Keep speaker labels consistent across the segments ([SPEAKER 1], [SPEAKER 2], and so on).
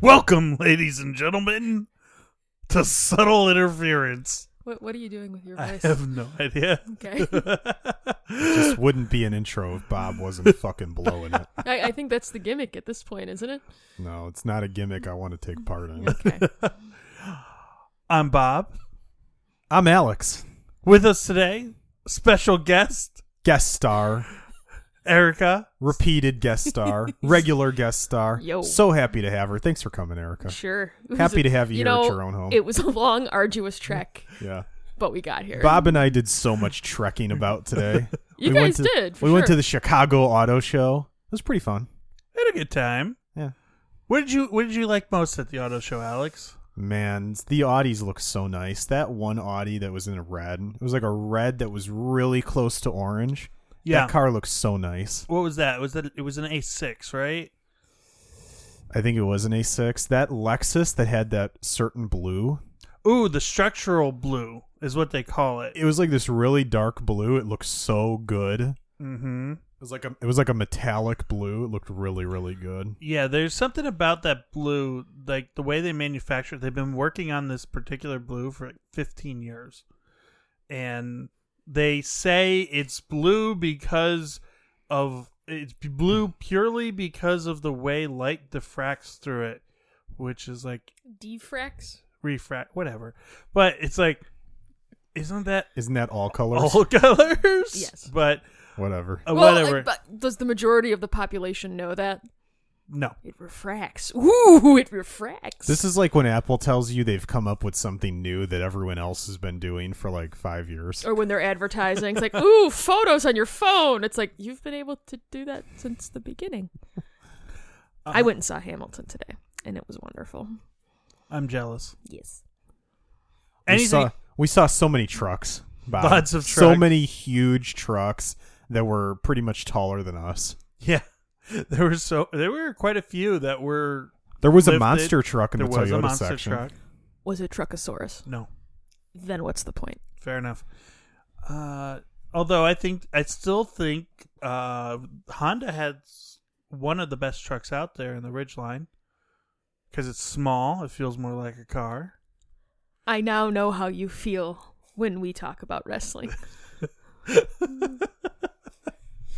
[SPEAKER 1] Welcome, ladies and gentlemen, to Subtle Interference.
[SPEAKER 2] What What are you doing with your
[SPEAKER 1] I
[SPEAKER 2] voice?
[SPEAKER 1] have no idea.
[SPEAKER 2] Okay,
[SPEAKER 3] This wouldn't be an intro if Bob wasn't fucking blowing it.
[SPEAKER 2] I, I think that's the gimmick at this point, isn't it?
[SPEAKER 3] No, it's not a gimmick I want to take part in.
[SPEAKER 2] Okay.
[SPEAKER 1] I'm Bob.
[SPEAKER 3] I'm Alex,
[SPEAKER 1] With us today, special guest
[SPEAKER 3] guest star,
[SPEAKER 1] Erica.
[SPEAKER 3] repeated guest star, regular guest star.
[SPEAKER 2] Yo.
[SPEAKER 3] So happy to have her. Thanks for coming, Erica.
[SPEAKER 2] Sure. It was
[SPEAKER 3] Happy
[SPEAKER 2] a-
[SPEAKER 3] to have you here at
[SPEAKER 2] know,
[SPEAKER 3] your own home.
[SPEAKER 2] It was a long, arduous trek,
[SPEAKER 3] Yeah.
[SPEAKER 2] but we got here.
[SPEAKER 3] Bob and I did so much trekking about today.
[SPEAKER 2] You
[SPEAKER 3] we
[SPEAKER 2] guys
[SPEAKER 3] went to,
[SPEAKER 2] did, for
[SPEAKER 3] we went
[SPEAKER 2] sure.
[SPEAKER 3] to the Chicago Auto Show. It was pretty fun.
[SPEAKER 1] Had a good time.
[SPEAKER 3] Yeah.
[SPEAKER 1] What did you What did you like most at the auto show, Alex?
[SPEAKER 3] Man, the Audis look so nice. That one Audi that was in red, it was like a red that was really close to orange.
[SPEAKER 1] Yeah.
[SPEAKER 3] That car looks so nice.
[SPEAKER 1] What was that? Was that it was an A6, right?
[SPEAKER 3] I think it was an A6. That Lexus that had that certain blue,
[SPEAKER 1] Ooh, the structural blue is what they call it.
[SPEAKER 3] it was like this really dark blue. It looked so good. It
[SPEAKER 1] Mm-hmm.
[SPEAKER 3] was like a it was like a metallic blue. It looked really really good.
[SPEAKER 1] Yeah, there's something about that blue, like the way they manufacture it. They've been working on this particular blue for like 15 years. And they say it's blue because of it's blue purely because of the way light diffracts through it, which is like
[SPEAKER 2] Defrax.
[SPEAKER 1] refract whatever. But it's like isn't that
[SPEAKER 3] Isn't that all colors?
[SPEAKER 1] all colors?
[SPEAKER 2] Yes.
[SPEAKER 1] But
[SPEAKER 3] Whatever.
[SPEAKER 1] uh,
[SPEAKER 2] Well,
[SPEAKER 1] whatever.
[SPEAKER 2] like, but does the majority of the population know that
[SPEAKER 1] no.
[SPEAKER 2] it refracts? Ooh, it refracts.
[SPEAKER 3] This is like when Apple tells you they've come up with something new that everyone else has been doing for like 5 years.
[SPEAKER 2] or when they're advertising, it's like, ooh, photos on your phone. It's like you've been able to do that since the beginning.
[SPEAKER 3] Uh-huh.
[SPEAKER 2] I went and saw Hamilton today, and it was wonderful.
[SPEAKER 1] I'm jealous.
[SPEAKER 2] Yes.
[SPEAKER 3] We
[SPEAKER 1] Anything
[SPEAKER 3] saw, we saw so many trucks. Bob.
[SPEAKER 1] Lots of
[SPEAKER 3] So
[SPEAKER 1] trucks.
[SPEAKER 3] many huge trucks that were pretty much taller than us.
[SPEAKER 1] Yeah. There were so there were quite a few that were
[SPEAKER 3] There was a
[SPEAKER 1] lifted.
[SPEAKER 3] monster truck in
[SPEAKER 1] there
[SPEAKER 3] the
[SPEAKER 1] was
[SPEAKER 3] Toyota
[SPEAKER 1] a monster
[SPEAKER 3] section.
[SPEAKER 1] truck.
[SPEAKER 2] Was it Truckosaurus?
[SPEAKER 1] No,
[SPEAKER 2] Then what's the point?
[SPEAKER 1] fair enough. Uh, although I think I still think uh, Honda had s- one of the best trucks out there in the Ridgeline because it's small. It feels more like a car.
[SPEAKER 2] I now know how you feel when we talk about wrestling.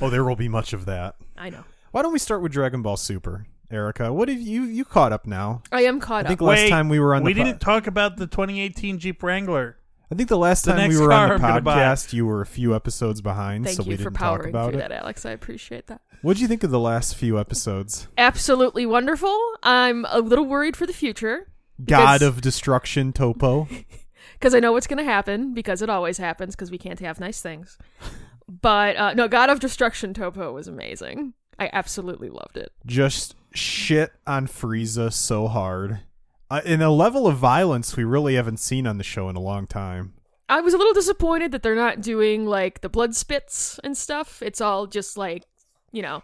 [SPEAKER 3] Oh, there will be much of that.
[SPEAKER 2] I know.
[SPEAKER 3] Why don't we start with Dragon Ball Super, Erica? What have you you caught up now?
[SPEAKER 2] I am caught
[SPEAKER 3] I think
[SPEAKER 2] up.
[SPEAKER 3] last time we were on the
[SPEAKER 1] we
[SPEAKER 3] po-
[SPEAKER 1] didn't talk about the 2018 Jeep Wrangler.
[SPEAKER 3] I think the last
[SPEAKER 1] The
[SPEAKER 3] time we
[SPEAKER 1] next
[SPEAKER 3] were
[SPEAKER 1] car
[SPEAKER 3] on the
[SPEAKER 1] I'm gonna buy.
[SPEAKER 3] podcast, you were a few episodes behind,
[SPEAKER 2] Thank
[SPEAKER 3] so we
[SPEAKER 2] you for
[SPEAKER 3] didn't talk
[SPEAKER 2] powering
[SPEAKER 3] about
[SPEAKER 2] through
[SPEAKER 3] it.
[SPEAKER 2] that, Alex. I appreciate that.
[SPEAKER 3] What'd you think of the last few episodes?
[SPEAKER 2] Absolutely wonderful. I'm a little worried for the future
[SPEAKER 3] God
[SPEAKER 2] Because-
[SPEAKER 3] of Destruction, Topo.
[SPEAKER 2] because I know what's going to happen because it always happens because we can't have nice things. But uh, no, God of Destruction Topo was amazing. I absolutely loved it.
[SPEAKER 3] just shit on Frieza so hard. Uh, in a level of violence we really haven't seen on the show in a long time.
[SPEAKER 2] I was a little disappointed that they're not doing like the blood spits and stuff. It's all just like, you know,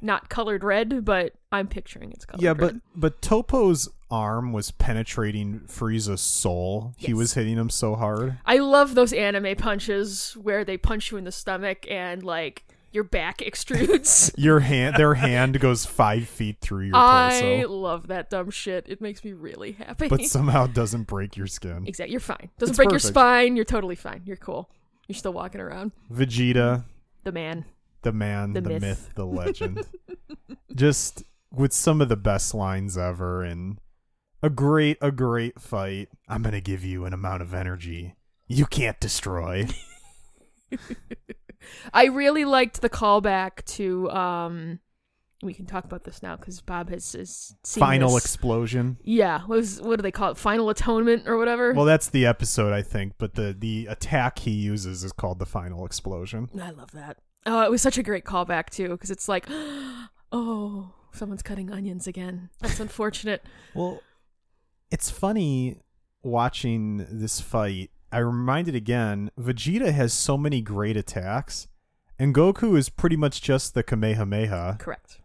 [SPEAKER 2] not colored red, but I'm picturing it's colored
[SPEAKER 3] yeah,
[SPEAKER 2] red.
[SPEAKER 3] but but Topo's arm was penetrating Frieza's soul. He
[SPEAKER 2] Yes.
[SPEAKER 3] was hitting him so hard.
[SPEAKER 2] I love those anime punches where they punch you in the stomach and like your back extrudes.
[SPEAKER 3] Your hand, their hand goes five feet through your
[SPEAKER 2] I
[SPEAKER 3] torso,
[SPEAKER 2] love that dumb shit. It makes me really happy.
[SPEAKER 3] but somehow doesn't break your skin.
[SPEAKER 2] exactly, you're fine. Doesn't
[SPEAKER 3] It's
[SPEAKER 2] break your
[SPEAKER 3] perfect.
[SPEAKER 2] spine. You're totally fine. You're cool. You're still walking around.
[SPEAKER 3] Vegeta,
[SPEAKER 2] The man.
[SPEAKER 3] the man,
[SPEAKER 2] The
[SPEAKER 3] the,
[SPEAKER 2] myth.
[SPEAKER 3] myth. the legend, just with some of the best lines ever, and a great, a great fight. I'm gonna give you an amount of energy you can't destroy.
[SPEAKER 2] I really liked the callback to. um We can talk about this now because Bob has is seen
[SPEAKER 3] Final
[SPEAKER 2] this.
[SPEAKER 3] explosion.
[SPEAKER 2] yeah. What was what do they call it? Final atonement or whatever.
[SPEAKER 3] Well, that's the episode, I think, but the the attack he uses is called the final explosion.
[SPEAKER 2] I love that. Oh, it was such a great callback too, because it's like, oh, someone's cutting onions again. That's unfortunate.
[SPEAKER 3] Well, it's funny watching this fight. I reminded again, Vegeta has so many great attacks, and Goku is pretty much just the Kamehameha.
[SPEAKER 2] Correct.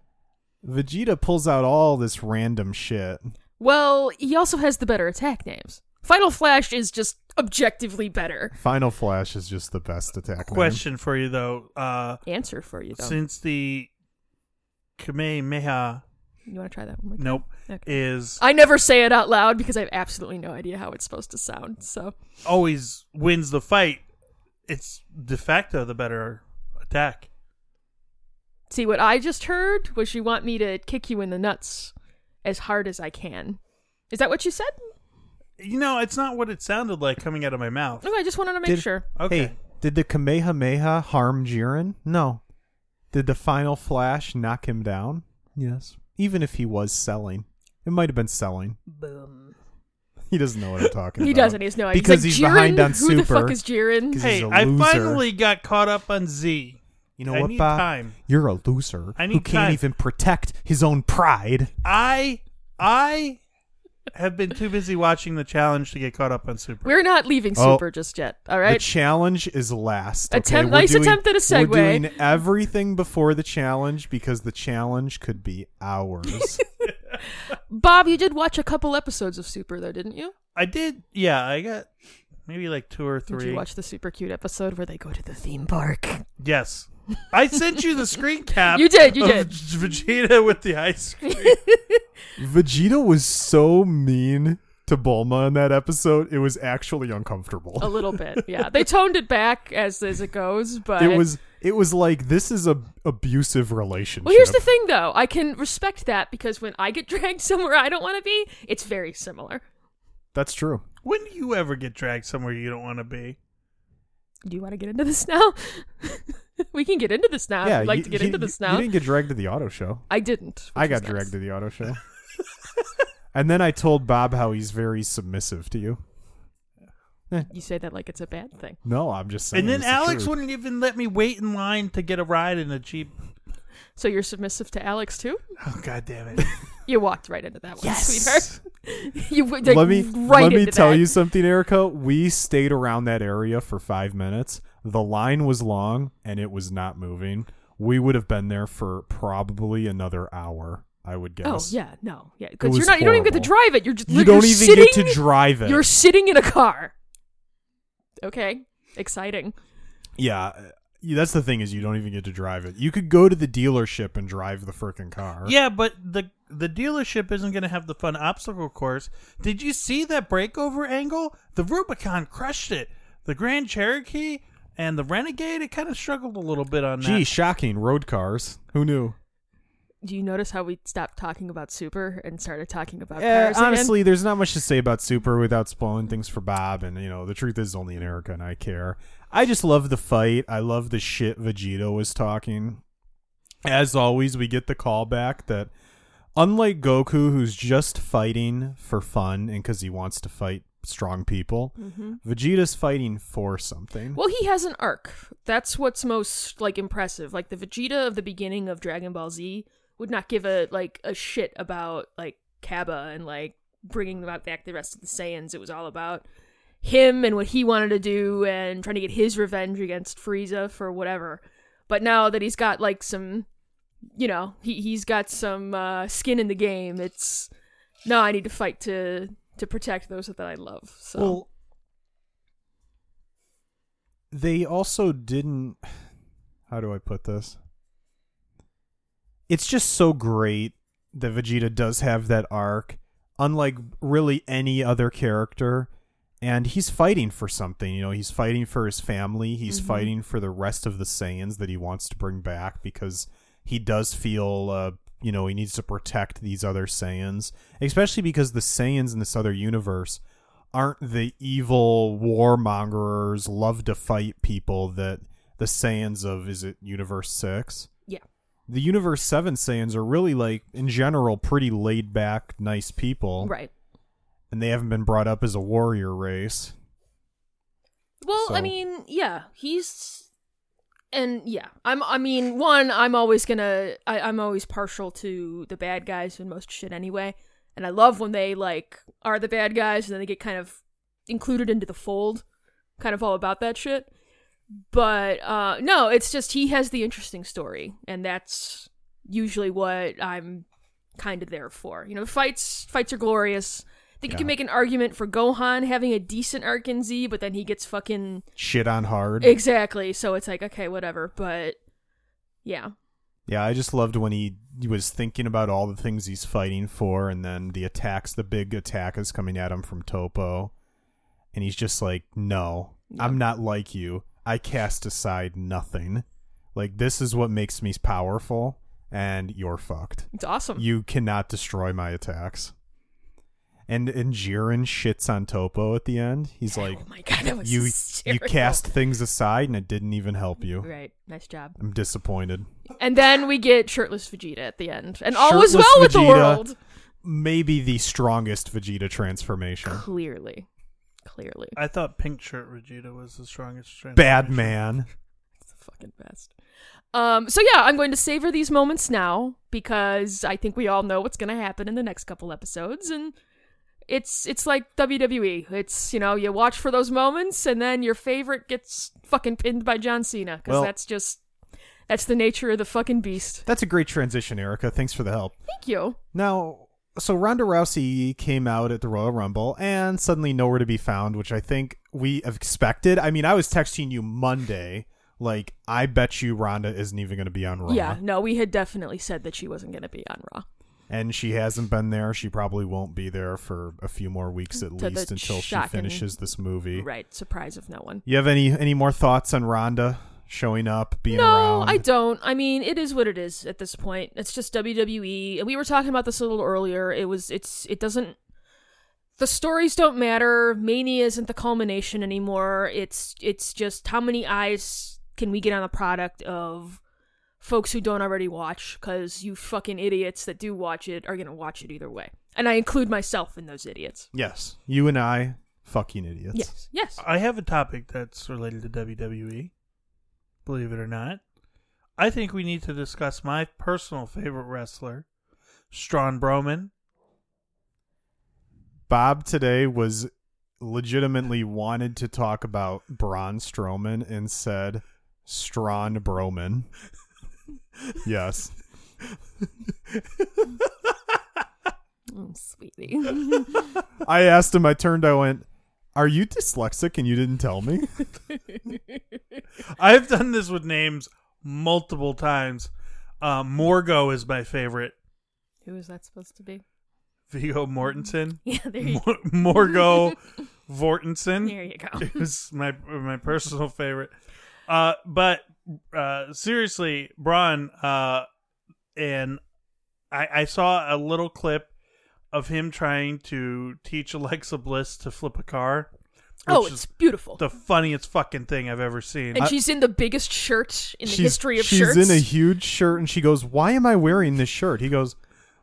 [SPEAKER 3] Vegeta pulls out all this random shit.
[SPEAKER 2] Well, he also has the better attack names. Final Flash is just objectively better.
[SPEAKER 3] Final Flash is just the best attack. name.
[SPEAKER 1] Question for you though: uh,
[SPEAKER 2] Answer for you though.
[SPEAKER 1] since the Kamehameha
[SPEAKER 2] You want to try that one more time?
[SPEAKER 1] Nope.
[SPEAKER 2] Okay.
[SPEAKER 1] Is
[SPEAKER 2] I never say it out loud because I have absolutely no idea how it's supposed to sound. So
[SPEAKER 1] always wins the fight. It's de facto the better attack.
[SPEAKER 2] See, what I just heard was you want me to kick you in the nuts as hard as I can. Is that what you said?
[SPEAKER 1] You know, it's not what it sounded like coming out of my mouth.
[SPEAKER 2] No, I just wanted to make
[SPEAKER 3] Did-
[SPEAKER 2] sure.
[SPEAKER 1] Okay.
[SPEAKER 3] Hey, did the Kamehameha harm Jiren? No. Did the final flash knock him down? Yes. Even if he was selling, it might have been selling.
[SPEAKER 2] Boom.
[SPEAKER 3] He doesn't know what I'm talking
[SPEAKER 2] He
[SPEAKER 3] about.
[SPEAKER 2] doesn't. He has no idea.
[SPEAKER 3] Uh, Because
[SPEAKER 2] he's,
[SPEAKER 3] he's
[SPEAKER 2] like,
[SPEAKER 3] behind
[SPEAKER 2] "Jiren?
[SPEAKER 3] on
[SPEAKER 2] Who the
[SPEAKER 3] Super."
[SPEAKER 2] fuck is Jiren?
[SPEAKER 3] 'Cause
[SPEAKER 1] Hey,
[SPEAKER 3] he's a
[SPEAKER 1] I
[SPEAKER 3] loser.
[SPEAKER 1] finally got caught up on Z.
[SPEAKER 3] You know
[SPEAKER 1] I
[SPEAKER 3] what,
[SPEAKER 1] need
[SPEAKER 3] Bob?
[SPEAKER 1] time.
[SPEAKER 3] You're a loser
[SPEAKER 1] I
[SPEAKER 3] who
[SPEAKER 1] need
[SPEAKER 3] can't
[SPEAKER 1] time.
[SPEAKER 3] even protect his own pride.
[SPEAKER 1] I I have been too busy watching the challenge to get caught up on Super.
[SPEAKER 2] We're not leaving
[SPEAKER 3] Oh.
[SPEAKER 2] Super just yet. All right.
[SPEAKER 3] The challenge is last. Okay?
[SPEAKER 2] Attempt-
[SPEAKER 3] We're
[SPEAKER 2] nice
[SPEAKER 3] doing-
[SPEAKER 2] attempt at a segue.
[SPEAKER 3] We're doing everything before the challenge because the challenge could be ours.
[SPEAKER 2] Bob, you did watch a couple episodes of Super though, didn't you?
[SPEAKER 1] I did. Yeah, I got maybe like two or three.
[SPEAKER 2] Did you watch the super cute episode where they go to the theme park?
[SPEAKER 1] Yes. I sent you the screen cap.
[SPEAKER 2] You did, you
[SPEAKER 1] of
[SPEAKER 2] did.
[SPEAKER 1] V- Vegeta with the ice cream.
[SPEAKER 3] Vegeta was so mean to Bulma in that episode; it was actually uncomfortable.
[SPEAKER 2] A little bit, yeah. They toned it back as as it goes, but
[SPEAKER 3] It was. It was like this is a abusive relationship.
[SPEAKER 2] Well, here's the thing, though. I can respect that because when I get dragged somewhere I don't want to be, it's very similar.
[SPEAKER 3] That's true.
[SPEAKER 1] When do you ever get dragged somewhere you don't want to be?
[SPEAKER 2] Do you want to get into this now? we can get into this now.
[SPEAKER 3] yeah,
[SPEAKER 2] if you'd like
[SPEAKER 3] you-
[SPEAKER 2] to get
[SPEAKER 3] you-
[SPEAKER 2] into this
[SPEAKER 3] you-
[SPEAKER 2] now.
[SPEAKER 3] You didn't get dragged to the auto show.
[SPEAKER 2] I didn't.
[SPEAKER 3] I got dragged to the auto show. and then I told Bob how he's very submissive to you.
[SPEAKER 2] You say that like it's a bad thing.
[SPEAKER 3] No, I'm just saying.
[SPEAKER 1] and then
[SPEAKER 3] it's the
[SPEAKER 1] Alex
[SPEAKER 3] truth.
[SPEAKER 1] wouldn't even let me wait in line to get a ride in a Jeep.
[SPEAKER 2] So you're submissive to Alex too?
[SPEAKER 1] Oh, God damn it.
[SPEAKER 2] You walked right into that one,
[SPEAKER 3] Yes.
[SPEAKER 2] sweetheart. You went, like,
[SPEAKER 3] let me
[SPEAKER 2] right
[SPEAKER 3] let me
[SPEAKER 2] into
[SPEAKER 3] tell
[SPEAKER 2] that.
[SPEAKER 3] you something, Erica. We stayed around that area for five minutes. The line was long and it was not moving. We would have been there for probably another hour. I would
[SPEAKER 2] Oh
[SPEAKER 3] guess.
[SPEAKER 2] yeah, no, yeah,
[SPEAKER 3] It
[SPEAKER 2] because you're
[SPEAKER 3] was
[SPEAKER 2] not. You don't even get to
[SPEAKER 3] horrible.
[SPEAKER 2] drive it. You're just
[SPEAKER 3] You
[SPEAKER 2] you're-
[SPEAKER 3] don't
[SPEAKER 2] you're
[SPEAKER 3] even
[SPEAKER 2] sitting,
[SPEAKER 3] get to drive it.
[SPEAKER 2] You're sitting in a car. Okay, exciting.
[SPEAKER 3] yeah. uh, you- That's the thing is you don't even get to drive it. You could go to the dealership and drive the freaking car.
[SPEAKER 1] Yeah, but the the dealership isn't going to have the fun obstacle course. Did you see that breakover angle? The Rubicon crushed it. The Grand Cherokee and the Renegade, it kind of struggled a little bit on
[SPEAKER 3] Gee,
[SPEAKER 1] that.
[SPEAKER 3] shocking. Road cars. Who knew?
[SPEAKER 2] Do you notice how we stopped talking about Super and started talking about
[SPEAKER 3] Yeah,
[SPEAKER 2] cars again?
[SPEAKER 3] Eh, honestly, there's not much to say about Super without spoiling things for Bob. And you know, the truth is only in Erica and I care. I just love the fight. I love the shit Vegeta was talking. As always, we get the callback that unlike Goku, who's just fighting for fun and because he wants to fight strong people, Vegeta's fighting for something.
[SPEAKER 2] Well, he has an arc. That's what's most like impressive. Like the Vegeta of the beginning of Dragon Ball Z would not give a like a shit about like Kaba and like bringing about back the rest of the Saiyans. It was all about him and what he wanted to do and trying to get his revenge against Frieza for whatever. But now that he's got like some, you know, he he's got some uh, skin in the game. It's no, I need to fight to to protect those that I love. So
[SPEAKER 3] Well, they also didn't. How do I put this? It's just so great that Vegeta does have that arc, unlike really any other character. And he's fighting for something. You know, he's fighting for his family. He's
[SPEAKER 2] Mm-hmm.
[SPEAKER 3] fighting for the rest of the Saiyans that he wants to bring back because he does feel, uh, you know, he needs to protect these other Saiyans, especially because the Saiyans in this other universe aren't the evil warmongers, love to fight people that the Saiyans of is it Universe Six?
[SPEAKER 2] yeah.
[SPEAKER 3] The Universe Seven Saiyans are really like in general pretty laid back, nice people,
[SPEAKER 2] Right.
[SPEAKER 3] and they haven't been brought up as a warrior race.
[SPEAKER 2] Well, I
[SPEAKER 3] So-
[SPEAKER 2] mean, yeah, he's and yeah, I'm. I mean, one, I'm always gonna. I, I'm always partial to the bad guys in most shit anyway, and I love when they like are the bad guys and then they get kind of included into the fold. Kind of all about that shit. But uh no, it's just he has the interesting story, and that's usually what I'm kind of there for. You know, fights fights are glorious. I think you can
[SPEAKER 3] Yeah.
[SPEAKER 2] make an argument for Gohan having a decent arc in Z, but then he gets fucking
[SPEAKER 3] Shit on hard.
[SPEAKER 2] exactly. So it's like okay, whatever. But yeah,
[SPEAKER 3] Yeah, I just loved when he, he was thinking about all the things he's fighting for, and then the attacks, the big attack is coming at him from Topo, and he's just like, "No, I'm not like you. I cast aside nothing. Like this is what makes me powerful, and you're fucked.
[SPEAKER 2] It's awesome.
[SPEAKER 3] You cannot destroy my attacks." And and Jiren shits on Topo at the end. He's like,
[SPEAKER 2] oh my god, that was
[SPEAKER 3] "You
[SPEAKER 2] hysterical.
[SPEAKER 3] you cast things aside, and it didn't even help you."
[SPEAKER 2] Right, nice job.
[SPEAKER 3] I'm disappointed.
[SPEAKER 2] And then we get shirtless Vegeta at the end, and all was
[SPEAKER 3] Shirtless
[SPEAKER 2] well with the
[SPEAKER 3] Vegeta.
[SPEAKER 2] world.
[SPEAKER 3] maybe the strongest Vegeta transformation.
[SPEAKER 2] Clearly, clearly,
[SPEAKER 1] I thought pink shirt Vegeta was the strongest.
[SPEAKER 3] Bad
[SPEAKER 1] transformation.
[SPEAKER 3] man.
[SPEAKER 2] it's the fucking best. Um, so yeah, I'm going to savor these moments now because I think we all know what's going to happen in the next couple episodes, and it's it's like WWE. It's you know you watch for those moments, and then your favorite gets fucking pinned by John Cena because
[SPEAKER 3] Well-
[SPEAKER 2] that's just that's the nature of the fucking beast.
[SPEAKER 3] That's a great transition, Erica. Thanks for the help.
[SPEAKER 2] Thank you.
[SPEAKER 3] Now, so Ronda Rousey came out at the Royal Rumble and suddenly nowhere to be found, which I think we have expected. I mean, I was texting you Monday, like, I bet you Ronda isn't even going to be on Raw.
[SPEAKER 2] Yeah, no, we had definitely said that she wasn't going to be on Raw.
[SPEAKER 3] And she hasn't been there. She probably won't be there for a few more weeks at
[SPEAKER 2] To the
[SPEAKER 3] least until she
[SPEAKER 2] shocking-
[SPEAKER 3] finishes this movie.
[SPEAKER 2] Right, surprise of no one.
[SPEAKER 3] You have any any more thoughts on Ronda showing up, being
[SPEAKER 2] no,
[SPEAKER 3] around?
[SPEAKER 2] I don't. I mean, it is what it is at this point. It's just WWE. And we were talking about this a little earlier. It was it's it doesn't the stories don't matter. Mania isn't the culmination anymore. It's it's just how many eyes can we get on the product of folks who don't already watch cuz you fucking idiots that do watch it are going to watch it either way. And I include myself in those idiots.
[SPEAKER 3] Yes, you and I, fucking idiots.
[SPEAKER 2] Yes. Yes.
[SPEAKER 1] I have a topic that's related to WWE. Believe it or not, I think we need to discuss my personal favorite wrestler, Strawn Broman.
[SPEAKER 3] Bob today was legitimately wanted to talk about Braun Strowman and said Strawn Broman. yes, Uh,
[SPEAKER 2] Mm, sweetie.
[SPEAKER 3] I asked him. I turned. I went. Are you dyslexic and you didn't tell me?
[SPEAKER 1] I've done this with names multiple times. Uh, Morgo is my favorite.
[SPEAKER 2] Who is that supposed to be?
[SPEAKER 1] Vigo Mortensen.
[SPEAKER 2] Yeah, there you
[SPEAKER 1] Mor- Morgo Vortensen.
[SPEAKER 2] There you go.
[SPEAKER 1] is my my personal favorite. Uh, but uh, seriously, Braun, uh, and I, I saw a little clip of him trying to teach Alexa Bliss to flip a car.
[SPEAKER 2] Oh,
[SPEAKER 1] which
[SPEAKER 2] it's
[SPEAKER 1] is
[SPEAKER 2] beautiful.
[SPEAKER 1] the funniest fucking thing I've ever seen.
[SPEAKER 2] and she's in the biggest shirt in the history of
[SPEAKER 3] she's
[SPEAKER 2] shirts.
[SPEAKER 3] in a huge shirt and she goes, "Why am I wearing this shirt?" He goes,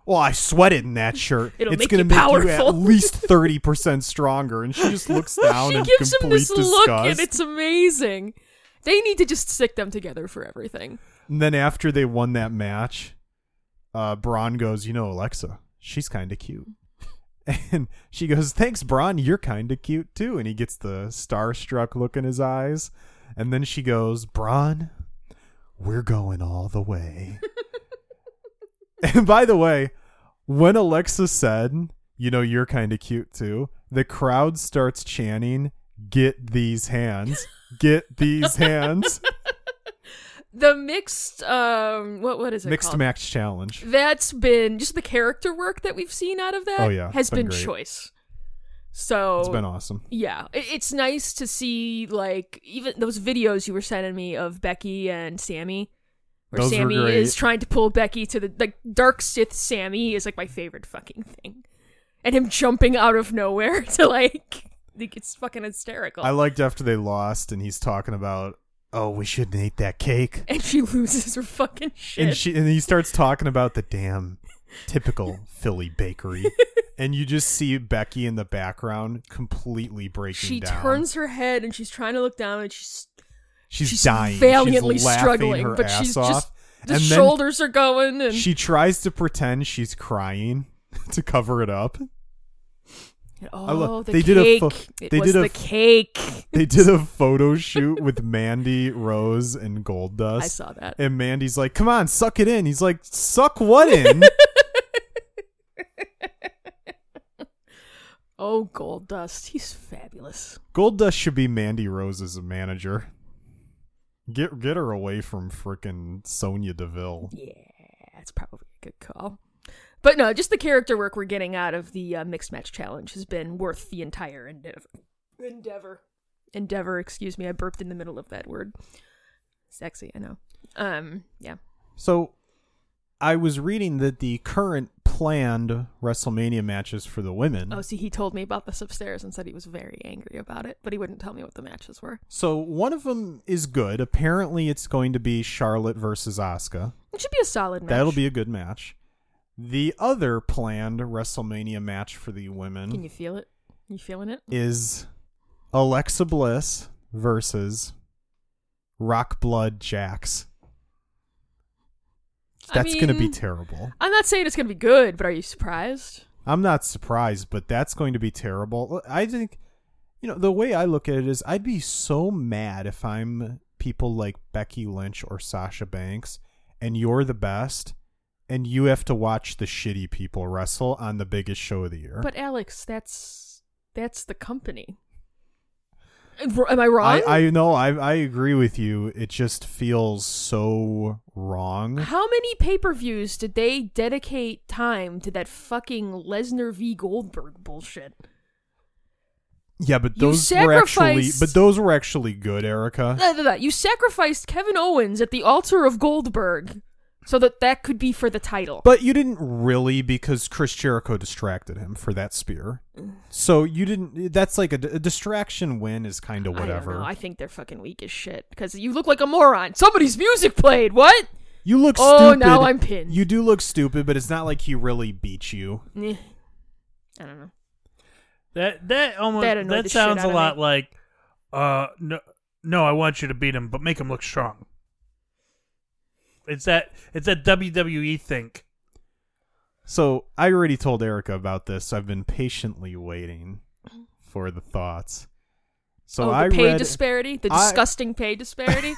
[SPEAKER 3] "Well, I sweated in that shirt.
[SPEAKER 2] It'll
[SPEAKER 3] it's
[SPEAKER 2] make
[SPEAKER 3] gonna
[SPEAKER 2] you
[SPEAKER 3] make you at
[SPEAKER 2] powerful."
[SPEAKER 3] least thirty percent stronger." And she just looks down
[SPEAKER 2] she
[SPEAKER 3] in
[SPEAKER 2] gives him
[SPEAKER 3] complete
[SPEAKER 2] this
[SPEAKER 3] disgust.
[SPEAKER 2] look, and it's amazing. They need to just stick them together for everything.
[SPEAKER 3] And then after they won that match, uh, Braun goes, "You know, Alexa, she's kind of cute." And she goes, "Thanks, Braun. You're kind of cute too." And he gets the starstruck look in his eyes. And then she goes, "Braun, we're going all the way." and by the way, when Alexa said, "You know, you're kind of cute too," the crowd starts chanting, "Get these hands! Get these hands!"
[SPEAKER 2] The mixed, um, what what is it
[SPEAKER 3] Mixed
[SPEAKER 2] called?
[SPEAKER 3] match challenge.
[SPEAKER 2] That's been just the character work that we've seen out of that.
[SPEAKER 3] Oh, yeah,
[SPEAKER 2] has
[SPEAKER 3] it's been
[SPEAKER 2] been,
[SPEAKER 3] great.
[SPEAKER 2] choice. So
[SPEAKER 3] It's been awesome.
[SPEAKER 2] yeah, it, it's nice to see like even those videos you were sending me of Becky and Sammy, where
[SPEAKER 3] Those were
[SPEAKER 2] Sammy
[SPEAKER 3] great.
[SPEAKER 2] is trying to pull Becky to the like Dark Sith. Sammy is like my favorite fucking thing, and him jumping out of nowhere to like, like it's fucking hysterical.
[SPEAKER 3] I liked after they lost, and he's talking about, oh, we shouldn't eat that cake,
[SPEAKER 2] and she loses her fucking shit.
[SPEAKER 3] and she and he starts talking about the damn typical Philly bakery, and you just see Becky in the background completely breaking
[SPEAKER 2] She
[SPEAKER 3] down.
[SPEAKER 2] turns her head and she's trying to look down, and she's
[SPEAKER 3] she's,
[SPEAKER 2] she's
[SPEAKER 3] dying,
[SPEAKER 2] valiantly
[SPEAKER 3] she's laughing
[SPEAKER 2] struggling,
[SPEAKER 3] her
[SPEAKER 2] but
[SPEAKER 3] ass
[SPEAKER 2] she's
[SPEAKER 3] off,
[SPEAKER 2] just the
[SPEAKER 3] and
[SPEAKER 2] shoulders are going,
[SPEAKER 3] Then
[SPEAKER 2] and
[SPEAKER 3] she tries to pretend she's crying to cover it up.
[SPEAKER 2] oh,
[SPEAKER 3] love-
[SPEAKER 2] the
[SPEAKER 3] they
[SPEAKER 2] cake!
[SPEAKER 3] did a fu-
[SPEAKER 2] it
[SPEAKER 3] they
[SPEAKER 2] was
[SPEAKER 3] did a
[SPEAKER 2] the
[SPEAKER 3] f-
[SPEAKER 2] cake.
[SPEAKER 3] They did a photo shoot with Mandy Rose and Gold Dust.
[SPEAKER 2] I saw that.
[SPEAKER 3] And Mandy's like, "Come on, suck it in." He's like, "Suck what in?"
[SPEAKER 2] Oh, Gold Dust, he's fabulous.
[SPEAKER 3] Gold Dust should be Mandy Rose's manager. Get get her away from frickin' Sonia Deville.
[SPEAKER 2] Yeah, that's probably a good call. But no, just the character work we're getting out of the uh, mixed match challenge has been worth the entire endeavor. Endeavor. Endeavor, excuse me, I burped in the middle of that word. Sexy, I know. Um, yeah.
[SPEAKER 3] So I was reading that the current planned WrestleMania matches for the women.
[SPEAKER 2] Oh, see, he told me about this upstairs and said he was very angry about it, but he wouldn't tell me what the matches were.
[SPEAKER 3] So one of them is good. Apparently, it's going to be Charlotte versus Asuka.
[SPEAKER 2] It should be a solid match.
[SPEAKER 3] That'll be a good match. The other planned WrestleMania match for the women
[SPEAKER 2] Can you feel it? You feeling it?
[SPEAKER 3] is Alexa Bliss versus Rock Blood Jax.
[SPEAKER 2] I
[SPEAKER 3] That's going to be
[SPEAKER 2] mean-
[SPEAKER 3] terrible.
[SPEAKER 2] I'm not saying it's gonna be good, but are you surprised?
[SPEAKER 3] I'm not surprised, but that's going to be terrible. I think, you know, the way I look at it is I'd be so mad if I'm people like Becky Lynch or Sasha Banks and you're the best and you have to watch the shitty people wrestle on the biggest show of the year.
[SPEAKER 2] But Alex, that's that's the company. Am I wrong?
[SPEAKER 3] I, I know, I, I agree with you. It just feels so wrong.
[SPEAKER 2] How many pay per views did they dedicate time to that fucking Lesnar v Goldberg bullshit?
[SPEAKER 3] Yeah, but
[SPEAKER 2] You
[SPEAKER 3] those were actually
[SPEAKER 2] sacrificed-
[SPEAKER 3] but those were actually good, Erica.
[SPEAKER 2] Blah, blah, blah. You sacrificed Kevin Owens at the altar of Goldberg so that that could be for the title.
[SPEAKER 3] But you didn't really because Chris Jericho distracted him for that spear. So you didn't. That's like a, d- a distraction win is kind of
[SPEAKER 2] I,
[SPEAKER 3] whatever.
[SPEAKER 2] don't know. I think they're fucking weak as shit because you look like a moron. Somebody's music played. What?
[SPEAKER 3] you look
[SPEAKER 2] Oh,
[SPEAKER 3] stupid.
[SPEAKER 2] now I'm pinned.
[SPEAKER 3] You do look stupid, but it's not like he really beat you.
[SPEAKER 2] Meh. I don't know.
[SPEAKER 1] That that almost
[SPEAKER 2] That
[SPEAKER 1] that,
[SPEAKER 2] annoyed the shit
[SPEAKER 1] sounds
[SPEAKER 2] out
[SPEAKER 1] a
[SPEAKER 2] of
[SPEAKER 1] lot
[SPEAKER 2] me.
[SPEAKER 1] like, uh, no, no, I want you to beat him, but make him look strong. It's that it's that WWE think.
[SPEAKER 3] So I already told Erica about this. I've been patiently waiting for the thoughts. So
[SPEAKER 2] oh, the
[SPEAKER 3] I
[SPEAKER 2] pay
[SPEAKER 3] read.
[SPEAKER 2] disparity, the
[SPEAKER 3] I-
[SPEAKER 2] disgusting pay disparity.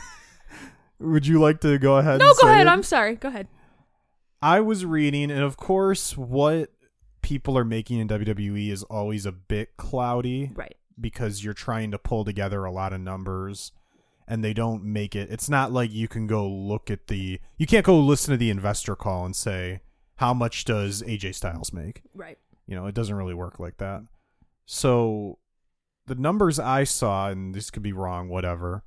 [SPEAKER 3] would you like to go ahead?
[SPEAKER 2] no,
[SPEAKER 3] and
[SPEAKER 2] go
[SPEAKER 3] say
[SPEAKER 2] ahead.
[SPEAKER 3] it?
[SPEAKER 2] I'm sorry. Go ahead.
[SPEAKER 3] I was reading, and of course, what people are making in WWE is always a bit cloudy.
[SPEAKER 2] Right.
[SPEAKER 3] because you're trying to pull together a lot of numbers and they don't make it it's not like you can go look at the you can't go listen to the investor call and say how much does AJ Styles make
[SPEAKER 2] Right.
[SPEAKER 3] you know it doesn't really work like that so the numbers i saw and this could be wrong whatever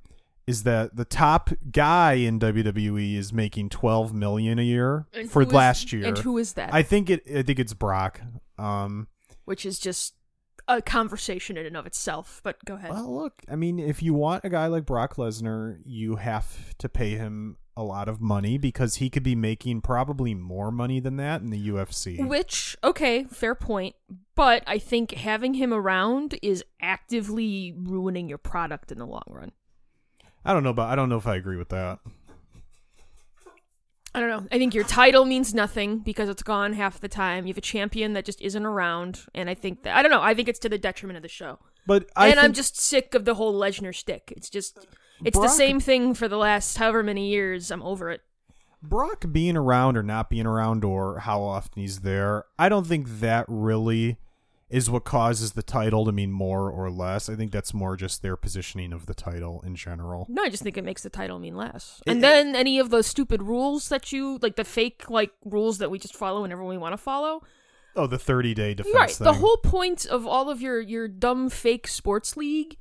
[SPEAKER 3] is that the top guy in WWE is making 12 million a year
[SPEAKER 2] And
[SPEAKER 3] for
[SPEAKER 2] who is-
[SPEAKER 3] last year
[SPEAKER 2] And who is that?
[SPEAKER 3] I think it I think it's Brock um
[SPEAKER 2] which is just a conversation in and of itself. But go ahead.
[SPEAKER 3] Well, look, I mean, if you want a guy like Brock Lesnar, you have to pay him a lot of money because he could be making probably more money than that in the UFC.
[SPEAKER 2] Which, okay, fair point. But I think having him around is actively ruining your product in the long run.
[SPEAKER 3] I don't know, but I don't know if I agree with that.
[SPEAKER 2] I don't know. I think your title means nothing because it's gone half the time. You have a champion that just isn't around. And I think that, I don't know, I think it's to the detriment of the show.
[SPEAKER 3] But I
[SPEAKER 2] and I'm
[SPEAKER 3] think-
[SPEAKER 2] just sick of the whole Lesnar stick. It's just, it's the
[SPEAKER 3] Brock-
[SPEAKER 2] same thing for the last however many years. I'm over it.
[SPEAKER 3] Brock being around or not being around or how often he's there, I don't think that really is what causes the title to mean more or less. I think that's more just their positioning of the title in general.
[SPEAKER 2] No, I just think it makes the title mean less.
[SPEAKER 3] It-
[SPEAKER 2] and then any of those stupid rules that you like the fake like rules that we just follow whenever we want to follow.
[SPEAKER 3] Oh, the 30 day defense
[SPEAKER 2] right.
[SPEAKER 3] thing.
[SPEAKER 2] The whole point of all of your your dumb fake sports league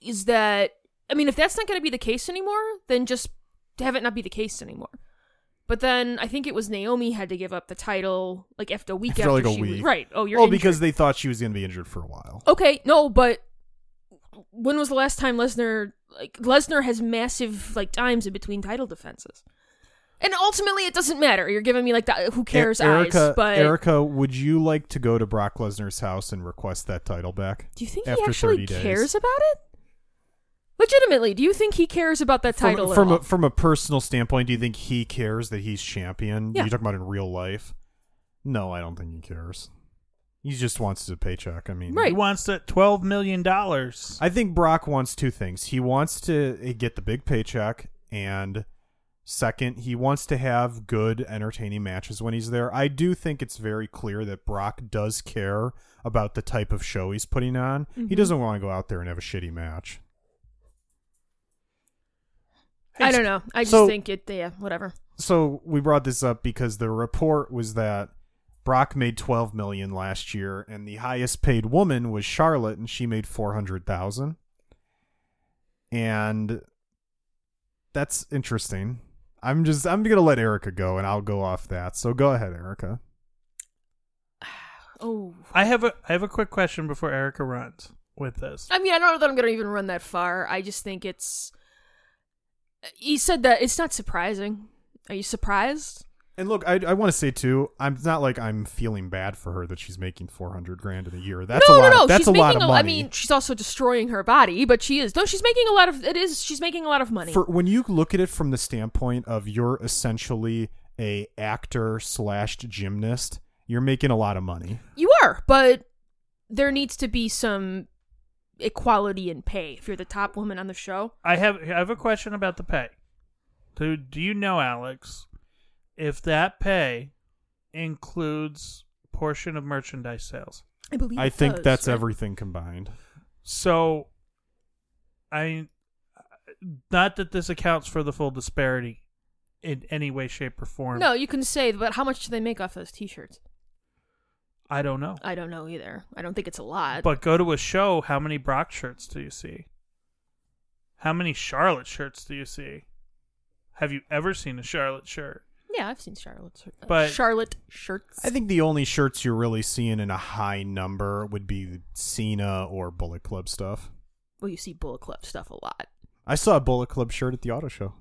[SPEAKER 2] is that I mean, if that's not going to be the case anymore, then just have it not be the case anymore. But then I think it was Naomi had to give up the title like after a week
[SPEAKER 3] After,
[SPEAKER 2] after
[SPEAKER 3] like, a
[SPEAKER 2] she was-
[SPEAKER 3] week.
[SPEAKER 2] right. Oh, you're
[SPEAKER 3] well,
[SPEAKER 2] injured. Oh,
[SPEAKER 3] because they thought she was going to be injured for a while.
[SPEAKER 2] Okay, no, but when was the last time Lesnar like Lesnar has massive like times in between title defenses? And ultimately, it doesn't matter. You're giving me like the who cares
[SPEAKER 3] E- Erica,
[SPEAKER 2] eyes, but
[SPEAKER 3] Erica, would you like to go to Brock Lesnar's house and request that title back?
[SPEAKER 2] do you think he
[SPEAKER 3] after
[SPEAKER 2] actually
[SPEAKER 3] 30 days.
[SPEAKER 2] cares about it? Legitimately, do you think he cares about that title?
[SPEAKER 3] from
[SPEAKER 2] at
[SPEAKER 3] from
[SPEAKER 2] all?
[SPEAKER 3] a from a personal standpoint, do you think he cares that he's champion?
[SPEAKER 2] Yeah.
[SPEAKER 3] You talking about in real life? No, I don't think he cares. He just wants his paycheck. I mean,
[SPEAKER 1] He
[SPEAKER 2] Right.
[SPEAKER 1] wants that twelve million dollars.
[SPEAKER 3] I think Brock wants two things. He wants to eh, get the big paycheck, and second, he wants to have good, entertaining matches when he's there. I do think it's very clear that Brock does care about the type of show he's putting
[SPEAKER 2] Mm-hmm.
[SPEAKER 3] on. He doesn't want to go out there and have a shitty match.
[SPEAKER 2] I don't know. I just
[SPEAKER 3] So-
[SPEAKER 2] think it. Yeah, whatever.
[SPEAKER 3] so we brought this up because the report was that Brock made 12 million last year and the highest paid woman was Charlotte and she made 400,000. And that's interesting. I'm just I'm going to let Erica go and I'll go off that. So go ahead, Erica.
[SPEAKER 2] Oh,
[SPEAKER 1] I have a I have a quick question before Erica runs with this.
[SPEAKER 2] I mean, I don't know that I'm gonna even run that far. I just think it's. He said that it's not surprising. Are you surprised?
[SPEAKER 3] And look, I, I want to say too, I'm it's not like I'm feeling bad for her that she's making 400 grand in a year. That's
[SPEAKER 2] no,
[SPEAKER 3] a lot.
[SPEAKER 2] no, no.
[SPEAKER 3] Of, that's
[SPEAKER 2] she's
[SPEAKER 3] a
[SPEAKER 2] making
[SPEAKER 3] lot of money.
[SPEAKER 2] I mean, she's also destroying her body, but she is. No, she's making a lot of. It is. She's making a lot of money.
[SPEAKER 3] For when you look at it from the standpoint of you're essentially a actor slash gymnast, you're making a lot of money.
[SPEAKER 2] you are, but there needs to be some equality in pay if you're the top woman on the show.
[SPEAKER 1] I have I have a question about the pay. Do do you know Alex if that pay includes portion of merchandise sales?
[SPEAKER 2] I believe.
[SPEAKER 3] I
[SPEAKER 2] it
[SPEAKER 3] think
[SPEAKER 2] does,
[SPEAKER 3] that's
[SPEAKER 2] right?
[SPEAKER 3] everything combined.
[SPEAKER 1] So I not that this accounts for the full disparity in any way shape or form.
[SPEAKER 2] No, you can say, but how much do they make off those T-shirts?
[SPEAKER 1] I don't know.
[SPEAKER 2] I don't know either. I don't think it's a lot.
[SPEAKER 1] But go to a show, how many Brock shirts do you see? How many Charlotte shirts do you see? Have you ever seen a Charlotte shirt?
[SPEAKER 2] yeah, I've seen Charlotte's. uh,
[SPEAKER 1] But-
[SPEAKER 2] Charlotte shirts.
[SPEAKER 3] I think the only shirts you're really seeing in a high number would be Cena or Bullet Club stuff.
[SPEAKER 2] well, you see Bullet Club stuff a lot.
[SPEAKER 3] I saw a Bullet Club shirt at the auto show.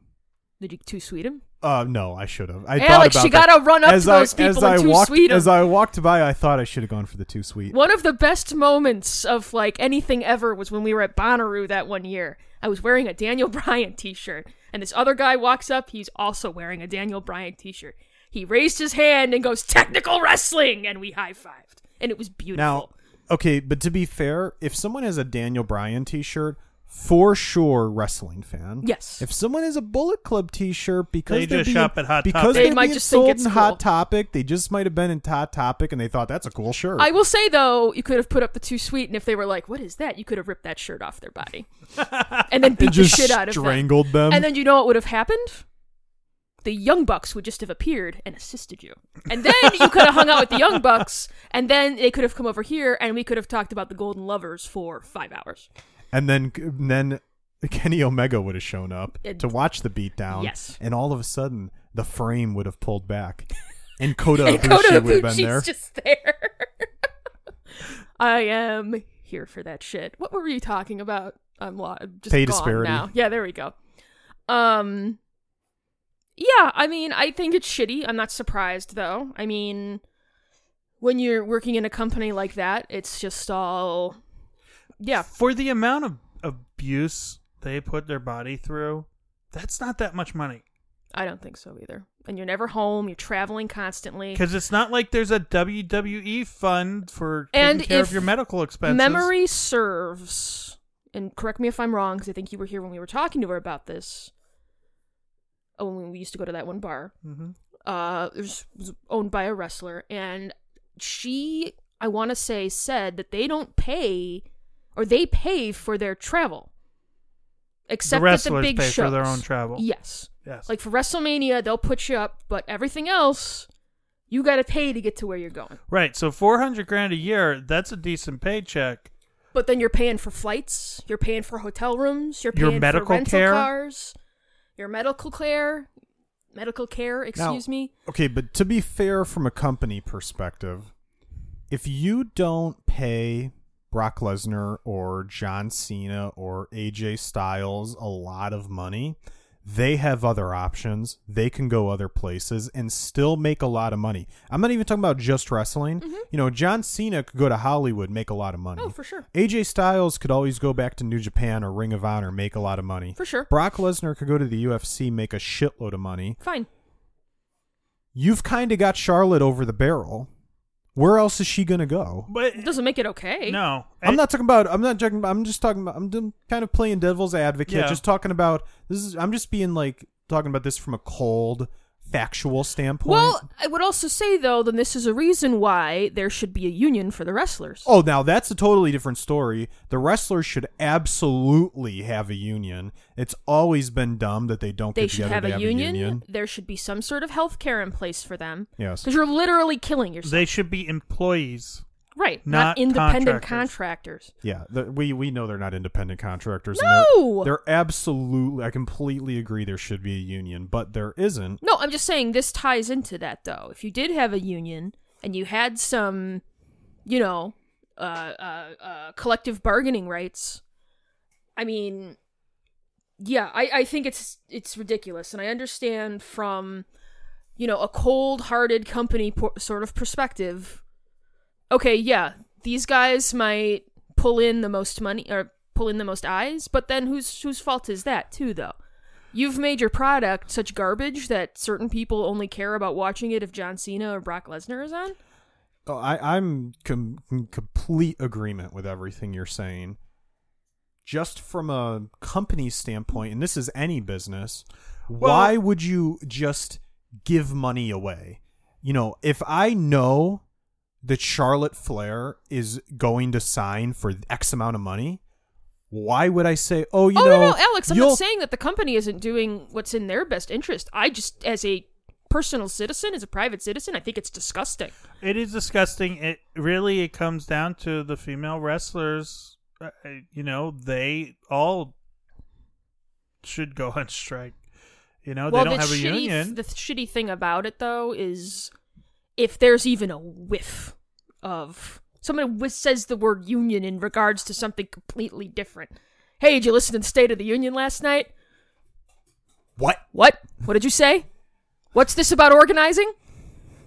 [SPEAKER 2] Did you too sweet him?
[SPEAKER 3] Uh, no, I should have. I
[SPEAKER 2] Hey,
[SPEAKER 3] thought
[SPEAKER 2] Alex,
[SPEAKER 3] about
[SPEAKER 2] you
[SPEAKER 3] that.
[SPEAKER 2] gotta run up
[SPEAKER 3] as
[SPEAKER 2] to
[SPEAKER 3] I,
[SPEAKER 2] those people
[SPEAKER 3] as
[SPEAKER 2] and
[SPEAKER 3] I
[SPEAKER 2] two
[SPEAKER 3] walked,
[SPEAKER 2] sweet 'em.
[SPEAKER 3] As I walked by, I thought I should have gone for the two sweet.
[SPEAKER 2] One of the best moments of like anything ever was when we were at Bonnaroo that one year. I was wearing a Daniel Bryan t-shirt, and this other guy walks up. He's also wearing a Daniel Bryan t-shirt. He raised his hand and goes technical wrestling, and we high fived, and it was beautiful.
[SPEAKER 3] Now, okay, but to be fair, if someone has a Daniel Bryan t-shirt, for sure wrestling fan.
[SPEAKER 2] Yes.
[SPEAKER 3] If someone has a Bullet Club t-shirt because
[SPEAKER 1] They
[SPEAKER 3] they're
[SPEAKER 1] just
[SPEAKER 3] being-
[SPEAKER 1] shop at Hot
[SPEAKER 3] because
[SPEAKER 1] Topic.
[SPEAKER 2] They
[SPEAKER 3] are
[SPEAKER 2] might
[SPEAKER 3] being
[SPEAKER 2] just think
[SPEAKER 3] sold
[SPEAKER 2] it's
[SPEAKER 3] in Hot
[SPEAKER 2] cool.
[SPEAKER 3] Topic, they just might have been in Hot Topic and they thought that's a cool shirt.
[SPEAKER 2] I will say though, you could have put up the too sweet, and if they were like, "What is that?" you could have ripped that shirt off their body, and then beat
[SPEAKER 3] and just
[SPEAKER 2] the shit out of them.
[SPEAKER 3] strangled them.
[SPEAKER 2] And then you know what would have happened? The Young Bucks would just have appeared and assisted you. And then you could have hung out with the Young Bucks, and then they could have come over here, and we could have talked about the Golden Lovers for five hours.
[SPEAKER 3] And then and then Kenny Omega would have shown up
[SPEAKER 2] It-
[SPEAKER 3] to watch the beatdown.
[SPEAKER 2] Yes.
[SPEAKER 3] And all of a sudden, the frame would have pulled back. And Kota
[SPEAKER 2] and Kota
[SPEAKER 3] Ibushi would have been
[SPEAKER 2] Ibuchi's
[SPEAKER 3] there.
[SPEAKER 2] just there. I am here for that shit. What were you talking about? I'm lo- I'm just
[SPEAKER 3] Pay
[SPEAKER 2] gone
[SPEAKER 3] disparity.
[SPEAKER 2] now. Yeah, there we go. Um, yeah, I mean, I think it's shitty. I'm not surprised though. I mean, when you're working in a company like that, it's just all, yeah.
[SPEAKER 1] For the amount of abuse they put their body through, that's not that much money.
[SPEAKER 2] I don't think so either. And you're never home. You're traveling constantly.
[SPEAKER 1] Because it's not like there's a WWE fund for taking
[SPEAKER 2] And
[SPEAKER 1] care
[SPEAKER 2] if
[SPEAKER 1] of your medical expenses.
[SPEAKER 2] Memory serves, and correct me if I'm wrong, because I think you were here when we were talking to her about this. Oh, when we used to go to that one bar,
[SPEAKER 1] Mhm.
[SPEAKER 2] uh, it was, was owned by a wrestler, and she, I want to say, said that they don't pay, or they pay for their travel, except at the
[SPEAKER 1] wrestlers
[SPEAKER 2] big
[SPEAKER 1] pay
[SPEAKER 2] shows
[SPEAKER 1] for their own travel.
[SPEAKER 2] Yes,
[SPEAKER 1] Yes.
[SPEAKER 2] like for WrestleMania, they'll put you up, but everything else, you got to pay to get to where you're going.
[SPEAKER 1] right. So 400 grand a year, that's a decent paycheck.
[SPEAKER 2] But then you're paying for flights, you're paying for hotel rooms, you're
[SPEAKER 1] Your
[SPEAKER 2] paying
[SPEAKER 1] medical
[SPEAKER 2] for rental
[SPEAKER 1] care.
[SPEAKER 2] cars, your medical care, medical care. Excuse
[SPEAKER 3] Now-
[SPEAKER 2] me.
[SPEAKER 3] Okay, but to be fair, from a company perspective, if you don't pay Brock Lesnar or John Cena or AJ Styles a lot of money, they have other options. They can go other places and still make a lot of money. I'm not even talking about just wrestling. You know, John Cena could go to Hollywood, make a lot of money.
[SPEAKER 2] Mm-hmm. Oh, for sure,
[SPEAKER 3] AJ Styles could always go back to New Japan or Ring of Honor, make a lot of money.
[SPEAKER 2] for sure.
[SPEAKER 3] Brock Lesnar could go to the UFC, make a shitload of money
[SPEAKER 2] Fine.
[SPEAKER 3] you've kind of got Charlotte over the barrel. Where else is she gonna go?
[SPEAKER 1] But
[SPEAKER 2] It doesn't make it okay.
[SPEAKER 1] no.
[SPEAKER 3] I'm not talking about. I'm not talking about. I'm just talking about. I'm doing- kind of playing devil's advocate.
[SPEAKER 1] Yeah.
[SPEAKER 3] Just talking about this is. I'm just being like talking about this from a cold, factual standpoint.
[SPEAKER 2] Well, I would also say though, then this is a reason why there should be a union for the wrestlers.
[SPEAKER 3] Oh, now that's a totally different story. The wrestlers should absolutely have a union. It's always been dumb that they don't
[SPEAKER 2] they
[SPEAKER 3] get
[SPEAKER 2] should
[SPEAKER 3] together
[SPEAKER 2] have,
[SPEAKER 3] to
[SPEAKER 2] a, union.
[SPEAKER 3] a union.
[SPEAKER 2] There should be some sort of health care in place for them
[SPEAKER 3] Yes.
[SPEAKER 2] because you're literally killing yourself.
[SPEAKER 1] They should be employees.
[SPEAKER 2] right,
[SPEAKER 1] not
[SPEAKER 2] not, independent
[SPEAKER 1] contractors.
[SPEAKER 2] contractors.
[SPEAKER 3] Yeah, the, we we know they're not independent contractors.
[SPEAKER 2] No!
[SPEAKER 3] and they're, they're absolutely. I completely agree. There should be a union, but there isn't.
[SPEAKER 2] No, I'm just saying this ties into that though. If you did have a union and you had some, you know, uh, uh, uh, collective bargaining rights, I mean, yeah, I, I think it's it's ridiculous, and I understand from, you know, a cold-hearted company por- sort of perspective. Okay, yeah, these guys might pull in the most money or pull in the most eyes, but then whose whose fault is that too, though? You've made your product such garbage that certain people only care about watching it if John Cena or Brock Lesnar is on.
[SPEAKER 3] Oh, I I'm com- in complete agreement with everything you're saying. Just from a company standpoint, and this is any business, why would you just give money away? You know, if I know that Charlotte Flair is going to sign for X amount of money, why would I say, "Oh, you
[SPEAKER 2] oh
[SPEAKER 3] know,
[SPEAKER 2] no, no, Alex, I'm
[SPEAKER 3] you'll-
[SPEAKER 2] not saying that the company isn't doing what's in their best interest. I just, as a personal citizen, as a private citizen, I think it's disgusting.
[SPEAKER 1] It is disgusting. It really it comes down to the female wrestlers. Uh, you know, they all should go on strike. You know,
[SPEAKER 2] well,
[SPEAKER 1] Oh, they don't
[SPEAKER 2] the
[SPEAKER 1] have a
[SPEAKER 2] shitty,
[SPEAKER 1] union.
[SPEAKER 2] The shitty thing about it though is, if there's even a whiff of someone whi- says the word union in regards to something completely different. Hey, did you listen to the State of the Union last night?
[SPEAKER 3] what?
[SPEAKER 2] What? What did you say? What's this about organizing?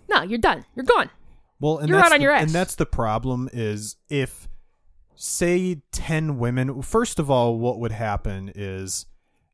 [SPEAKER 2] No, you're done. You're gone.
[SPEAKER 3] Well, and
[SPEAKER 2] You're
[SPEAKER 3] that's
[SPEAKER 2] out on
[SPEAKER 3] the,
[SPEAKER 2] your ass.
[SPEAKER 3] And that's the problem is if say 10 women, first of all, what would happen is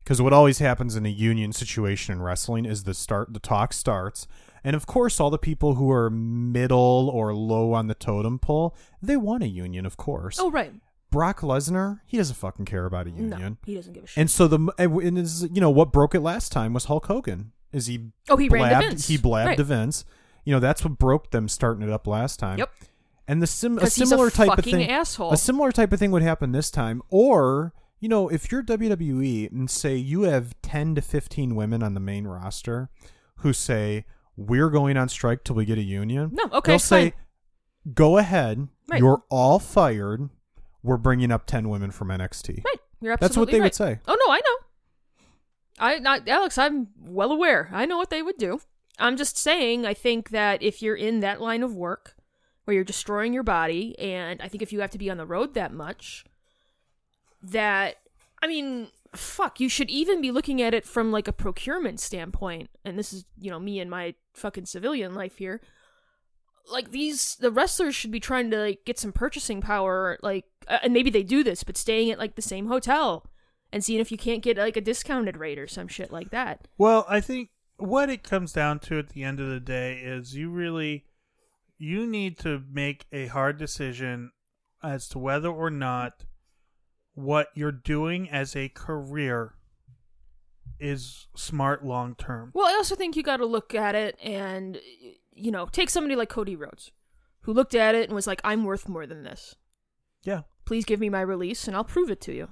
[SPEAKER 3] because what always happens in a union situation in wrestling is the start the talk starts and of course all the people who are middle or low on the totem pole they want a union of course
[SPEAKER 2] Oh right.
[SPEAKER 3] brock lesnar he doesn't fucking care about a union
[SPEAKER 2] No, he doesn't give a shit.
[SPEAKER 3] and so the and is you know what broke it last time was hulk hogan is he
[SPEAKER 2] oh, he
[SPEAKER 3] blabbed,
[SPEAKER 2] ran to Vince.
[SPEAKER 3] He blabbed
[SPEAKER 2] right.
[SPEAKER 3] to Vince. You know, that's what broke them starting it up last time.
[SPEAKER 2] Yep.
[SPEAKER 3] And the sim- a
[SPEAKER 2] 'Cause he's a
[SPEAKER 3] similar type of
[SPEAKER 2] fucking
[SPEAKER 3] thing,
[SPEAKER 2] asshole.
[SPEAKER 3] a similar type of thing would happen this time. Or you know, if you're WWE and say you have ten to fifteen women on the main roster who say we're going on strike till we get a union.
[SPEAKER 2] No, okay,
[SPEAKER 3] they'll say, go ahead,
[SPEAKER 2] Right.
[SPEAKER 3] you're all fired. We're bringing up ten women from NXT.
[SPEAKER 2] Right. You're absolutely
[SPEAKER 3] That's what they would
[SPEAKER 2] right.
[SPEAKER 3] say.
[SPEAKER 2] Oh no, I know. I not Alex, I'm well aware. I know what they would do. I'm just saying I think that if you're in that line of work where you're destroying your body and I think if you have to be on the road that much that I mean, fuck, you should even be looking at it from like a procurement standpoint. And this is, you know, me and my fucking civilian life here. Like these the wrestlers should be trying to like get some purchasing power like uh, and maybe they do this, but staying at like the same hotel and seeing if you can't get like a discounted rate or some shit like that.
[SPEAKER 1] Well, I think what it comes down to at the end of the day is you really you need to make a hard decision as to whether or not what you're doing as a career is smart long term.
[SPEAKER 2] Well, I also think you got to look at it and you know, take somebody like Cody Rhodes who looked at it and was like I'm worth more than this.
[SPEAKER 1] Yeah.
[SPEAKER 2] Please give me my release and I'll prove it to you.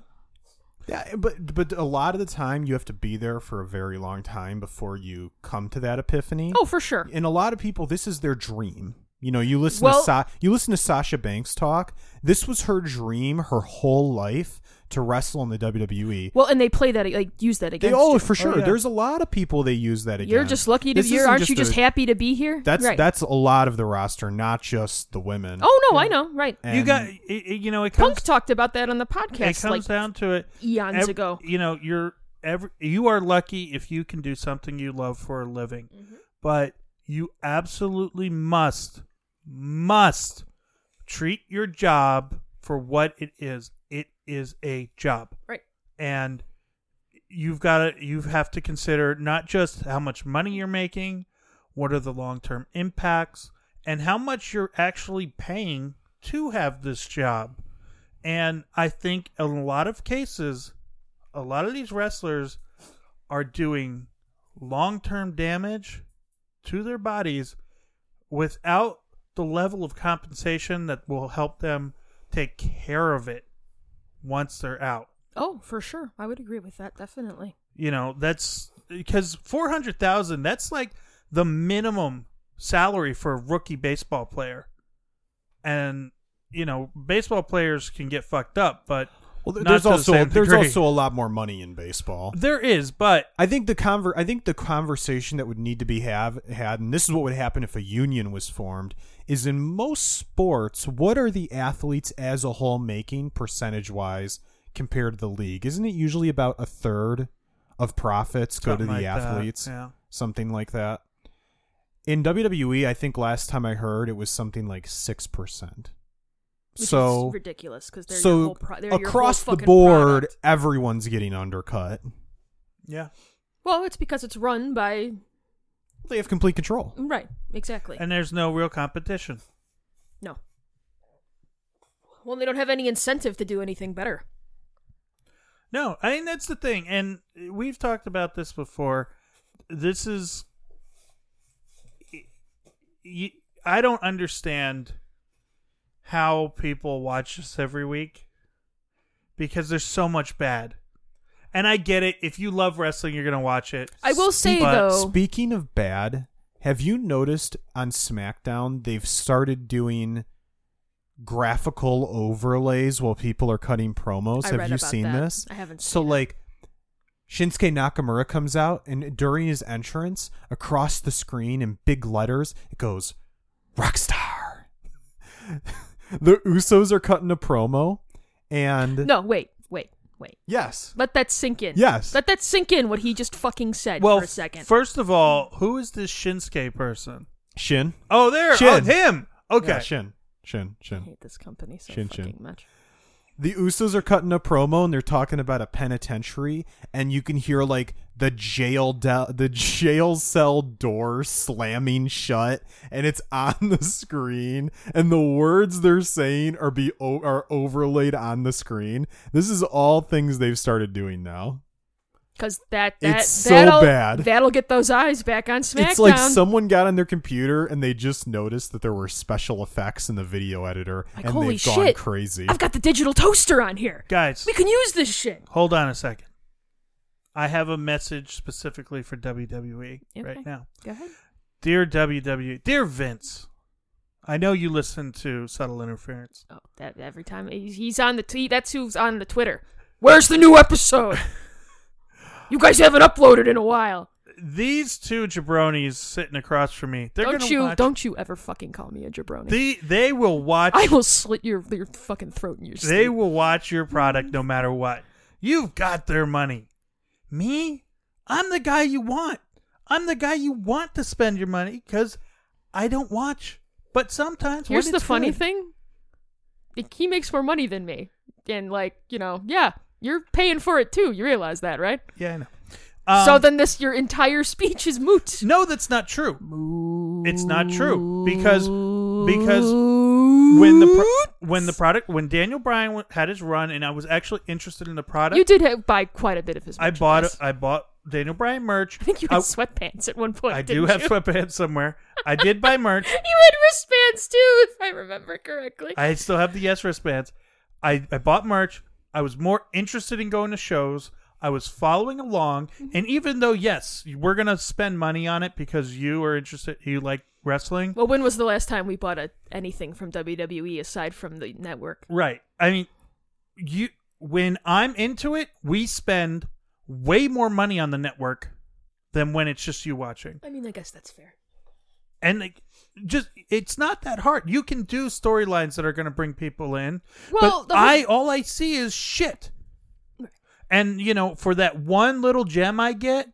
[SPEAKER 3] Yeah, but but a lot of the time you have to be there for a very long time before you come to that epiphany.
[SPEAKER 2] Oh, for sure.
[SPEAKER 3] And a lot of people, this is their dream. You know, you listen
[SPEAKER 2] Well-
[SPEAKER 3] to Sa- you listen to Sasha Banks talk. This was her dream her whole life to wrestle in the WWE.
[SPEAKER 2] Well, and they play that like use that
[SPEAKER 3] they
[SPEAKER 2] against.
[SPEAKER 3] oh
[SPEAKER 2] you.
[SPEAKER 3] for sure.
[SPEAKER 1] yeah.
[SPEAKER 3] There's a lot of people they use that again.
[SPEAKER 2] You're just lucky to
[SPEAKER 3] This
[SPEAKER 2] be here.
[SPEAKER 3] isn't
[SPEAKER 2] Aren't you just
[SPEAKER 3] a-
[SPEAKER 2] happy to be here?
[SPEAKER 3] That's
[SPEAKER 2] right.
[SPEAKER 3] that's a lot of the roster, not just the women.
[SPEAKER 2] Oh no, I know. Right.
[SPEAKER 1] you
[SPEAKER 3] And-
[SPEAKER 1] got it, it- you know it comes
[SPEAKER 2] Punk talked about that on the
[SPEAKER 1] it
[SPEAKER 2] podcast
[SPEAKER 1] comes
[SPEAKER 2] like
[SPEAKER 1] down to it
[SPEAKER 2] eons
[SPEAKER 1] ev-
[SPEAKER 2] ago.
[SPEAKER 1] You know, you're every you are lucky if you can do something you love for a living, but you absolutely must must treat your job for what it is. It is a job,
[SPEAKER 2] Right.
[SPEAKER 1] and you've got to you have to consider not just how much money you're making, what are the long term impacts, and how much you're actually paying to have this job. And I think in a lot of cases, a lot of these wrestlers are doing long term damage to their bodies without the level of compensation that will help them take care of it once they're out.
[SPEAKER 2] Oh, for sure. I would agree with that, definitely.
[SPEAKER 1] You know, that's because 400,000 that's like the minimum salary for a rookie baseball player. And you know, baseball players can get fucked up, but
[SPEAKER 3] Well, th-
[SPEAKER 1] Not
[SPEAKER 3] there's
[SPEAKER 1] to the
[SPEAKER 3] also
[SPEAKER 1] same
[SPEAKER 3] there's
[SPEAKER 1] degree.
[SPEAKER 3] also a lot more money in baseball.
[SPEAKER 1] there is, but
[SPEAKER 3] I think the conver- I think the conversation that would need to be have had, and this is what would happen if a union was formed, is in most sports, what are the athletes as a whole making percentage wise compared to the league? Isn't it usually about a third of profits go to
[SPEAKER 1] something
[SPEAKER 3] the
[SPEAKER 1] like that,
[SPEAKER 3] athletes,
[SPEAKER 1] yeah.
[SPEAKER 3] something like that? In WWE, I think last time I heard it was something like six percent.
[SPEAKER 2] Which
[SPEAKER 3] So
[SPEAKER 2] is ridiculous because they're
[SPEAKER 3] so
[SPEAKER 2] your whole pro- they're your whole
[SPEAKER 3] across the
[SPEAKER 2] fucking
[SPEAKER 3] board,
[SPEAKER 2] product.
[SPEAKER 3] everyone's getting undercut.
[SPEAKER 1] Yeah.
[SPEAKER 2] Well, it's because it's run by
[SPEAKER 3] They have complete control.
[SPEAKER 2] right, exactly.
[SPEAKER 1] And there's no real competition.
[SPEAKER 2] no. Well, they don't have any incentive to do anything better.
[SPEAKER 1] No, I mean that's the thing, and we've talked about this before. This is, y- I don't understand how people watch this every week because there's so much bad, and I get it. If you love wrestling, you're gonna watch it.
[SPEAKER 2] I will say
[SPEAKER 1] But-
[SPEAKER 2] though,
[SPEAKER 3] Speaking of bad, have you noticed on SmackDown they've started doing graphical overlays while people are cutting promos?
[SPEAKER 2] I
[SPEAKER 3] have
[SPEAKER 2] read
[SPEAKER 3] you
[SPEAKER 2] about
[SPEAKER 3] seen
[SPEAKER 2] that.
[SPEAKER 3] this?
[SPEAKER 2] I haven't
[SPEAKER 3] So
[SPEAKER 2] seen it.
[SPEAKER 3] like Shinsuke Nakamura comes out and during his entrance, across the screen in big letters, it goes Rockstar. the Usos are cutting a promo and
[SPEAKER 2] no, wait, wait, wait.
[SPEAKER 3] Yes.
[SPEAKER 2] Let that sink in.
[SPEAKER 3] Yes.
[SPEAKER 2] Let that sink in. What he just fucking said
[SPEAKER 1] well,
[SPEAKER 2] for a second.
[SPEAKER 1] first of all, who is this Shinsuke person?
[SPEAKER 3] Shin.
[SPEAKER 1] Oh, there,
[SPEAKER 3] Shin.
[SPEAKER 1] oh, him. Okay,
[SPEAKER 3] Yeah, Shin. Shin.
[SPEAKER 2] I
[SPEAKER 3] Shin.
[SPEAKER 2] hate this company so
[SPEAKER 3] Shin,
[SPEAKER 2] fucking
[SPEAKER 3] shin.
[SPEAKER 2] much.
[SPEAKER 3] the Usos are cutting a promo and they're talking about a penitentiary, and you can hear like the jail de- the jail cell door slamming shut, and it's on the screen, and the words they're saying are be o- are overlaid on the screen. This is all things they've started doing now.
[SPEAKER 2] Because that that
[SPEAKER 3] It's so
[SPEAKER 2] that'll,
[SPEAKER 3] bad.
[SPEAKER 2] That'll get those eyes back on SmackDown.
[SPEAKER 3] It's like someone got on their computer and they just noticed that there were special effects in the video editor,
[SPEAKER 2] Like,
[SPEAKER 3] and
[SPEAKER 2] holy
[SPEAKER 3] they've gone
[SPEAKER 2] shit.
[SPEAKER 3] crazy.
[SPEAKER 2] I've got the digital toaster on here.
[SPEAKER 1] guys,
[SPEAKER 2] We can use this shit.
[SPEAKER 1] Hold on a second. I have a message specifically for WWE
[SPEAKER 2] Okay.
[SPEAKER 1] right now.
[SPEAKER 2] Go ahead.
[SPEAKER 1] Dear WWE, dear Vince, I know you listen to Subtle Interference.
[SPEAKER 2] Oh, that every time he's, he's on the t- that's who's on the Twitter. Where's the new episode? you guys haven't uploaded in a while.
[SPEAKER 1] These two jabronis sitting across from me, they're
[SPEAKER 2] don't
[SPEAKER 1] gonna
[SPEAKER 2] you
[SPEAKER 1] watch.
[SPEAKER 2] don't you ever fucking call me a jabroni.
[SPEAKER 1] they they will watch.
[SPEAKER 2] I will slit your your fucking throat in your sleep.
[SPEAKER 1] They will watch your product no matter what. You've got their money. Me, I'm the guy you want. I'm the guy you want to spend your money because I don't watch. But sometimes when
[SPEAKER 2] Here's the
[SPEAKER 1] it's
[SPEAKER 2] funny
[SPEAKER 1] good-
[SPEAKER 2] thing. Like, He makes more money than me. And like, you know, yeah, you're paying for it too. You realize that, right?
[SPEAKER 1] Yeah, I know.
[SPEAKER 2] so
[SPEAKER 1] Um,
[SPEAKER 2] then this your entire speech is moot.
[SPEAKER 1] No, that's not true. It's not true because because when
[SPEAKER 2] when
[SPEAKER 1] the pro- when the product when Daniel Bryan w- had his run and I was actually interested in the product,
[SPEAKER 2] you did have, buy quite a bit of his.
[SPEAKER 1] I bought
[SPEAKER 2] merchandise.
[SPEAKER 1] a- I bought Daniel Bryan merch.
[SPEAKER 2] I think you had sweatpants at one point.
[SPEAKER 1] I do
[SPEAKER 2] didn't
[SPEAKER 1] have
[SPEAKER 2] you?
[SPEAKER 1] sweatpants somewhere. I did buy merch.
[SPEAKER 2] You had wristbands too, if I remember correctly.
[SPEAKER 1] I still have the yes wristbands. I, I bought merch. I was more interested in going to shows. I was following along. And even though, yes, we're going to spend money on it because you are interested, you like wrestling.
[SPEAKER 2] well, when was the last time we bought a, anything from WWE aside from the network?
[SPEAKER 1] Right. I mean, you when I'm into it, we spend way more money on the network than when it's just you watching.
[SPEAKER 2] I mean, I guess that's fair.
[SPEAKER 1] And like just it's not that hard. You can do storylines that are going to bring people in.
[SPEAKER 2] Well,
[SPEAKER 1] but
[SPEAKER 2] the whole-
[SPEAKER 1] I all I see is shit. And you know, for that one little gem I get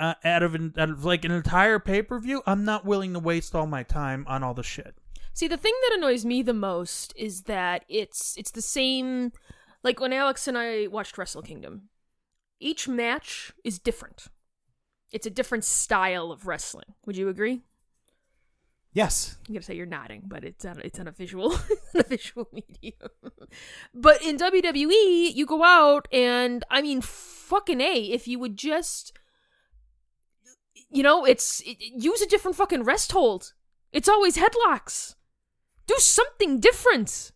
[SPEAKER 1] uh, out of an, out of like an entire pay-per-view, I'm not willing to waste all my time on all the shit.
[SPEAKER 2] See, the thing that annoys me the most is that it's it's the same. Like when Alex and I watched Wrestle Kingdom, each match is different. It's a different style of wrestling. Would you agree?
[SPEAKER 3] yes,
[SPEAKER 2] I'm gonna say you're nodding, but it's on it's on a visual it's on a visual medium. but in WWE, you go out and I mean, fucking a, if you would just you know, it's it, it- use a different fucking rest hold. It's always headlocks. Do something different.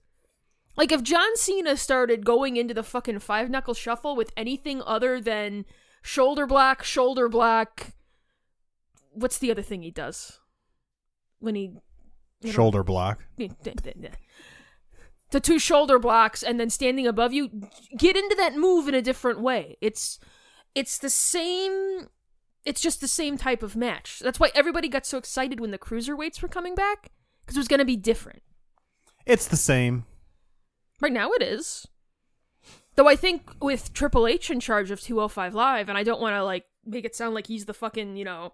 [SPEAKER 2] Like if John Cena started going into the fucking five knuckle shuffle with anything other than shoulder block, shoulder block. What's the other thing he does? When he you know,
[SPEAKER 3] Shoulder block.
[SPEAKER 2] the two shoulder blocks and then standing above you get into that move in a different way it's it's the same it's just the same type of match that's why everybody got so excited when the cruiserweights were coming back because it was going to be different
[SPEAKER 3] It's the same.
[SPEAKER 2] right now it is though i think with triple h in charge of 205 live and i don't want to like make it sound like he's the fucking you know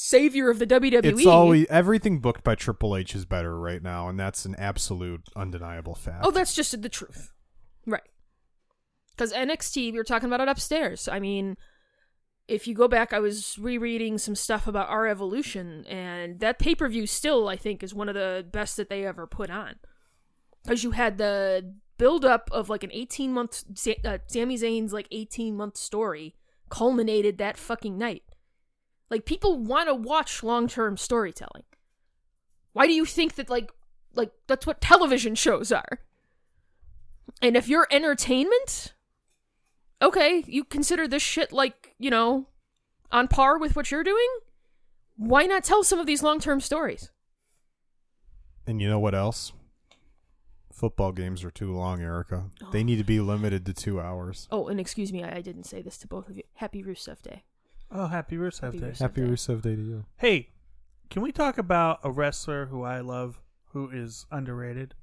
[SPEAKER 2] savior of the E, wwe
[SPEAKER 3] It's always everything booked by Triple H is better right now, and that's an absolute undeniable fact.
[SPEAKER 2] Oh, that's just the truth. Right. Because NXT, we were talking about it upstairs. I mean, if you go back, I was rereading some stuff about Our Evolution, and that pay per view still, I think, is one of the best that they ever put on. Because you had the build up of like an 18 month, Sa- uh, Sami Zayn's like 18 month story culminated that fucking night. Like, people want to watch long term storytelling. Why do you think that, like, like that's what television shows are. And if you're entertainment, okay, you consider this shit like, you know, on par with what you're doing? Why not tell some of these long-term stories?
[SPEAKER 3] and you know what else? Football games are too long, Erica. They need to be limited to two hours.
[SPEAKER 2] Oh, and excuse me, I, I didn't say this to both of you. Happy Rusev Day.
[SPEAKER 1] Oh, happy Rusev
[SPEAKER 2] Happy
[SPEAKER 1] Day.
[SPEAKER 2] Rusev.
[SPEAKER 3] Happy Rusev Day to you.
[SPEAKER 1] Hey, can we talk about a wrestler who I love who is underrated?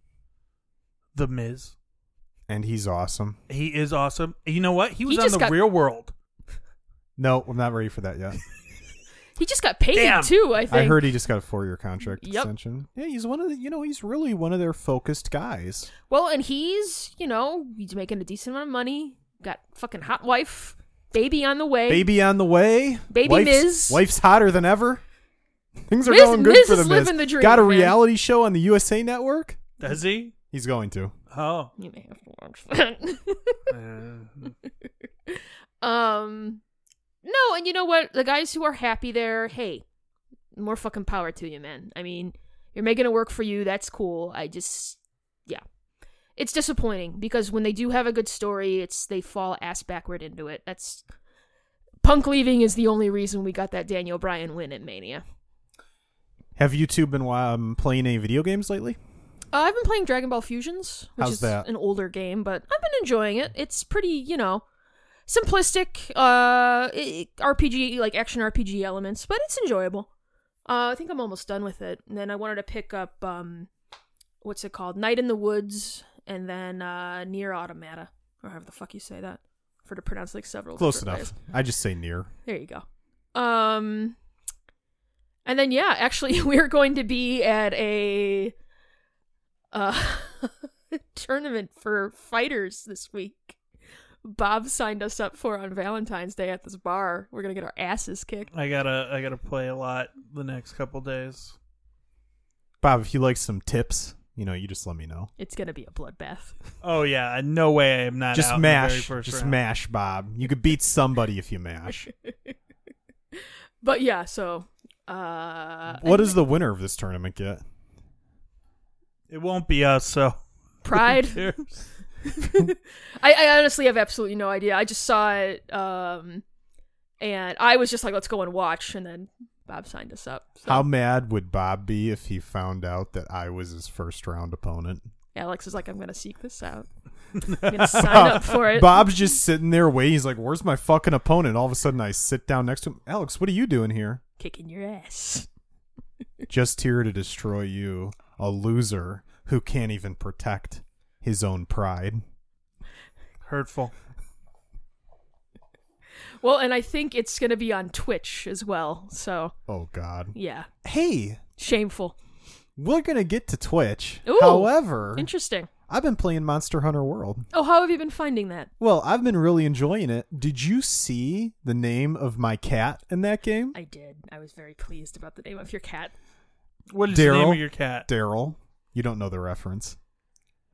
[SPEAKER 1] The Miz.
[SPEAKER 3] And he's awesome.
[SPEAKER 1] He is awesome. You know what? He was on
[SPEAKER 2] just
[SPEAKER 1] the
[SPEAKER 2] got-
[SPEAKER 1] real world.
[SPEAKER 3] No, I'm not ready for that yet.
[SPEAKER 2] He just got paid
[SPEAKER 1] Damn.
[SPEAKER 2] too, I
[SPEAKER 3] I
[SPEAKER 2] think.
[SPEAKER 3] heard he just got a four year contract
[SPEAKER 2] Yep.
[SPEAKER 3] extension. Yeah, he's one of the you know, he's really one of their focused guys.
[SPEAKER 2] Well, and he's, you know, he's making a decent amount of money. Got fucking hot wife, baby on the way.
[SPEAKER 3] Baby on the way.
[SPEAKER 2] Baby
[SPEAKER 3] wife's,
[SPEAKER 2] Miz.
[SPEAKER 3] Wife's hotter than ever. Things are
[SPEAKER 2] Miz-
[SPEAKER 3] going good
[SPEAKER 2] Miz
[SPEAKER 3] for the
[SPEAKER 2] is
[SPEAKER 3] Miz.
[SPEAKER 2] living the dream,
[SPEAKER 3] Got a
[SPEAKER 2] man.
[SPEAKER 3] reality show on the USA Network.
[SPEAKER 1] Does he?
[SPEAKER 3] He's going to.
[SPEAKER 1] Oh.
[SPEAKER 2] You may have to watch that.
[SPEAKER 1] Uh,
[SPEAKER 2] Um, no, and you know what? The guys who are happy there, hey, more fucking power to you, man. I mean, you're making it work for you. That's cool. I just, yeah, it's disappointing because when they do have a good story, it's they fall ass backward into it. That's Punk leaving is the only reason we got that Daniel Bryan win at Mania.
[SPEAKER 3] Have you two been um, playing any video games lately?
[SPEAKER 2] Uh, I've been playing Dragon Ball Fusions, which
[SPEAKER 3] How's
[SPEAKER 2] is
[SPEAKER 3] that?
[SPEAKER 2] an older game, but I've been enjoying it. It's pretty, you know, simplistic, uh, i- RPG like action RPG elements, but it's enjoyable. Uh, I think I'm almost done with it, and then I wanted to pick up um, what's it called, Night in the Woods, and then uh, Near Automata, or however the fuck you say that, for to pronounce like several.
[SPEAKER 3] Close
[SPEAKER 2] different
[SPEAKER 3] enough.
[SPEAKER 2] ways.
[SPEAKER 3] I just say near.
[SPEAKER 2] There you go. Um and then yeah, actually we're going to be at a uh tournament for fighters this week. Bob signed us up for on Valentine's Day at this bar. We're going to get our asses kicked.
[SPEAKER 1] I gotta I gotta play a lot the next couple days.
[SPEAKER 3] Bob, if you like some tips, you know, you just let me know.
[SPEAKER 2] It's going to be a bloodbath.
[SPEAKER 1] Oh yeah, no way I am not out
[SPEAKER 3] just
[SPEAKER 1] in the very
[SPEAKER 3] mash.
[SPEAKER 1] first
[SPEAKER 3] Just
[SPEAKER 1] round.
[SPEAKER 3] mash, Bob. You could beat somebody if you mash.
[SPEAKER 2] But yeah, so uh
[SPEAKER 3] what does the winner of this tournament get?
[SPEAKER 1] It won't be us, so
[SPEAKER 2] pride
[SPEAKER 1] cheers.
[SPEAKER 2] I, I honestly have absolutely no idea. I just saw it, um, and I was just like, "Let's go and watch," and then Bob signed us up. So
[SPEAKER 3] How mad would Bob be if he found out that I was his first round opponent?
[SPEAKER 2] Alex is like, "I'm gonna seek this out. I'm gonna sign up for it."
[SPEAKER 3] Bob's just sitting there waiting. He's like, "Where's my fucking opponent?" All of a sudden, I sit down next to him. Alex, what are you doing here?
[SPEAKER 2] Kicking your ass.
[SPEAKER 3] Just here to destroy you, a loser who can't even protect his own pride.
[SPEAKER 1] Hurtful.
[SPEAKER 2] Well, and I think it's gonna be on Twitch as well. So
[SPEAKER 3] Oh God!
[SPEAKER 2] yeah,
[SPEAKER 3] Hey,
[SPEAKER 2] shameful.
[SPEAKER 3] we're gonna get to Twitch.
[SPEAKER 2] Ooh,
[SPEAKER 3] However,
[SPEAKER 2] Interesting.
[SPEAKER 3] I've been playing Monster Hunter World.
[SPEAKER 2] Oh, how have you been finding that?
[SPEAKER 3] Well, I've been really enjoying it. Did you see the name of my cat in that game?
[SPEAKER 2] I did. I was very pleased about the name of your cat.
[SPEAKER 1] What is the name
[SPEAKER 3] Daryl?
[SPEAKER 1] of your cat?
[SPEAKER 3] Daryl. You don't know the reference.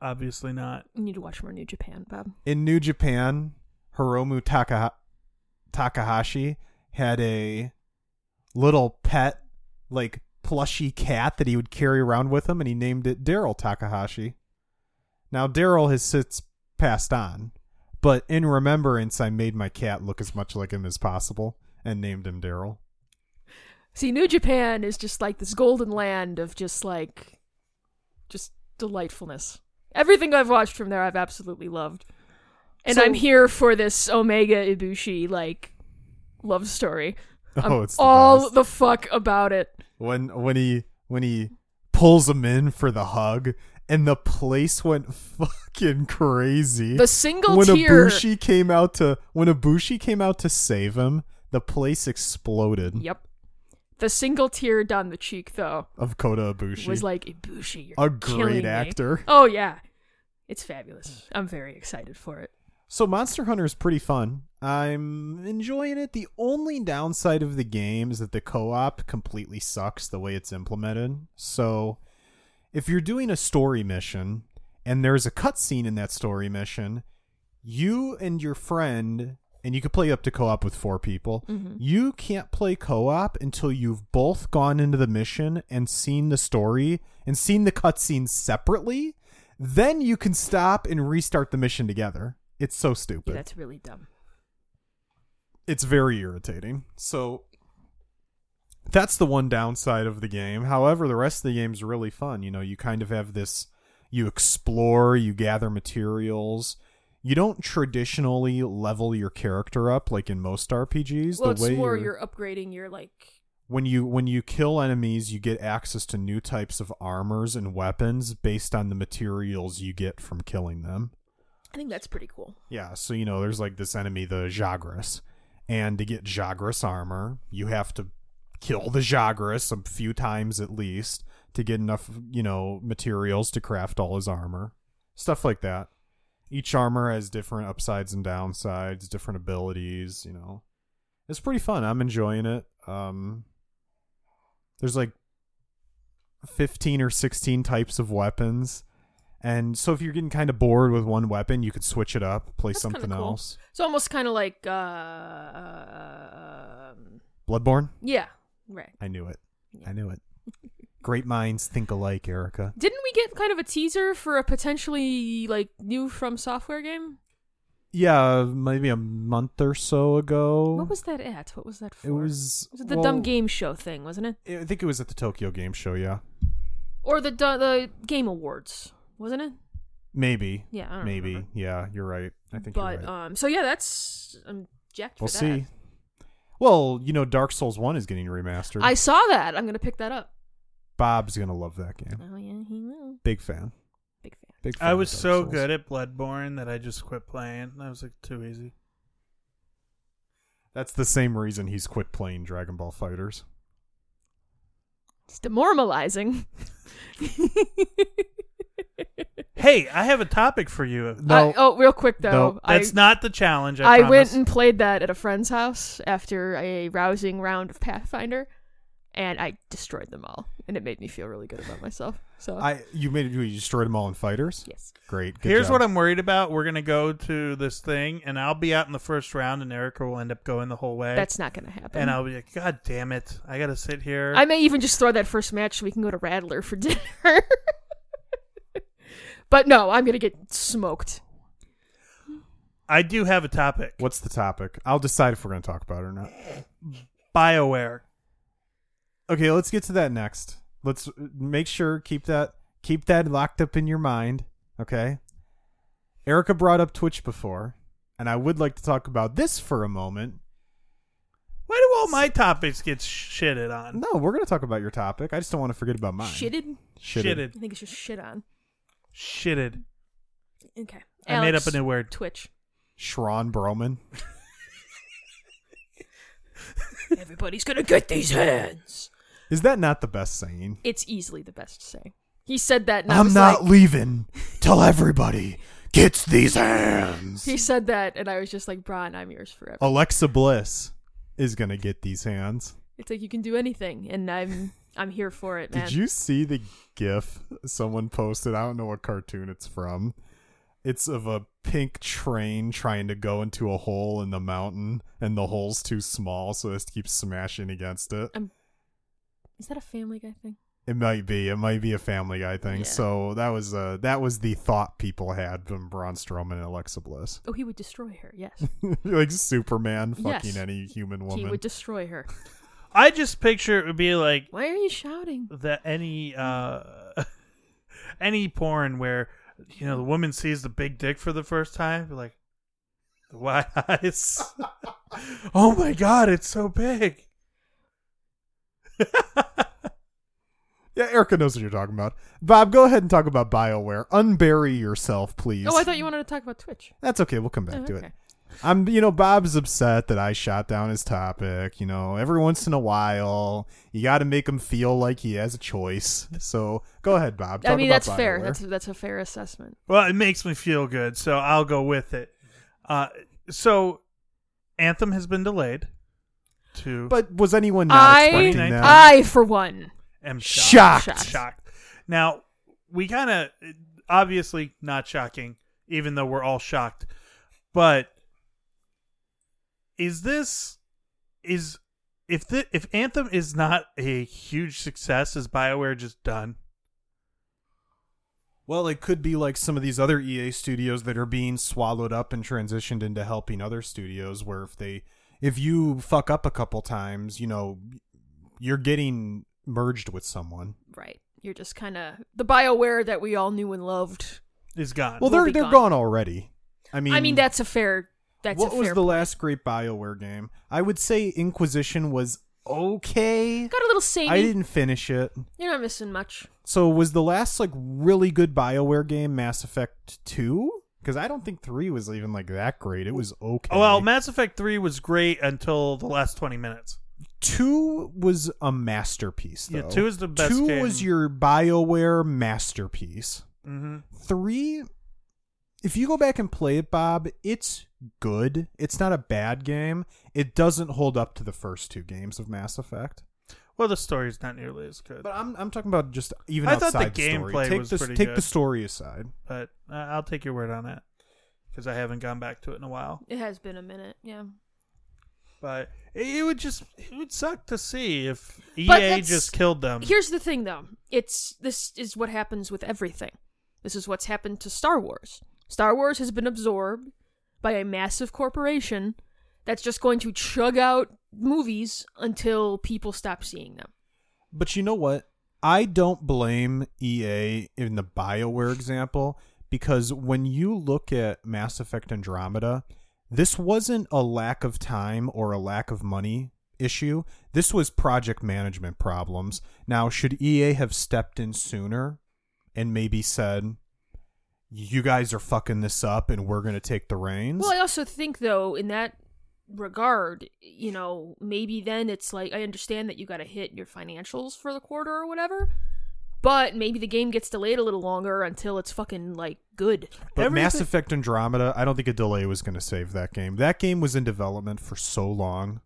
[SPEAKER 1] Obviously not.
[SPEAKER 2] You need to watch more New Japan, Bob.
[SPEAKER 3] in New Japan, Hiromu Taka- Takahashi had a little pet like plushy cat that he would carry around with him and he named it Daryl Takahashi. Now Daryl has since passed on, but in remembrance I made my cat look as much like him as possible and named him Daryl.
[SPEAKER 2] See, New Japan is just like this golden land of just like, just delightfulness. Everything I've watched from there, I've absolutely loved, and
[SPEAKER 3] So-
[SPEAKER 2] I'm here for this Omega Ibushi like love story. I'm
[SPEAKER 3] Oh, it's the
[SPEAKER 2] Um, all
[SPEAKER 3] best.
[SPEAKER 2] the fuck about it.
[SPEAKER 3] when when he when he pulls him in for the hug and the place went fucking crazy.
[SPEAKER 2] The single
[SPEAKER 3] when
[SPEAKER 2] tear.
[SPEAKER 3] Ibushi came out to when Ibushi came out to save him, the place exploded
[SPEAKER 2] Yep. The single tear down the cheek though
[SPEAKER 3] of Kota Ibushi.
[SPEAKER 2] was like Ibushi, you're
[SPEAKER 3] a great
[SPEAKER 2] killing me."
[SPEAKER 3] actor.
[SPEAKER 2] Oh yeah, it's fabulous. I'm very excited for it.
[SPEAKER 3] So Monster Hunter is pretty fun. I'm enjoying it. The only downside of the game is that the co-op completely sucks the way it's implemented. So if you're doing a story mission and there's a cutscene in that story mission, you and your friend and you could play up to co-op with four people. You can't play co-op until you've both gone into the mission and seen the story and seen the cutscene separately. Then you can stop and restart the mission together. It's so
[SPEAKER 2] Yeah,
[SPEAKER 3] stupid.
[SPEAKER 2] that's really dumb.
[SPEAKER 3] it's very irritating. So that's the one downside of the game. However, the rest of the game's really fun. You know, you kind of have this you explore, you gather materials. You don't traditionally level your character up like in most RPGs.
[SPEAKER 2] well, it's
[SPEAKER 3] the way
[SPEAKER 2] more
[SPEAKER 3] you're-
[SPEAKER 2] you're upgrading your like
[SPEAKER 3] when you when you kill enemies you get access to new types of armors and weapons based on the materials you get from killing them
[SPEAKER 2] I think that's pretty cool.
[SPEAKER 3] yeah so you know there's like this enemy the jagras and to get jagras armor you have to kill the jagras a few times at least to get enough you know materials to craft all his armor stuff like that each armor has different upsides and downsides different abilities you know it's pretty fun i'm enjoying it um there's like 15 or 16 types of weapons and so if you're getting kind of bored with one weapon you could switch it up play
[SPEAKER 2] That's kinda
[SPEAKER 3] something
[SPEAKER 2] cool.
[SPEAKER 3] else
[SPEAKER 2] It's almost kind of like, uh, um,
[SPEAKER 3] bloodborne
[SPEAKER 2] yeah, right.
[SPEAKER 3] i knew it i knew it great minds think alike erica
[SPEAKER 2] Didn't we get kind of a teaser for a potentially like new from software game?
[SPEAKER 3] yeah maybe a month or so ago
[SPEAKER 2] What was that at? What was that for?
[SPEAKER 3] Oh. it was,
[SPEAKER 2] Was it the
[SPEAKER 3] well,
[SPEAKER 2] dumb game show thing, wasn't it?
[SPEAKER 3] i think it was at the tokyo game show yeah
[SPEAKER 2] Or the du- the game awards, wasn't it?
[SPEAKER 3] maybe
[SPEAKER 2] Yeah, I don't
[SPEAKER 3] maybe
[SPEAKER 2] remember.
[SPEAKER 3] yeah you're right i think you're
[SPEAKER 2] But
[SPEAKER 3] right.
[SPEAKER 2] um, so yeah, that's I'm jacked
[SPEAKER 3] we'll
[SPEAKER 2] for that.
[SPEAKER 3] see well you know dark souls 1 is getting remastered
[SPEAKER 2] I saw that. I'm gonna pick that up.
[SPEAKER 3] Bob's gonna love that game.
[SPEAKER 2] Oh yeah, he will.
[SPEAKER 3] Big fan.
[SPEAKER 2] Big fan.
[SPEAKER 3] Big. Fan
[SPEAKER 1] I
[SPEAKER 3] of
[SPEAKER 1] was
[SPEAKER 3] Dark
[SPEAKER 1] so
[SPEAKER 3] Souls.
[SPEAKER 1] good at Bloodborne that I just quit playing. That was like too easy.
[SPEAKER 3] That's the same reason he's quit playing Dragon Ball Fighters.
[SPEAKER 2] It's demoralizing.
[SPEAKER 1] Hey, I have a topic for you.
[SPEAKER 3] No,
[SPEAKER 2] I- oh, real quick though,
[SPEAKER 3] Nope.
[SPEAKER 2] I,
[SPEAKER 1] That's not the challenge. I,
[SPEAKER 2] I,
[SPEAKER 1] promise.
[SPEAKER 2] went and played that at a friend's house after a rousing round of Pathfinder, and I destroyed them all, and it made me feel really good about myself. So
[SPEAKER 3] I you made it. You destroyed them all in Fighters.
[SPEAKER 2] yes,
[SPEAKER 3] Great. Good
[SPEAKER 1] Here's
[SPEAKER 3] job.
[SPEAKER 1] what I'm worried about. We're gonna go to this thing, and I'll be out in the first round, and Erica will end up going the whole way.
[SPEAKER 2] that's not gonna happen.
[SPEAKER 1] and I'll be like, God damn it! I gotta sit here.
[SPEAKER 2] I may even just throw that first match so we can go to Rattler for dinner. but no, I'm gonna get smoked.
[SPEAKER 1] I do have a topic.
[SPEAKER 3] What's the topic? I'll decide if we're gonna talk about it or not.
[SPEAKER 1] Bioware.
[SPEAKER 3] Okay, let's get to that next. Let's uh, make sure keep that keep that locked up in your mind. Okay. Erica brought up Twitch before, and I would like to talk about this for a moment.
[SPEAKER 1] Why do all my topics get shitted on?
[SPEAKER 3] No, we're gonna talk about your topic. I just don't want to forget about mine.
[SPEAKER 2] Shitted?
[SPEAKER 1] Shitted.
[SPEAKER 2] I think it's just shit on.
[SPEAKER 1] Shitted.
[SPEAKER 2] Okay.
[SPEAKER 1] I made
[SPEAKER 2] Alex,
[SPEAKER 1] up a new word.
[SPEAKER 2] Twitch.
[SPEAKER 3] Shron Broman.
[SPEAKER 2] Everybody's gonna get these hands.
[SPEAKER 3] Is that not the best saying?
[SPEAKER 2] It's easily the best saying. He said that. And I
[SPEAKER 3] I'm
[SPEAKER 2] was
[SPEAKER 3] not
[SPEAKER 2] like-
[SPEAKER 3] leaving till everybody gets these hands.
[SPEAKER 2] He said that, and I was just like, "Bron, I'm yours forever."
[SPEAKER 3] Alexa Bliss is gonna get these hands.
[SPEAKER 2] It's like you can do anything, and I'm I'm here for it, man.
[SPEAKER 3] Did you see the GIF someone posted? I don't know what cartoon it's from. It's of a pink train trying to go into a hole in the mountain, and the hole's too small, so it just keeps smashing against it.
[SPEAKER 2] Is that a Family Guy thing?
[SPEAKER 3] It might be. It might be a Family Guy thing.
[SPEAKER 2] Yeah.
[SPEAKER 3] So that was uh that was the thought people had from Braun Strowman and Alexa Bliss,
[SPEAKER 2] Oh, he would destroy her. Yes,
[SPEAKER 3] like Superman fucking
[SPEAKER 2] Yes.
[SPEAKER 3] any human
[SPEAKER 2] he
[SPEAKER 3] woman.
[SPEAKER 2] would destroy her.
[SPEAKER 1] I just picture it would be like
[SPEAKER 2] Why are you shouting?
[SPEAKER 1] that any uh any porn where you know the woman sees the big dick for the first time you're like the wide eyes oh my god it's so big
[SPEAKER 3] yeah, Erica knows what you're talking about. Bob, go ahead and talk about Bioware. Unbury yourself, please.
[SPEAKER 2] Oh, I thought you wanted to talk about Twitch.
[SPEAKER 3] That's okay. We'll come back
[SPEAKER 2] Oh,
[SPEAKER 3] to
[SPEAKER 2] okay.
[SPEAKER 3] it. I'm, you know, Bob's upset that I shot down his topic. You know, every once in a while, you got to make him feel like he has a choice. So go ahead, Bob. Talk
[SPEAKER 2] I mean,
[SPEAKER 3] about
[SPEAKER 2] that's fair.
[SPEAKER 3] BioWare.
[SPEAKER 2] That's that's a fair assessment.
[SPEAKER 1] well it makes me feel good so i'll go with it uh so anthem has been delayed to
[SPEAKER 3] But was anyone not
[SPEAKER 2] I,
[SPEAKER 3] expecting that?
[SPEAKER 2] I for one,
[SPEAKER 1] am
[SPEAKER 3] shocked.
[SPEAKER 2] Shocked.
[SPEAKER 1] shocked now we kind of obviously not shocking even though we're all shocked but is this is if the if anthem is not a huge success is bioware just done
[SPEAKER 3] Well, it could be like some of these other EA studios that are being swallowed up and transitioned into helping other studios where if they if you fuck up a couple times, you know, you're getting merged with someone.
[SPEAKER 2] right? You're just kind of the Bioware that we all knew and loved.
[SPEAKER 1] is gone
[SPEAKER 2] Will
[SPEAKER 3] Well, they're
[SPEAKER 2] be
[SPEAKER 3] they're
[SPEAKER 2] gone.
[SPEAKER 3] gone already. I mean
[SPEAKER 2] I mean, that's a fair. That's
[SPEAKER 3] What
[SPEAKER 2] a fair
[SPEAKER 3] was the last great BioWare game? I would say Inquisition was okay.
[SPEAKER 2] Got a little samey.
[SPEAKER 3] I didn't finish it.
[SPEAKER 2] You're not missing much.
[SPEAKER 3] So was the last like really good BioWare game Mass Effect 2? Cuz I don't think 3 was even like that great. It was okay.
[SPEAKER 1] Oh, well mass effect 3 was great until the last 20 minutes
[SPEAKER 3] two was a masterpiece. Though.
[SPEAKER 1] Yeah, two is the best
[SPEAKER 3] Two
[SPEAKER 1] game.
[SPEAKER 3] was your Bioware masterpiece.
[SPEAKER 1] mm-hmm.
[SPEAKER 3] Three, if you go back and play it, Bob, it's good. It's not a bad game. It doesn't hold up to the first two games of Mass Effect.
[SPEAKER 1] well the story's not nearly as good
[SPEAKER 3] But I'm I'm talking about just even
[SPEAKER 1] I thought the
[SPEAKER 3] outside story.
[SPEAKER 1] gameplay
[SPEAKER 3] take
[SPEAKER 1] was
[SPEAKER 3] the
[SPEAKER 1] pretty
[SPEAKER 3] take the
[SPEAKER 1] good.
[SPEAKER 3] story aside.
[SPEAKER 1] but uh, i'll take your word on that because i haven't gone back to it in a while
[SPEAKER 2] It has been a minute, yeah.
[SPEAKER 1] But it, it would just it would suck to see if
[SPEAKER 2] But
[SPEAKER 1] EA
[SPEAKER 2] that's-
[SPEAKER 1] just killed
[SPEAKER 3] Um,
[SPEAKER 1] them.
[SPEAKER 2] Here's the thing, though. It's this is what happens with everything. This is what's happened to Star Wars. Star Wars has been absorbed by a massive corporation that's just going to chug out movies until people stop seeing them.
[SPEAKER 3] But you know what? I don't blame EA in the BioWare example because when you look at Mass Effect Andromeda, this wasn't a lack of time or a lack of money issue. This was project management problems. Now, should EA have stepped in sooner and maybe said, you guys are fucking this up and we're going to take the reins?
[SPEAKER 2] Well, I also think though, in that regard, you know, maybe then it's like I understand that you got to hit your financials for the quarter or whatever, but maybe the game gets delayed a little longer until it's fucking like good.
[SPEAKER 3] But Mass
[SPEAKER 1] Everything-
[SPEAKER 3] Effect Andromeda, I don't think a delay was going to save that game. That game was in development for so long.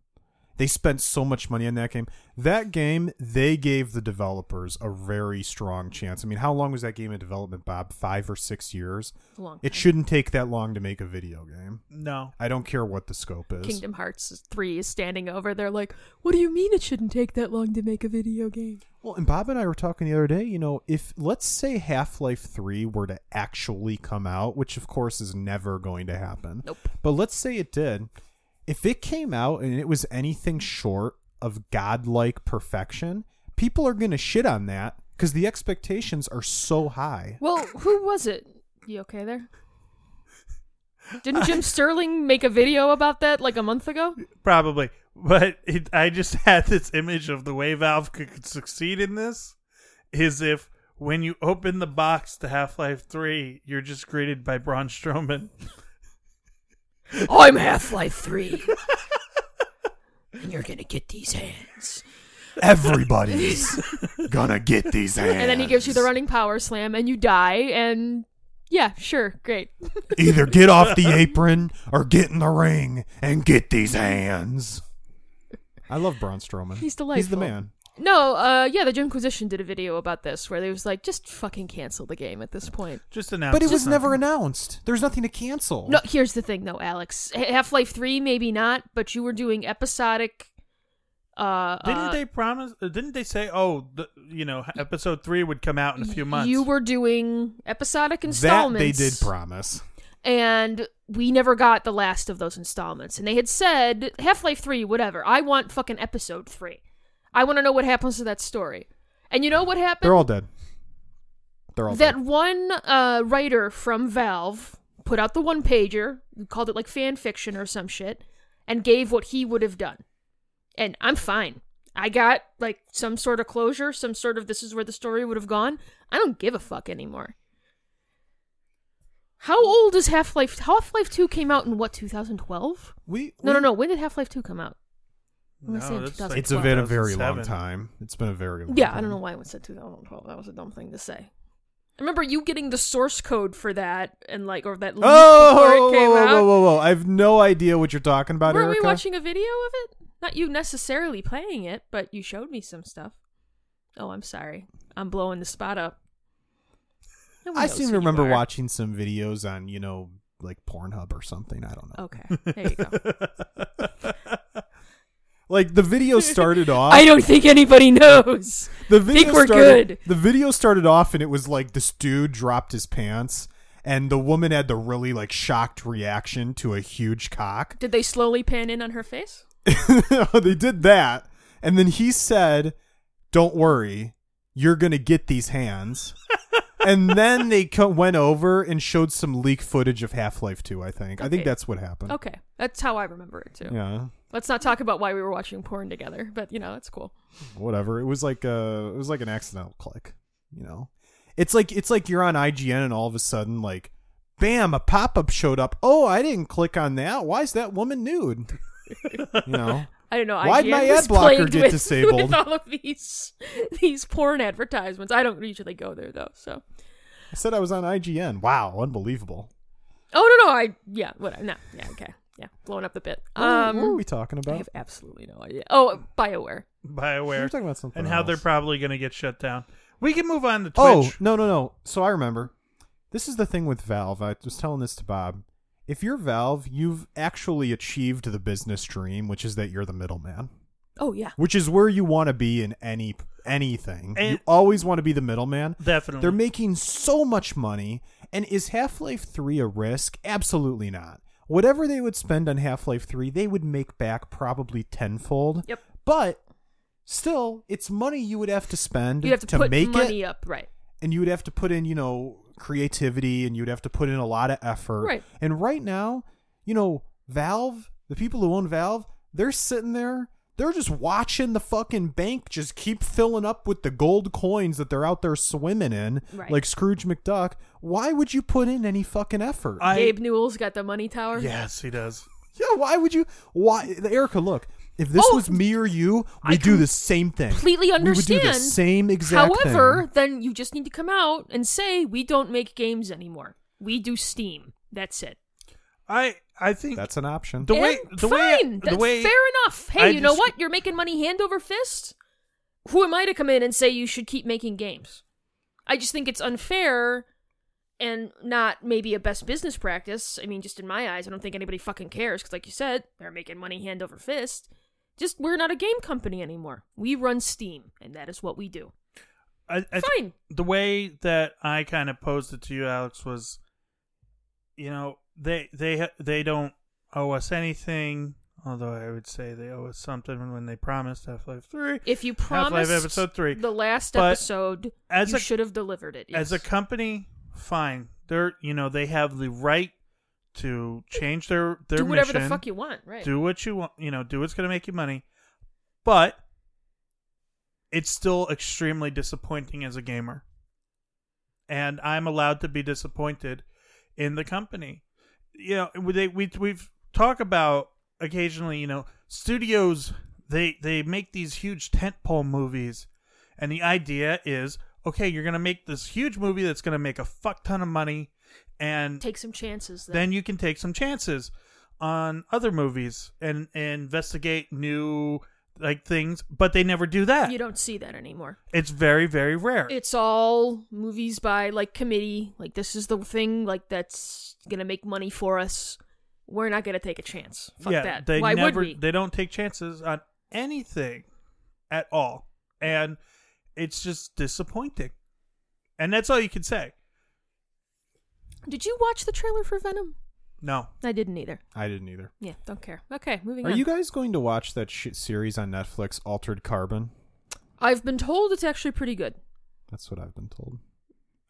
[SPEAKER 3] They spent so much money on that game. That game, they gave the developers a very strong chance. I mean, how long was that game in development, Bob? Five or six years?
[SPEAKER 2] Long.
[SPEAKER 3] It shouldn't take that long to make a video game.
[SPEAKER 1] No,
[SPEAKER 3] I don't care what the scope is.
[SPEAKER 2] Kingdom Hearts 3 is standing over. They're like, what do you mean it shouldn't take that long to make a video game?
[SPEAKER 3] Well, and Bob and I were talking the other day, you know, if let's say Half Life 3 were to actually come out, which of course is never going to happen.
[SPEAKER 2] Nope.
[SPEAKER 3] But let's say it did. If it came out and it was anything short of godlike perfection, people are going to shit on that because the expectations are so high.
[SPEAKER 2] Well, who was it? You okay there? Didn't Jim Sterling make a video about that like a month ago?
[SPEAKER 1] probably. But it, I just had this image of the way Valve could, could succeed in this is if when you open the box to Half Life Three, you're just greeted by Braun Strowman.
[SPEAKER 2] I'm Half Life 3. and you're going to get these hands.
[SPEAKER 3] Everybody's going to get these hands.
[SPEAKER 2] And then he gives you the running power slam and you die. And yeah, sure, great.
[SPEAKER 3] Either get off the apron or get in the ring and get these hands. I love Braun Strowman.
[SPEAKER 2] He's
[SPEAKER 3] He's the
[SPEAKER 2] delightful.
[SPEAKER 3] man.
[SPEAKER 2] No, uh, yeah, the Jimquisition did a video about this where they was like, just fucking cancel the game at this point.
[SPEAKER 1] Just announce.
[SPEAKER 3] But it was
[SPEAKER 1] something.
[SPEAKER 3] never announced. There's nothing to cancel.
[SPEAKER 2] No, here's the thing though, Alex. Half Life Three, maybe not, but you were doing episodic. Uh,
[SPEAKER 1] Didn't
[SPEAKER 2] uh,
[SPEAKER 1] they promise? uh, Didn't they say, "Oh, the, you know, episode three would come out in a few months"?
[SPEAKER 2] You were doing episodic
[SPEAKER 3] that
[SPEAKER 2] installments.
[SPEAKER 3] they did promise.
[SPEAKER 2] and we never got the last of those installments. And they had said Half Life 3, whatever. I want fucking episode 3. I want to know what happens to that story. And you know what happened?
[SPEAKER 3] They're all dead. They're all
[SPEAKER 2] that
[SPEAKER 3] dead.
[SPEAKER 2] one uh, writer from Valve put out the one pager, called it like fan fiction or some shit, and gave what he would have done. And I'm fine. I got like some sort of closure, some sort of this is where the story would have gone. I don't give a fuck anymore. How old is Half Life? Half Life 2 came out in what, 2012?
[SPEAKER 3] We,
[SPEAKER 2] No, no,
[SPEAKER 3] we-
[SPEAKER 2] no. When did Half Life 2 come out? I'm gonna say in
[SPEAKER 1] that's
[SPEAKER 2] 2012.
[SPEAKER 1] like
[SPEAKER 3] It's a been a very long
[SPEAKER 1] 2007.
[SPEAKER 3] time. It's been a very long
[SPEAKER 2] Yeah,
[SPEAKER 3] time.
[SPEAKER 2] I don't know why I said 2012. That was a dumb thing to say. I remember you getting the source code for that and like or that leak
[SPEAKER 3] Oh,
[SPEAKER 2] before it
[SPEAKER 3] whoa,
[SPEAKER 2] came
[SPEAKER 3] whoa,
[SPEAKER 2] out.
[SPEAKER 3] whoa, whoa, whoa. I have no idea what you're talking about,
[SPEAKER 2] Weren't
[SPEAKER 3] Erica.
[SPEAKER 2] we watching a video of it? Not you necessarily playing it, but you showed me some stuff. Oh, I'm sorry. I'm blowing the spot up. No one
[SPEAKER 3] I
[SPEAKER 2] knows
[SPEAKER 3] seem
[SPEAKER 2] who
[SPEAKER 3] to
[SPEAKER 2] you
[SPEAKER 3] remember
[SPEAKER 2] are.
[SPEAKER 3] watching some videos on, you know, like Pornhub or something. I don't know.
[SPEAKER 2] Okay, there you go.
[SPEAKER 3] Like the video started off.
[SPEAKER 2] I don't think anybody knows.
[SPEAKER 3] the video
[SPEAKER 2] think we're
[SPEAKER 3] started,
[SPEAKER 2] good.
[SPEAKER 3] The video started off and it was like this dude dropped his pants and the woman had the really like shocked reaction to a huge cock.
[SPEAKER 2] Did they slowly pan in on her face?
[SPEAKER 3] they did that. And then he said, Don't worry, you're going to get these hands. and then they co- went over and showed some leak footage of Half Life 2, I think. I think
[SPEAKER 2] Okay.
[SPEAKER 3] that's what happened.
[SPEAKER 2] Okay, that's how I remember it too.
[SPEAKER 3] Yeah,
[SPEAKER 2] Let's not talk about why we were watching porn together, but you know it's cool.
[SPEAKER 3] whatever. It was like uh it was like an accidental click, you know. It's like it's like you're on IGN and all of a sudden like bam, a pop-up showed up. Oh, I didn't click on that. Why is that woman nude? you know.
[SPEAKER 2] I don't know.
[SPEAKER 3] Why'd
[SPEAKER 2] IGN
[SPEAKER 3] my
[SPEAKER 2] was
[SPEAKER 3] ad blocker
[SPEAKER 2] plagued
[SPEAKER 3] get
[SPEAKER 2] with,
[SPEAKER 3] disabled?
[SPEAKER 2] With all of these these porn advertisements. I don't usually go there though. So.
[SPEAKER 3] I said I was on IGN. Wow, unbelievable.
[SPEAKER 2] Oh no no I yeah whatever no yeah okay yeah blowing up the bit.
[SPEAKER 3] What are- what are
[SPEAKER 2] Um,
[SPEAKER 3] we talking
[SPEAKER 2] I
[SPEAKER 3] about?
[SPEAKER 2] have absolutely no idea. Oh, Bioware.
[SPEAKER 3] We were
[SPEAKER 1] Bioware
[SPEAKER 3] talking about something
[SPEAKER 1] and how they're
[SPEAKER 3] else.
[SPEAKER 1] probably going to get shut down. We can move on to
[SPEAKER 3] Oh,
[SPEAKER 1] Twitch.
[SPEAKER 3] no, no, no. So I remember. This is the thing with Valve. I was telling this to Bob. If you're Valve, you've actually achieved the business dream, which is that you're the middleman,
[SPEAKER 2] Oh yeah.
[SPEAKER 3] which is where you want to be in any anything. you
[SPEAKER 1] And-
[SPEAKER 3] always want to be the middleman.
[SPEAKER 1] definitely.
[SPEAKER 3] They're making so much money, and is Half-Life 3 a risk? Absolutely not. Whatever they would spend on Half-Life 3, they would make back probably tenfold.
[SPEAKER 2] Yep.
[SPEAKER 3] But still, it's money you would have to spend
[SPEAKER 2] You'd have to, put
[SPEAKER 3] make it
[SPEAKER 2] money up right.
[SPEAKER 3] and you would have to put in, you know, creativity and you'd have to put in a lot of effort.
[SPEAKER 2] Right.
[SPEAKER 3] And right now, you know, Valve, the people who own Valve, they're sitting there, they're just watching the fucking bank just keep filling up with the gold coins that they're out there swimming in,
[SPEAKER 2] Right.
[SPEAKER 3] like Scrooge McDuck. Why would you put in any fucking effort?
[SPEAKER 1] I-
[SPEAKER 2] Gabe Newell's got the money tower.
[SPEAKER 1] yes, he does.
[SPEAKER 3] yeah, why would you? Why, Erica? Look, if this
[SPEAKER 2] Oh,
[SPEAKER 3] was me or you, we
[SPEAKER 1] I
[SPEAKER 3] would do the same thing.
[SPEAKER 2] Completely
[SPEAKER 3] We
[SPEAKER 2] understand.
[SPEAKER 3] would do the same exact
[SPEAKER 2] However,
[SPEAKER 3] thing.
[SPEAKER 2] then you just need to come out and say we don't make games anymore. We do Steam. That's it.
[SPEAKER 1] I I think
[SPEAKER 3] that's an option.
[SPEAKER 1] The way-
[SPEAKER 2] And
[SPEAKER 1] the
[SPEAKER 2] Eh, fine,
[SPEAKER 1] way- the
[SPEAKER 2] that's
[SPEAKER 1] way-
[SPEAKER 2] fair enough. Hey,
[SPEAKER 1] I
[SPEAKER 2] you know
[SPEAKER 1] just-
[SPEAKER 2] what? You're making money hand over fist. Who am I to come in and say you should keep making games? I just think it's unfair and not maybe a best business practice. I mean, just in my eyes, I don't think anybody fucking cares because, like you said, they're making money hand over fist. Just we're not a game company anymore. We run Steam, and that is what we do.
[SPEAKER 1] I, I th-
[SPEAKER 2] Fine.
[SPEAKER 1] the way that I kind of posed it to you, Alex, was, you know, they they they don't owe us anything. Although I would say they owe us something when they promised Half Life Three.
[SPEAKER 2] If you
[SPEAKER 1] Half-Life
[SPEAKER 2] promised
[SPEAKER 1] Episode Three.
[SPEAKER 2] the last
[SPEAKER 1] But
[SPEAKER 2] episode,
[SPEAKER 1] as
[SPEAKER 2] you
[SPEAKER 1] a-
[SPEAKER 2] should have delivered it.
[SPEAKER 1] as a
[SPEAKER 2] yes.
[SPEAKER 1] company, fine. They're you know they have the right to change their their
[SPEAKER 2] do whatever
[SPEAKER 1] mission.
[SPEAKER 2] the fuck you want, right?
[SPEAKER 1] Do what you want. You know, do what's going to make you money. But it's still extremely disappointing as a gamer, and I'm allowed to be disappointed in the company. You know, we- they we we've talk about occasionally. You know, studios they they make these huge tentpole movies, and the idea is okay, you're going to make this huge movie that's going to make a fuck ton of money, and
[SPEAKER 2] Take some chances.
[SPEAKER 1] then you can take some chances on other movies and, and investigate new like things, but they never do that.
[SPEAKER 2] You don't see that anymore.
[SPEAKER 1] It's very very rare.
[SPEAKER 2] It's all movies by like committee. Like this is the thing like that's gonna make money for us. We're not gonna take a chance. Fuck
[SPEAKER 1] yeah,
[SPEAKER 2] that.
[SPEAKER 1] they
[SPEAKER 2] Why
[SPEAKER 1] never
[SPEAKER 2] would we?
[SPEAKER 1] they don't take chances on anything at all. And it's just disappointing. And that's all you can say.
[SPEAKER 2] Did you watch the trailer for Venom?
[SPEAKER 1] No.
[SPEAKER 2] I didn't either.
[SPEAKER 3] I didn't either.
[SPEAKER 2] Yeah, don't care. Okay, moving
[SPEAKER 3] Are
[SPEAKER 2] on.
[SPEAKER 3] you guys going to watch that shit series on Netflix, Altered Carbon?
[SPEAKER 2] I've been told it's actually pretty good.
[SPEAKER 3] That's what I've been told.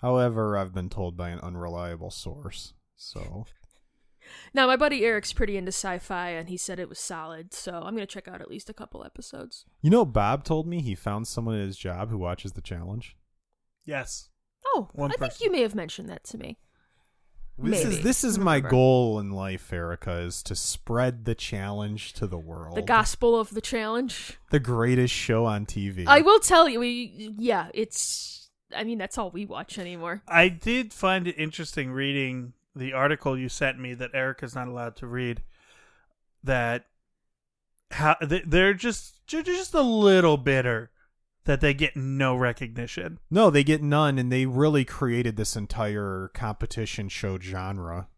[SPEAKER 3] However, I've been told by an unreliable source. So
[SPEAKER 2] Now, my buddy Eric's pretty into sci-fi, and he said it was solid. So I'm gonna check out at least a couple episodes.
[SPEAKER 3] you know, Bob told me he found someone at his job who watches the challenge.
[SPEAKER 1] Yes.
[SPEAKER 2] Oh,
[SPEAKER 1] One
[SPEAKER 2] I think
[SPEAKER 1] person.
[SPEAKER 2] you may have mentioned that to me.
[SPEAKER 3] This
[SPEAKER 2] Maybe.
[SPEAKER 3] is this is my
[SPEAKER 2] Remember.
[SPEAKER 3] goal in life, Erica, is to spread the challenge to the world.
[SPEAKER 2] The gospel of the challenge.
[SPEAKER 3] the greatest show on TV.
[SPEAKER 2] I will tell you. We yeah, it's. I mean, that's all we watch anymore.
[SPEAKER 1] I did find it interesting reading the article you sent me that Erica's not allowed to read. That how they- they're just they're just a little bitter that they get no recognition.
[SPEAKER 3] No, they get none, and they really created this entire competition show genre.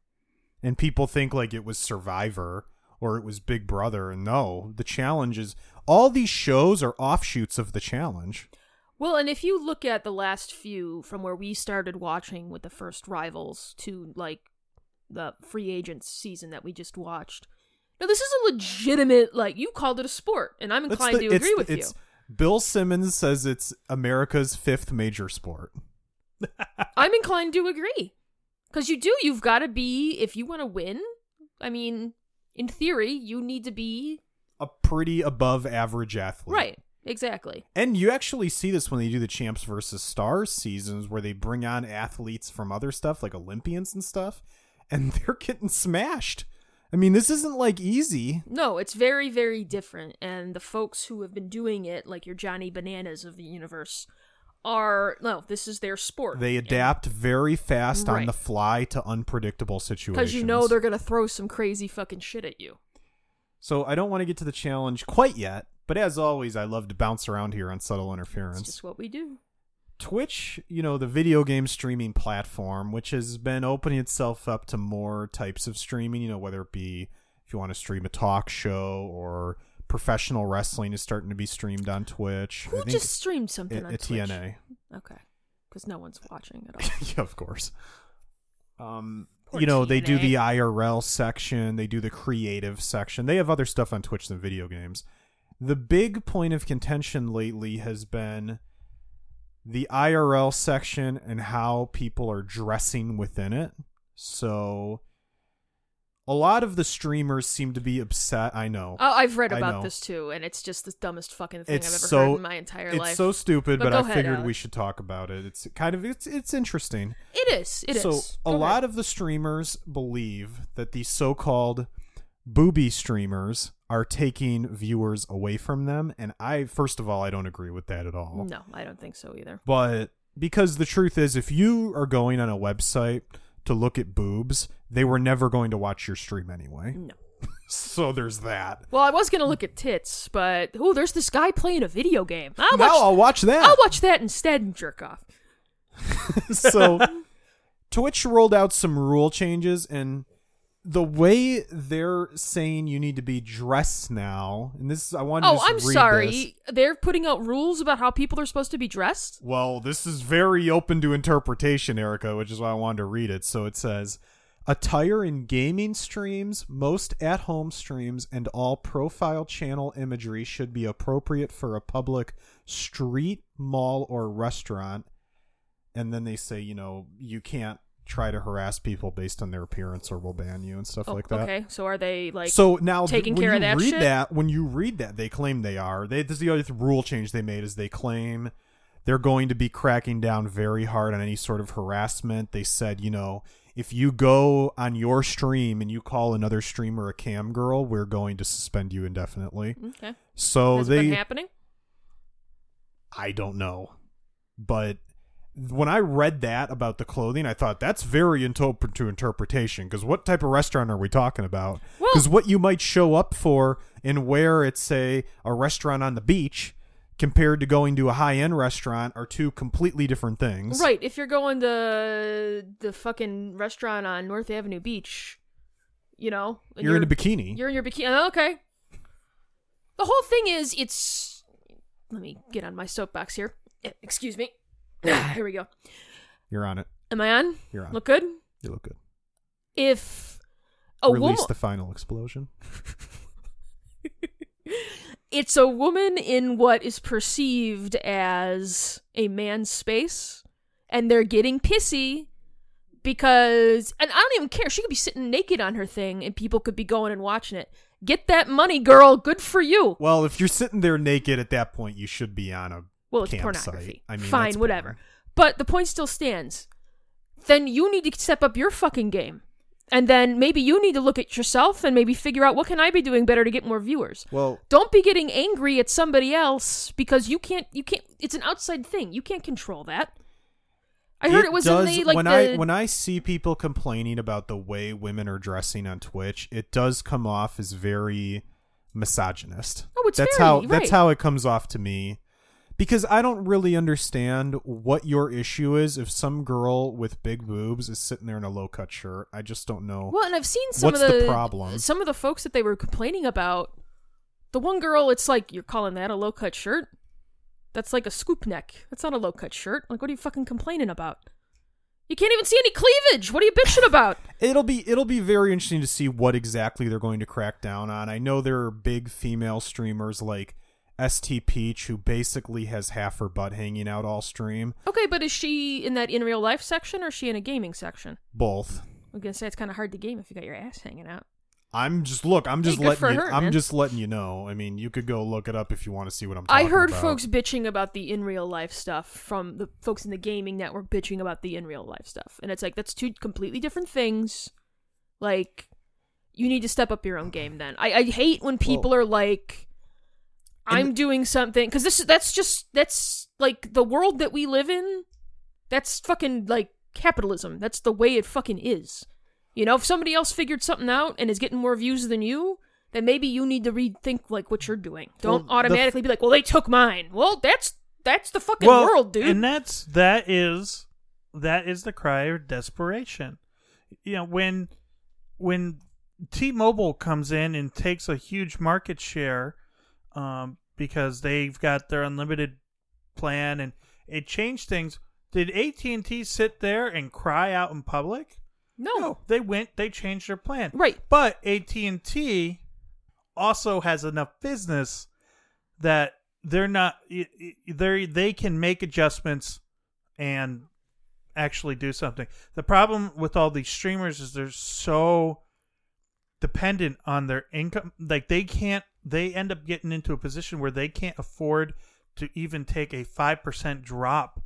[SPEAKER 3] And people think like it was Survivor or it was Big Brother. And no, the challenge is all these shows are offshoots of the challenge.
[SPEAKER 2] Well, and if you look at the last few from where we started watching with the first rivals to like the free agents season that we just watched. Now this is a legitimate like you called it a sport and I'm
[SPEAKER 3] It's
[SPEAKER 2] inclined
[SPEAKER 3] the-
[SPEAKER 2] to
[SPEAKER 3] it's
[SPEAKER 2] agree
[SPEAKER 3] the-
[SPEAKER 2] with you.
[SPEAKER 3] it's- Bill Simmons says it's America's fifth major sport.
[SPEAKER 2] I'm inclined to agree. Cuz you do you've got to be if you want to win, I mean, in theory, you need to be
[SPEAKER 3] A pretty above average athlete.
[SPEAKER 2] right. Exactly.
[SPEAKER 3] And you actually see this when they do the champs versus stars seasons where they bring on athletes from other stuff like Olympians and stuff and they're getting smashed. I mean, this isn't like easy.
[SPEAKER 2] No, it's very, very different. And the folks who have been doing it, like your Johnny Bananas of the universe, are no, this is their sport.
[SPEAKER 3] They adapt very fast on
[SPEAKER 2] Right.
[SPEAKER 3] the fly to unpredictable situations.
[SPEAKER 2] because you know they're gonna throw some crazy fucking shit at you.
[SPEAKER 3] So I don't want to get to the challenge quite yet, but as always I love to bounce around here on subtle interference.
[SPEAKER 2] It's just what we do.
[SPEAKER 3] Twitch, you know, the video game streaming platform, which has been opening itself up to more types of streaming, you know, whether it be if you want to stream a talk show or professional wrestling is starting to be streamed on Twitch.
[SPEAKER 2] Who
[SPEAKER 3] I think
[SPEAKER 2] just streamed something
[SPEAKER 3] at,
[SPEAKER 2] on
[SPEAKER 3] at
[SPEAKER 2] Twitch?
[SPEAKER 3] TNA?
[SPEAKER 2] Okay, because no one's watching at all.
[SPEAKER 3] yeah, of course. Um,
[SPEAKER 2] Poor
[SPEAKER 3] you know, they do
[SPEAKER 2] TNA.
[SPEAKER 3] the IRL section, they do the creative section. They have other stuff on Twitch than video games. The big point of contention lately has been the IRL section and how people are dressing within it. So a lot of the streamers seem to be upset. I know.
[SPEAKER 2] oh, I've read
[SPEAKER 3] I
[SPEAKER 2] about
[SPEAKER 3] know.
[SPEAKER 2] this too, and it's just the dumbest fucking thing
[SPEAKER 3] it's
[SPEAKER 2] I've ever
[SPEAKER 3] so
[SPEAKER 2] heard in my entire
[SPEAKER 3] it's
[SPEAKER 2] life.
[SPEAKER 3] so stupid,
[SPEAKER 2] But
[SPEAKER 3] but,
[SPEAKER 2] go
[SPEAKER 3] I
[SPEAKER 2] ahead,
[SPEAKER 3] figured we
[SPEAKER 2] Alex.
[SPEAKER 3] should talk about it. It's kind of it's it's interesting.
[SPEAKER 2] it is. It is.
[SPEAKER 3] so a lot of the streamers believe that these so-called booby streamers are taking viewers away from them, and I first of all I don't agree with that at all.
[SPEAKER 2] no, I don't think so either.
[SPEAKER 3] But because the truth is, if you are going on a website to look at boobs, they were never going to watch your stream anyway.
[SPEAKER 2] No.
[SPEAKER 3] So there's that.
[SPEAKER 2] Well, I was gonna look at tits, but oh, there's this guy playing a video game. I
[SPEAKER 3] now
[SPEAKER 2] watched
[SPEAKER 3] I'll watch that.
[SPEAKER 2] I'll watch that instead and jerk off.
[SPEAKER 3] so Twitch rolled out some rule changes and the way they're saying you need to be dressed now, and this I wanted to
[SPEAKER 2] Oh,
[SPEAKER 3] just
[SPEAKER 2] I'm
[SPEAKER 3] read
[SPEAKER 2] sorry.
[SPEAKER 3] this.
[SPEAKER 2] They're putting out rules about how people are supposed to be dressed.
[SPEAKER 3] Well, this is very open to interpretation, Erica, which is why I wanted to read it. So it says attire in gaming streams, most at home streams, and all profile channel imagery should be appropriate for a public street, mall, or restaurant. And then they say, you know, you can't try to harass people based on their appearance or we'll ban you and stuff
[SPEAKER 2] Oh,
[SPEAKER 3] like that.
[SPEAKER 2] Okay, so are they like
[SPEAKER 3] so now th-
[SPEAKER 2] taking
[SPEAKER 3] when
[SPEAKER 2] care
[SPEAKER 3] you
[SPEAKER 2] of that
[SPEAKER 3] read
[SPEAKER 2] shit?
[SPEAKER 3] that when you read that they claim they are they this is the other th- rule change they made is they claim they're going to be cracking down very hard on any sort of harassment they said you know if you go on your stream and you call another streamer a cam girl we're going to suspend you indefinitely
[SPEAKER 2] Okay.
[SPEAKER 3] so
[SPEAKER 2] Has it
[SPEAKER 3] they
[SPEAKER 2] been happening?
[SPEAKER 3] I don't know. But when I read that about the clothing, I thought that's very interp- to interpretation because what type of restaurant are we talking about?
[SPEAKER 2] Well-
[SPEAKER 3] Because what you might show up for and where it's say a restaurant on the beach compared to going to a high end restaurant are two completely different things.
[SPEAKER 2] Right, if you're going to the fucking restaurant on North Avenue Beach, you know, and
[SPEAKER 3] You're, in a bikini.
[SPEAKER 2] You're in your bikini. oh, Okay. The whole thing is, it's. Let me get on my soapbox here. Eh, Excuse me. here we go.
[SPEAKER 3] You're on it.
[SPEAKER 2] Am I on?
[SPEAKER 3] You're on.
[SPEAKER 2] Look good.
[SPEAKER 3] You look good.
[SPEAKER 2] If a
[SPEAKER 3] Release
[SPEAKER 2] woman,
[SPEAKER 3] the final explosion.
[SPEAKER 2] it's a woman in what is perceived as a man's space, and they're getting pissy because, and I don't even care. She could be sitting naked on her thing, and people could be going and watching it. Get that money, girl. Good for you.
[SPEAKER 3] Well, if you're sitting there naked at that point, you should be on a
[SPEAKER 2] Well, it's
[SPEAKER 3] campsite.
[SPEAKER 2] pornography.
[SPEAKER 3] I mean, that's
[SPEAKER 2] fine,
[SPEAKER 3] porn.
[SPEAKER 2] whatever. But the point still stands. Then you need to step up your fucking game, and then maybe you need to look at yourself and maybe figure out what can I be doing better to get more viewers.
[SPEAKER 3] Well,
[SPEAKER 2] Don't be getting angry at somebody else because you can't. You can't. It's an outside thing. You can't control that. I heard it, was
[SPEAKER 3] does,
[SPEAKER 2] in the like
[SPEAKER 3] when
[SPEAKER 2] the.
[SPEAKER 3] I when I see people complaining about the way women are dressing on Twitch, it does come off as very misogynist.
[SPEAKER 2] Oh, it's
[SPEAKER 3] that's
[SPEAKER 2] very-
[SPEAKER 3] how
[SPEAKER 2] right.
[SPEAKER 3] that's how it comes off to me. Because I don't really understand what your issue is if some girl with big boobs is sitting there in a low cut shirt. I just don't know.
[SPEAKER 2] well, and I've seen some
[SPEAKER 3] what's
[SPEAKER 2] of
[SPEAKER 3] the
[SPEAKER 2] the,
[SPEAKER 3] problem?
[SPEAKER 2] Some of the folks that they were complaining about. The one girl, it's like you're calling that a low cut shirt. That's like a scoop neck. That's not a low cut shirt. Like, what are you fucking complaining about? You can't even see any cleavage. What are you bitching about?
[SPEAKER 3] It'll be it'll be very interesting to see what exactly they're going to crack down on. I know there are big female streamers like ST Peach who basically has half her butt hanging out all stream.
[SPEAKER 2] Okay, but is she in that in real life section or is she in a gaming section?
[SPEAKER 3] Both.
[SPEAKER 2] I'm gonna say it's kind of hard to game if you got your ass hanging out.
[SPEAKER 3] I'm just look. I'm just
[SPEAKER 2] Hey, good for
[SPEAKER 3] letting you.
[SPEAKER 2] her,
[SPEAKER 3] I'm
[SPEAKER 2] man.
[SPEAKER 3] just letting you know. I mean, you could go look it up if you want to see what I'm.
[SPEAKER 2] I
[SPEAKER 3] talking
[SPEAKER 2] heard
[SPEAKER 3] about.
[SPEAKER 2] folks bitching about the in real life stuff from the folks in the gaming network bitching about the in real life stuff. And it's like, that's two completely different things. Like, you need to step up your own game then. I, I hate when people are like, I'm doing something. Because this that's just, that's like the world that we live in. That's fucking like capitalism. That's the way it fucking is. You know, if somebody else figured something out and is getting more views than you, then maybe you need to rethink like what you're doing. Don't
[SPEAKER 3] Well, the f-
[SPEAKER 2] automatically be like, "Well, they took mine." Well, that's that's the fucking world, dude.
[SPEAKER 1] And that's that is that is the cry of desperation. You know, when when T-Mobile comes in and takes a huge market share um, because they've got their unlimited plan and it changed things. Did AT&T sit there and cry out in public?
[SPEAKER 2] no.
[SPEAKER 1] They went, they changed their plan.
[SPEAKER 2] Right.
[SPEAKER 1] But AT&T also has enough business that they're not they they can make adjustments and actually do something. The problem with all these streamers is they're so dependent on their income like they can't they end up getting into a position where they can't afford to even take a 5% drop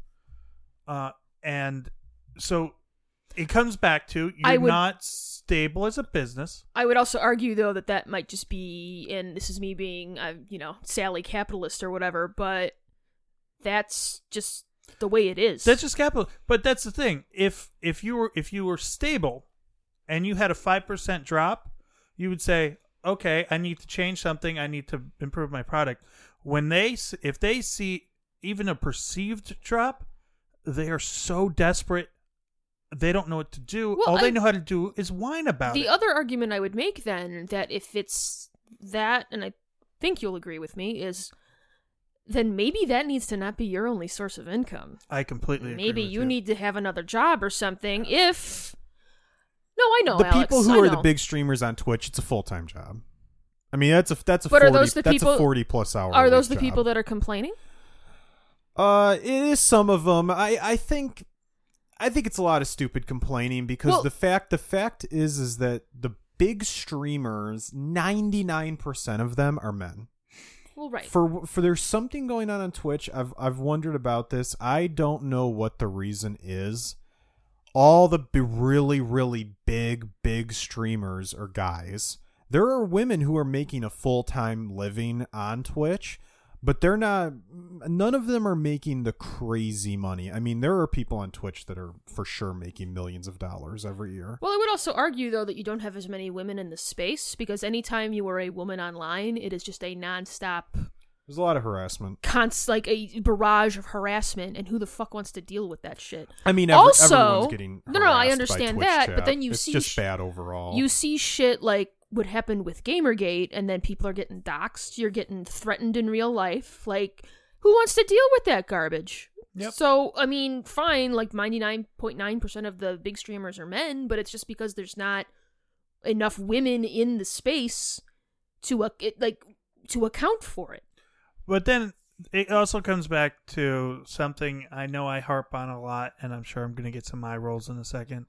[SPEAKER 1] uh and so it comes back to
[SPEAKER 2] I
[SPEAKER 1] you're
[SPEAKER 2] would-
[SPEAKER 1] not stable as a business.
[SPEAKER 2] I would also argue though that that might just be, and this is me being, uh, you know, Sally capitalist or whatever, but that's just the way it is.
[SPEAKER 1] That's just capital. But that's the thing. If if you were if you were stable and you had a five percent drop, you would say, okay, I need to change something. I need to improve my product. When they s- if they see even a perceived drop, they are so desperate. They don't know what to do.
[SPEAKER 2] Well,
[SPEAKER 1] All they
[SPEAKER 2] I-
[SPEAKER 1] know how to do is whine about
[SPEAKER 2] the
[SPEAKER 1] it.
[SPEAKER 2] other argument I would make then that if it's that, and I think you'll agree with me, is then maybe that needs to not be your only source of income.
[SPEAKER 1] I completely agree
[SPEAKER 2] maybe
[SPEAKER 1] with
[SPEAKER 2] you, need to have another job or something. If no, I know
[SPEAKER 3] the
[SPEAKER 2] Alex,
[SPEAKER 3] people who
[SPEAKER 2] I
[SPEAKER 3] are the
[SPEAKER 2] know.
[SPEAKER 3] big streamers on Twitch. It's a full time job. I mean, that's a that's a
[SPEAKER 2] But are
[SPEAKER 3] 40,
[SPEAKER 2] those the
[SPEAKER 3] that's
[SPEAKER 2] people-
[SPEAKER 3] a forty plus hour.
[SPEAKER 2] are those the
[SPEAKER 3] week job.
[SPEAKER 2] people that are complaining?
[SPEAKER 3] Uh, it is some of them. I I think I think it's a lot of stupid complaining because
[SPEAKER 2] Well-
[SPEAKER 3] the fact the fact is is that the big streamers ninety nine percent of them are men.
[SPEAKER 2] Well, right.
[SPEAKER 3] For for there's something going on on Twitch. I've I've wondered about this. I don't know what the reason is. All the b- really really big big streamers are guys. There are women who are making a full time living on Twitch, but they're not none of them are making the crazy money i mean there are people on twitch that are for sure making millions of dollars every year
[SPEAKER 2] Well, I would also argue, though, that you don't have as many women in the space because anytime you are a woman online, it is just a nonstop,
[SPEAKER 3] there's a lot of harassment
[SPEAKER 2] const like a barrage of harassment, and who the fuck wants to deal with that shit?
[SPEAKER 3] i mean ev-
[SPEAKER 2] also,
[SPEAKER 3] everyone's getting
[SPEAKER 2] no, no, I
[SPEAKER 3] harassed by
[SPEAKER 2] understand
[SPEAKER 3] Twitch
[SPEAKER 2] that,
[SPEAKER 3] chat.
[SPEAKER 2] but then you
[SPEAKER 3] it's
[SPEAKER 2] see
[SPEAKER 3] just
[SPEAKER 2] sh-
[SPEAKER 3] bad overall
[SPEAKER 2] You see shit like what happened with Gamergate, and then people are getting doxxed. You're getting threatened in real life. Like, who wants to deal with that garbage?
[SPEAKER 1] Yep.
[SPEAKER 2] So, I mean, fine, like 99.9% of the big streamers are men, but it's just because there's not enough women in the space to ac- it, like to account for it.
[SPEAKER 1] But then it also comes back to something I know I harp on a lot, and I'm sure I'm going to get some eye rolls in a second.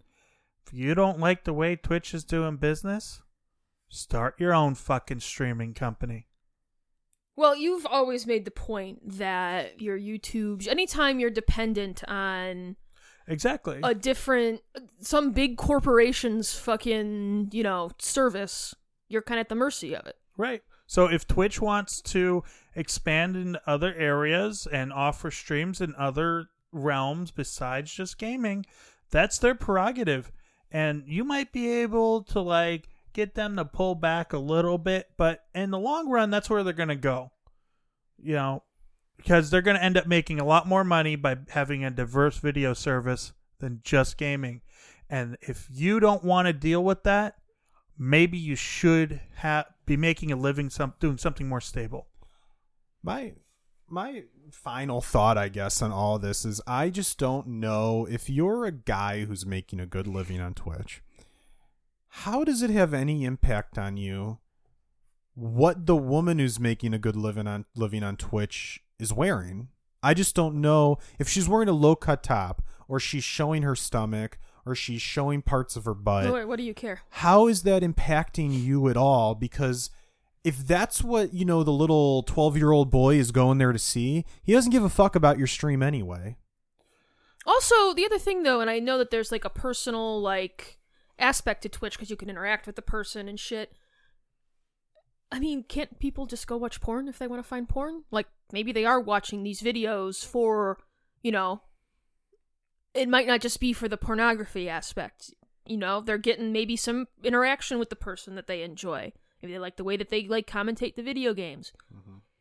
[SPEAKER 1] If you don't like the way Twitch is doing business, start your own fucking streaming company.
[SPEAKER 2] Well, you've always made the point that your YouTube, anytime you're dependent on
[SPEAKER 1] Exactly.
[SPEAKER 2] a different some big corporation's fucking you know service you're kind of at the mercy of it
[SPEAKER 1] Right. So if Twitch wants to expand in other areas and offer streams in other realms besides just gaming, that's their prerogative. And you might be able to like get them to pull back a little bit, but in the long run that's where they're going to go. You know, because they're going to end up making a lot more money by having a diverse video service than just gaming. And if you don't want to deal with that, maybe you should ha- be making a living some doing something more stable.
[SPEAKER 3] my my final thought i guess on all this is i just don't know if you're a guy who's making a good living on twitch how does it have any impact on you what the woman who's making a good living on living on twitch is wearing i just don't know if she's wearing a low cut top or she's showing her stomach or she's showing parts of her butt
[SPEAKER 2] Wait, what do you care
[SPEAKER 3] how is that impacting you at all because if that's what you know the little 12 year old boy is going there to see he doesn't give a fuck about your stream anyway
[SPEAKER 2] also the other thing though and i know that there's like a personal like aspect to twitch because you can interact with the person and shit i mean can't people just go watch porn if they want to find porn like maybe they are watching these videos for you know it might not just be for the pornography aspect you know they're getting maybe some interaction with the person that they enjoy maybe they like the way that they like commentate the video games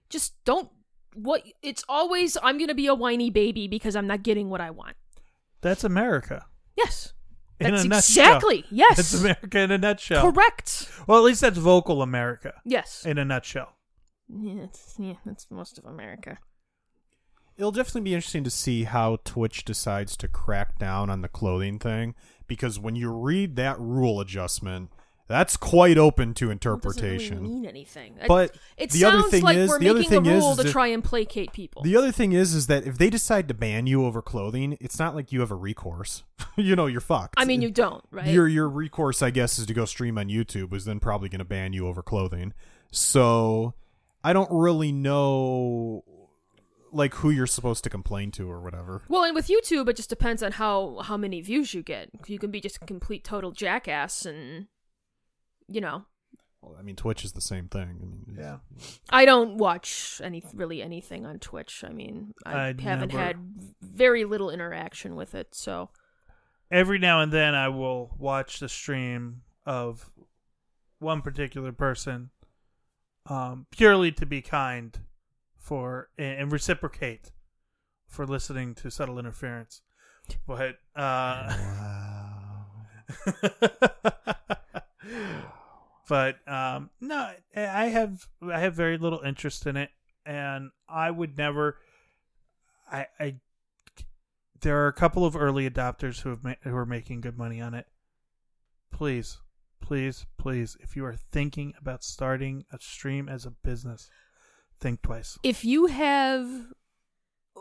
[SPEAKER 2] just don't what it's always i'm gonna be a whiny baby because i'm not getting what i want
[SPEAKER 1] That's America.
[SPEAKER 2] yes
[SPEAKER 1] In
[SPEAKER 2] that's
[SPEAKER 1] a nutshell.
[SPEAKER 2] exactly yes
[SPEAKER 1] That's America in a nutshell.
[SPEAKER 2] correct
[SPEAKER 1] Well, at least that's vocal America
[SPEAKER 2] yes
[SPEAKER 1] in a nutshell.
[SPEAKER 2] yeah, it's- yeah that's most of america
[SPEAKER 3] it'll definitely be interesting to see how twitch decides to crack down on the clothing thing because when you read that rule adjustment that's quite open to
[SPEAKER 2] it doesn't really
[SPEAKER 3] interpretation
[SPEAKER 2] mean anything I-
[SPEAKER 3] But
[SPEAKER 2] it
[SPEAKER 3] the other
[SPEAKER 2] sounds
[SPEAKER 3] thing
[SPEAKER 2] like
[SPEAKER 3] is-
[SPEAKER 2] we're
[SPEAKER 3] the other
[SPEAKER 2] making
[SPEAKER 3] thing
[SPEAKER 2] a
[SPEAKER 3] is-
[SPEAKER 2] rule
[SPEAKER 3] is
[SPEAKER 2] to
[SPEAKER 3] that-
[SPEAKER 2] try and placate people
[SPEAKER 3] the other thing is is that if they decide to ban you over clothing it's not like you have a recourse you know you're fucked
[SPEAKER 2] i mean you don't right
[SPEAKER 3] Your your recourse, I guess, is to go stream on YouTube, is then probably going to ban you over clothing. So I don't really know, like who you're supposed to complain to or whatever.
[SPEAKER 2] Well, and with YouTube, it just depends on how how many views you get. You can be just a complete total jackass, and you know,
[SPEAKER 3] Well, I mean, Twitch is the same thing. I mean, it's-
[SPEAKER 2] I don't watch any really anything on Twitch. I mean, I
[SPEAKER 1] I'd
[SPEAKER 2] haven't
[SPEAKER 1] never-
[SPEAKER 2] had very little interaction with it, so
[SPEAKER 1] Every now and then, I will watch the stream of one particular person, um, purely to be kind, for and and reciprocate for listening to subtle interference. But uh,
[SPEAKER 3] Wow.
[SPEAKER 1] but um, no, I have I have very little interest in it, and I would never. I, I there are a couple of early adopters who have ma- who are making good money on it. Please, please, please, if you are thinking about starting a stream as a business, think twice.
[SPEAKER 2] if you have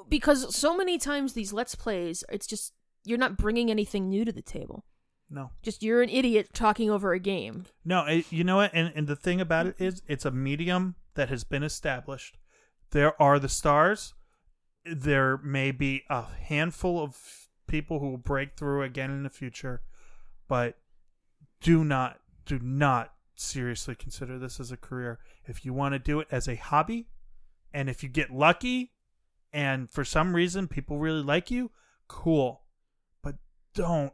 [SPEAKER 2] because so many times these let's plays, it's just you're not bringing anything new to the table.
[SPEAKER 1] No,
[SPEAKER 2] Just you're an idiot talking over a game.
[SPEAKER 1] No, it, you know what? And, and the thing about it is, it's a medium that has been established. There are the stars. There may be a handful of people who will break through again in the future, but do not, do not seriously consider this as a career. If you want to do it as a hobby, And if you get lucky and for some reason people really like you, cool. But don't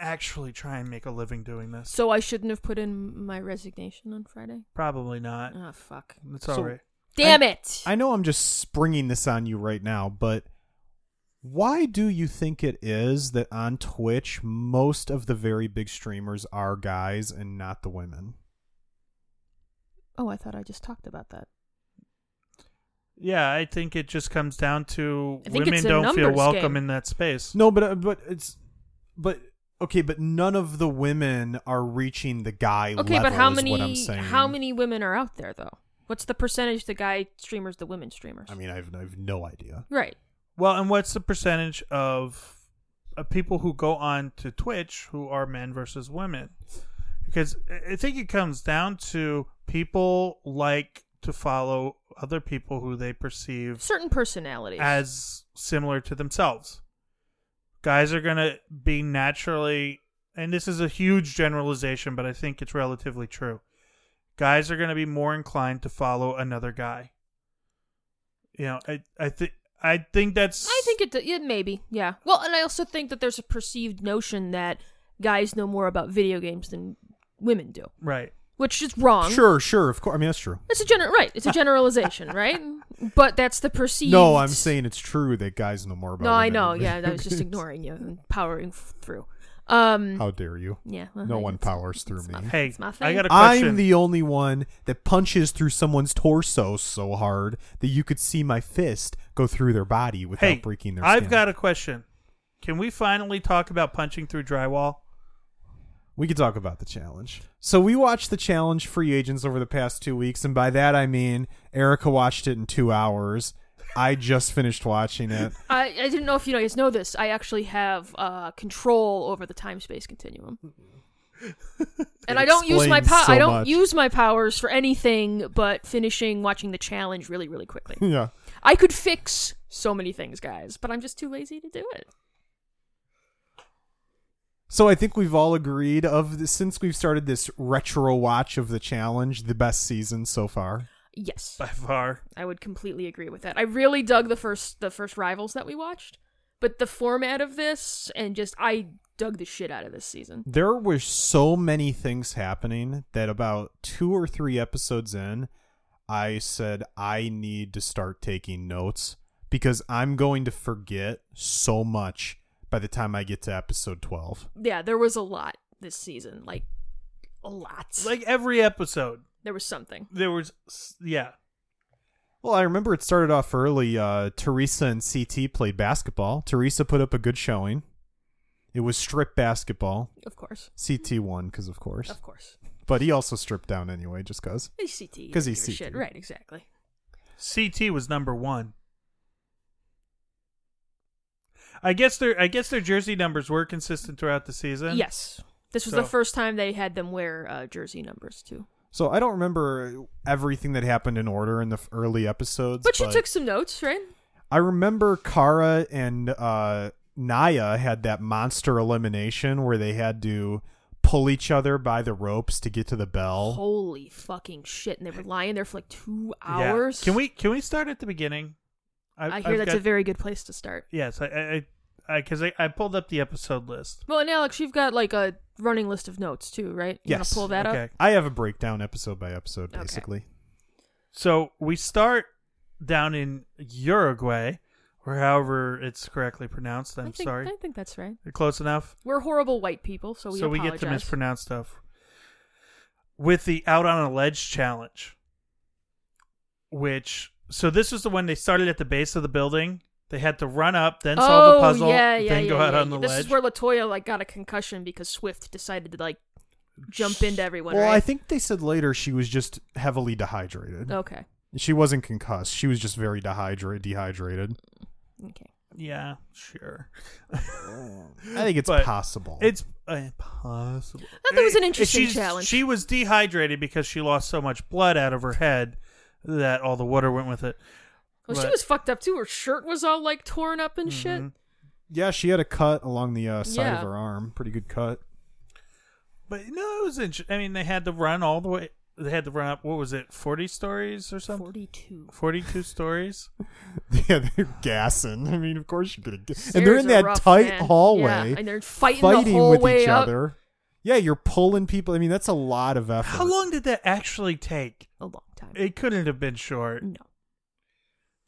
[SPEAKER 1] actually try and make a living doing this.
[SPEAKER 2] So I shouldn't have put in my resignation on Friday.
[SPEAKER 1] Probably not.
[SPEAKER 2] Oh fuck!
[SPEAKER 1] It's all right.
[SPEAKER 3] So-
[SPEAKER 2] Damn
[SPEAKER 3] I-
[SPEAKER 2] it!
[SPEAKER 3] I know I'm just springing this on you right now, but why do you think it is that on Twitch most of the very big streamers are guys and not the women?
[SPEAKER 2] oh, I thought I just talked about that.
[SPEAKER 1] Yeah, I think it just comes down to
[SPEAKER 2] I think
[SPEAKER 1] women
[SPEAKER 2] it's a
[SPEAKER 1] don't feel
[SPEAKER 2] numbers
[SPEAKER 1] welcome
[SPEAKER 2] game.
[SPEAKER 1] in that space.
[SPEAKER 3] No, but uh, but it's but okay, but none of the women are reaching the guy
[SPEAKER 2] Okay,
[SPEAKER 3] level.
[SPEAKER 2] but how
[SPEAKER 3] is what I'm
[SPEAKER 2] many?
[SPEAKER 3] saying.
[SPEAKER 2] How many women are out there though? What's the percentage? The guy streamers, the women streamers.
[SPEAKER 3] I mean, I've I've no idea.
[SPEAKER 2] right.
[SPEAKER 1] Well, and what's the percentage of, of people who go on to Twitch who are men versus women? Because I- I think it comes down to people like to follow other people who they perceive
[SPEAKER 2] Certain personalities.
[SPEAKER 1] as similar to themselves. Guys are going to be naturally, and this is a huge generalization, but I think it's relatively true. Guys are going to be more inclined to follow another guy. You know, I I think I think that's
[SPEAKER 2] I think it, it maybe, yeah. Well, and I also think that there's a perceived notion that guys know more about video games than women do,
[SPEAKER 1] right.
[SPEAKER 2] which is wrong.
[SPEAKER 3] Sure, sure, of course. I mean, that's true.
[SPEAKER 2] It's a general right. It's a generalization, right? But that's the perceived.
[SPEAKER 3] No, I'm saying it's true that guys know more about.
[SPEAKER 2] No, I
[SPEAKER 3] women
[SPEAKER 2] know.
[SPEAKER 3] than
[SPEAKER 2] Yeah, I was just
[SPEAKER 3] games.
[SPEAKER 2] ignoring you and powering f- through. Um.
[SPEAKER 3] How dare you?
[SPEAKER 2] yeah. well,
[SPEAKER 3] No
[SPEAKER 2] I-
[SPEAKER 3] one powers through
[SPEAKER 2] it's
[SPEAKER 3] me.
[SPEAKER 2] my-
[SPEAKER 1] Hey,
[SPEAKER 2] it's my thing.
[SPEAKER 1] I got a question.
[SPEAKER 3] I'm the only one that punches through someone's torso so hard that you could see my fist go through their body without
[SPEAKER 1] hey,
[SPEAKER 3] breaking their
[SPEAKER 1] I've
[SPEAKER 3] skin.
[SPEAKER 1] got a question. Can we finally talk about punching through drywall?
[SPEAKER 3] We could talk about the challenge. So we watched the challenge free agents over the past two weeks, and by that I mean Erica watched it in two hours. I just finished watching it.
[SPEAKER 2] I, I didn't know if you guys know this. I actually have uh, control over the time space continuum. And
[SPEAKER 3] It
[SPEAKER 2] I don't use my
[SPEAKER 3] explains
[SPEAKER 2] pow-
[SPEAKER 3] so
[SPEAKER 2] I don't
[SPEAKER 3] much.
[SPEAKER 2] use my powers for anything but finishing watching the challenge really really quickly.
[SPEAKER 3] yeah.
[SPEAKER 2] I could fix so many things, guys, but I'm just too lazy to do it.
[SPEAKER 3] So I think we've all agreed of the, since we've started this retro watch of the challenge, the best season so far.
[SPEAKER 2] Yes.
[SPEAKER 1] By far.
[SPEAKER 2] I would completely agree with that. I really dug the first the first rivals that we watched, but the format of this and just I dug the shit out of this season.
[SPEAKER 3] There were so many things happening that about two or three episodes in, I said I need to start taking notes because I'm going to forget so much by the time I get to episode 12.
[SPEAKER 2] Yeah, there was a lot this season, like a lot.
[SPEAKER 1] Like every episode,
[SPEAKER 2] there was something.
[SPEAKER 1] there was s- yeah.
[SPEAKER 3] Well, I remember it started off early. Uh, Teresa and CT played basketball. Teresa put up a good showing. It was strip basketball.
[SPEAKER 2] Of course.
[SPEAKER 3] CT won because, of course,
[SPEAKER 2] Of course.
[SPEAKER 3] but he also stripped down anyway, just cause.
[SPEAKER 2] He's CT.
[SPEAKER 3] 'Cause
[SPEAKER 2] don't
[SPEAKER 3] he's
[SPEAKER 2] give a E Shit.
[SPEAKER 1] E.
[SPEAKER 3] CT.
[SPEAKER 2] Right, exactly.
[SPEAKER 1] CT was number one. I guess their I guess their jersey numbers were consistent throughout the season.
[SPEAKER 2] yes. This was
[SPEAKER 1] So-
[SPEAKER 2] the first time they had them wear uh, jersey numbers, too.
[SPEAKER 3] So I don't remember everything that happened in order in the f- early episodes.
[SPEAKER 2] But you took some notes, right?
[SPEAKER 3] I remember Kara and uh, Naya had that monster elimination where they had to pull each other by the ropes to get to the bell.
[SPEAKER 2] Holy fucking shit. And they were lying there for like two
[SPEAKER 1] Yeah.
[SPEAKER 2] hours.
[SPEAKER 1] Can we can we start at the beginning?
[SPEAKER 2] I,
[SPEAKER 1] I've
[SPEAKER 2] hear that's
[SPEAKER 1] got-
[SPEAKER 2] a very good place to start.
[SPEAKER 1] yes. I I because I, 'cause I, I pulled up the episode list.
[SPEAKER 2] Well, and Alex, you've got like a running list of notes, too, right? You
[SPEAKER 3] Yes.
[SPEAKER 2] want to pull that
[SPEAKER 1] okay.
[SPEAKER 2] up?
[SPEAKER 3] I have a breakdown episode by episode,
[SPEAKER 2] Okay.
[SPEAKER 3] basically.
[SPEAKER 1] So we start down in Uruguay, or however it's correctly pronounced. I'm
[SPEAKER 2] I think,
[SPEAKER 1] sorry.
[SPEAKER 2] I think that's right.
[SPEAKER 1] Close enough.
[SPEAKER 2] We're horrible white people, so we
[SPEAKER 1] so we get
[SPEAKER 2] apologize.
[SPEAKER 1] to mispronounce stuff with the out on a ledge challenge which so this was the one they started at the base of the building they had to run up then solve
[SPEAKER 2] oh,
[SPEAKER 1] the puzzle
[SPEAKER 2] Yeah, yeah,
[SPEAKER 1] then
[SPEAKER 2] yeah,
[SPEAKER 1] go out
[SPEAKER 2] yeah,
[SPEAKER 1] on
[SPEAKER 2] yeah.
[SPEAKER 1] the
[SPEAKER 2] this
[SPEAKER 1] ledge
[SPEAKER 2] is where Latoya like got a concussion because Swift decided to like jump into everyone.
[SPEAKER 3] Well,
[SPEAKER 2] right?
[SPEAKER 3] I think they said later she was just heavily dehydrated.
[SPEAKER 2] Okay.
[SPEAKER 3] She wasn't concussed. She was just very dehydrated. Dehydrated.
[SPEAKER 2] Okay.
[SPEAKER 1] yeah sure
[SPEAKER 3] I think it's
[SPEAKER 1] But
[SPEAKER 3] possible.
[SPEAKER 1] it's impossible
[SPEAKER 2] thought that was an
[SPEAKER 1] Eh,
[SPEAKER 2] interesting
[SPEAKER 1] she's-
[SPEAKER 2] challenge.
[SPEAKER 1] she was dehydrated because she lost so much blood out of her head that all the water went with it
[SPEAKER 2] Well, she
[SPEAKER 1] But-
[SPEAKER 2] was fucked up too. Her shirt was all like torn up and shit.
[SPEAKER 3] Mm-hmm.
[SPEAKER 1] Mhm.
[SPEAKER 3] yeah. She had a cut along the uh, side
[SPEAKER 2] Yeah.
[SPEAKER 3] of her arm. Pretty good cut.
[SPEAKER 1] But no, it was. Int- I mean, they had to run all the way they had to run up. What was it? Forty stories or something?
[SPEAKER 2] 42.
[SPEAKER 1] Forty-two stories.
[SPEAKER 3] yeah, they're gassing. I mean, of course you're gonna. Get... And
[SPEAKER 2] Stairs
[SPEAKER 3] they're in
[SPEAKER 2] are
[SPEAKER 3] that
[SPEAKER 2] rough,
[SPEAKER 3] tight
[SPEAKER 2] man.
[SPEAKER 3] hallway,
[SPEAKER 2] Yeah, and they're fighting, the
[SPEAKER 3] fighting
[SPEAKER 2] whole
[SPEAKER 3] with
[SPEAKER 2] way
[SPEAKER 3] each
[SPEAKER 2] up.
[SPEAKER 3] other. Yeah, you're pulling people. I mean, that's a lot of effort.
[SPEAKER 1] How long did that actually take?
[SPEAKER 2] A long time.
[SPEAKER 1] It couldn't have been short.
[SPEAKER 2] no.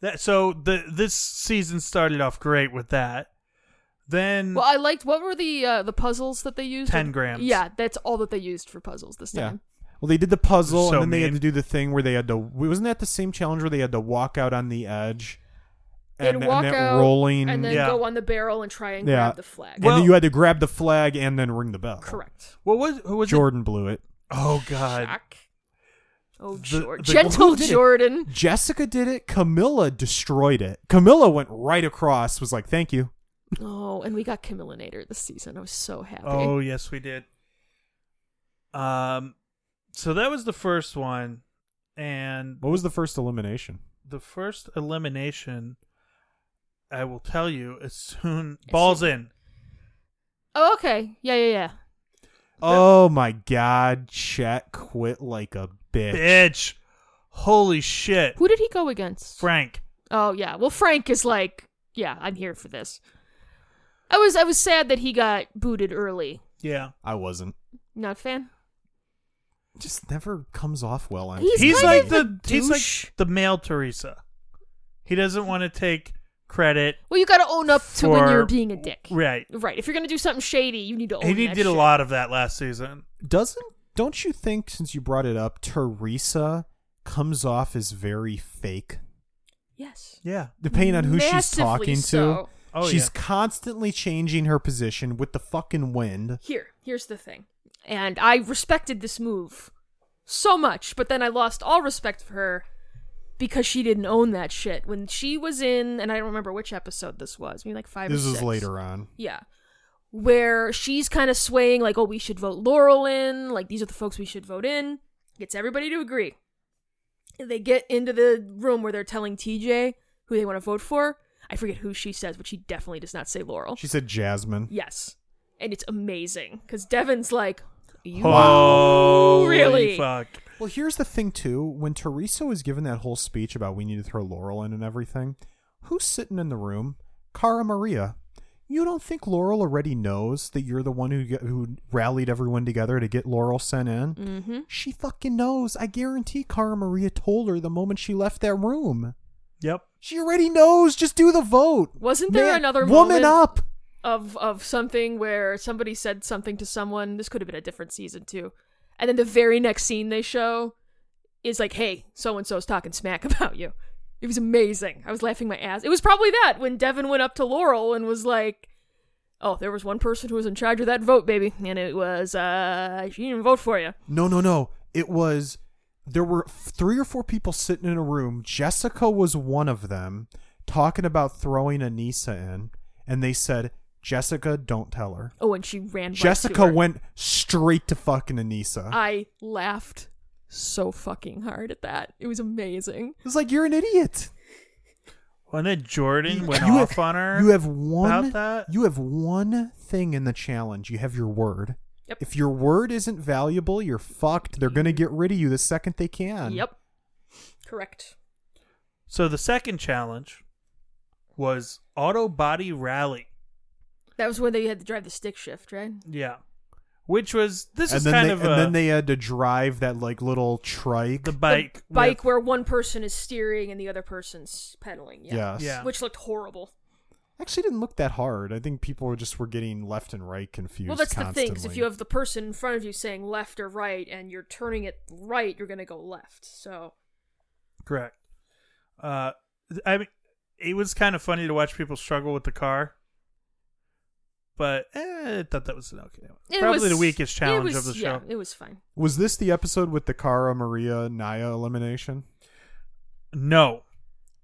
[SPEAKER 1] That so the this season started off great with that. Then
[SPEAKER 2] Well, I liked what were the uh, the puzzles that they used?
[SPEAKER 1] 10 grams.
[SPEAKER 2] Yeah, that's all that they used for puzzles this
[SPEAKER 3] Yeah.
[SPEAKER 2] time.
[SPEAKER 3] Well, they did the puzzle,
[SPEAKER 1] So
[SPEAKER 3] and then they had
[SPEAKER 1] mean.
[SPEAKER 3] to do the thing where they had to. Wasn't that the same challenge where they had to walk out on the edge,
[SPEAKER 2] They'd
[SPEAKER 3] and,
[SPEAKER 2] walk
[SPEAKER 3] and that
[SPEAKER 2] out
[SPEAKER 3] rolling,
[SPEAKER 2] And then
[SPEAKER 1] Yeah.
[SPEAKER 2] go on the barrel and try and
[SPEAKER 3] Yeah.
[SPEAKER 2] grab the flag.
[SPEAKER 3] and
[SPEAKER 1] Well-
[SPEAKER 3] then you had to grab the flag and then ring the bell.
[SPEAKER 2] Correct.
[SPEAKER 1] what was who was it?
[SPEAKER 3] Jordan blew it.
[SPEAKER 1] Oh God!
[SPEAKER 2] Shock. Oh,
[SPEAKER 1] The-
[SPEAKER 2] Jordan.
[SPEAKER 1] the-
[SPEAKER 2] Gentle
[SPEAKER 3] Who did it?
[SPEAKER 2] Jordan.
[SPEAKER 3] Jessica did it. Camilla destroyed it. Camilla went right across. Was like, "Thank you."
[SPEAKER 2] Oh, and we got Camillinator this season. I was so happy.
[SPEAKER 1] Oh yes, we did. Um, so that was the first one, and
[SPEAKER 3] What was the first elimination?
[SPEAKER 1] the first elimination. I will tell you as soon. Balls in.
[SPEAKER 2] Oh, okay. Yeah, yeah, yeah.
[SPEAKER 3] Oh my God! Chet quit like a bitch.
[SPEAKER 1] Bitch. Holy shit.
[SPEAKER 2] Who did he go against?
[SPEAKER 1] Frank.
[SPEAKER 2] Oh yeah. Well, Frank is like, yeah, I'm here for this. I was I was sad that he got booted early.
[SPEAKER 1] Yeah.
[SPEAKER 3] I wasn't.
[SPEAKER 2] Not a fan.
[SPEAKER 3] Just never comes off well. on
[SPEAKER 2] He's
[SPEAKER 1] He's,
[SPEAKER 3] TV.
[SPEAKER 2] kind
[SPEAKER 1] like
[SPEAKER 2] of
[SPEAKER 1] the
[SPEAKER 2] a
[SPEAKER 1] he's
[SPEAKER 2] douche.
[SPEAKER 1] like the male Teresa. He doesn't want to take credit.
[SPEAKER 2] Well, you got to own up to when
[SPEAKER 1] For-
[SPEAKER 2] you're being a dick.
[SPEAKER 1] Right.
[SPEAKER 2] Right. If you're gonna do something shady, you need to own.
[SPEAKER 1] He did
[SPEAKER 2] that
[SPEAKER 1] did a
[SPEAKER 2] shit.
[SPEAKER 1] lot of that last season.
[SPEAKER 3] doesn't don't you think since you brought it up teresa comes off as very fake
[SPEAKER 2] Yes.
[SPEAKER 1] Yeah.
[SPEAKER 3] depending on who she's
[SPEAKER 2] Massively
[SPEAKER 3] talking
[SPEAKER 2] so.
[SPEAKER 3] to
[SPEAKER 1] Oh
[SPEAKER 3] she's
[SPEAKER 1] yeah.
[SPEAKER 3] constantly changing her position with the fucking wind
[SPEAKER 2] Here, here's the thing, and I respected this move so much, but then I lost all respect for her because she didn't own that shit when she was in, and I don't remember which episode this was. Maybe like five.
[SPEAKER 3] this
[SPEAKER 2] or
[SPEAKER 3] is
[SPEAKER 2] six.
[SPEAKER 3] later on
[SPEAKER 2] Yeah. Where she's kind of swaying, like, oh, we should vote Laurel in. Like, these are the folks we should vote in. Gets everybody to agree. They get into the room where they're telling TJ who they want to vote for. I forget who she says, but she definitely does not say Laurel.
[SPEAKER 3] she said jasmine
[SPEAKER 2] Yes. And it's amazing because Devin's like, you
[SPEAKER 1] Oh, Holy
[SPEAKER 2] really?
[SPEAKER 1] fuck.
[SPEAKER 3] well here's the thing too when teresa was given that whole speech about we need to throw laurel in and everything who's sitting in the room cara maria you don't think Laurel already knows that you're the one who get- who rallied everyone together to get Laurel sent in?
[SPEAKER 2] Mm-hmm.
[SPEAKER 3] She fucking knows. I guarantee Cara Maria told her the moment she left that room.
[SPEAKER 1] Yep.
[SPEAKER 3] She already knows. Just do the vote.
[SPEAKER 2] Wasn't there another
[SPEAKER 3] woman
[SPEAKER 2] moment-
[SPEAKER 3] up?
[SPEAKER 2] of of something where somebody said something to someone. This could have been a different season too. And then the very next scene they show is like, "Hey, so and so's talking smack about you." It was amazing. I was laughing my ass. It was probably that when Devin went up to Laurel and was like, "Oh, there was one person who was in charge of that vote, baby, and it was uh, she didn't vote for you."
[SPEAKER 3] No, no, no. It was. There were three or four people sitting in a room. Jessica was one of them, talking about throwing Anissa in, and they said, "Jessica, don't tell her."
[SPEAKER 2] Oh, and she ran. right to
[SPEAKER 3] Jessica
[SPEAKER 2] her.
[SPEAKER 3] went straight to fucking Anissa.
[SPEAKER 1] Uh,
[SPEAKER 2] I laughed so fucking hard at that. It was amazing.
[SPEAKER 3] it's like you're an idiot.
[SPEAKER 1] When then Jordan went
[SPEAKER 3] You
[SPEAKER 1] off
[SPEAKER 3] have-
[SPEAKER 1] on her.
[SPEAKER 3] You have one.
[SPEAKER 1] about that?
[SPEAKER 3] You have one thing in the challenge. You have your word.
[SPEAKER 2] Yep.
[SPEAKER 3] If your word isn't valuable, you're fucked. They're gonna get rid of you the second they can.
[SPEAKER 2] Yep. Correct.
[SPEAKER 1] So the second challenge was auto body rally.
[SPEAKER 2] That was when they had to drive the stick shift, right?
[SPEAKER 1] Yeah. Which was this
[SPEAKER 3] and
[SPEAKER 1] is
[SPEAKER 3] then
[SPEAKER 1] kind
[SPEAKER 3] they,
[SPEAKER 1] of
[SPEAKER 3] and
[SPEAKER 1] a,
[SPEAKER 3] then they had to drive that like little trike.
[SPEAKER 1] the bike
[SPEAKER 2] the bike
[SPEAKER 1] with-
[SPEAKER 2] where one person is steering and the other person's pedaling. Yeah.
[SPEAKER 3] Yes.
[SPEAKER 1] Yeah.
[SPEAKER 2] Which looked horrible.
[SPEAKER 3] Actually, it didn't look that hard. I think people were just were getting left and right confused.
[SPEAKER 2] well, that's the thing. 'cause
[SPEAKER 3] constantly.
[SPEAKER 2] if you have the person in front of you saying left or right, and you're turning it right, you're gonna go left. So
[SPEAKER 1] correct. Uh, I mean, it was kind of funny to watch people struggle with the car, but eh, I thought that was an okay. one.
[SPEAKER 2] it
[SPEAKER 1] Probably
[SPEAKER 2] was-
[SPEAKER 1] the weakest
[SPEAKER 2] it
[SPEAKER 1] challenge
[SPEAKER 2] was-
[SPEAKER 1] of the
[SPEAKER 2] yeah,
[SPEAKER 1] show.
[SPEAKER 2] it was fine.
[SPEAKER 3] was this the episode with the Cara Maria Naya elimination?
[SPEAKER 1] No,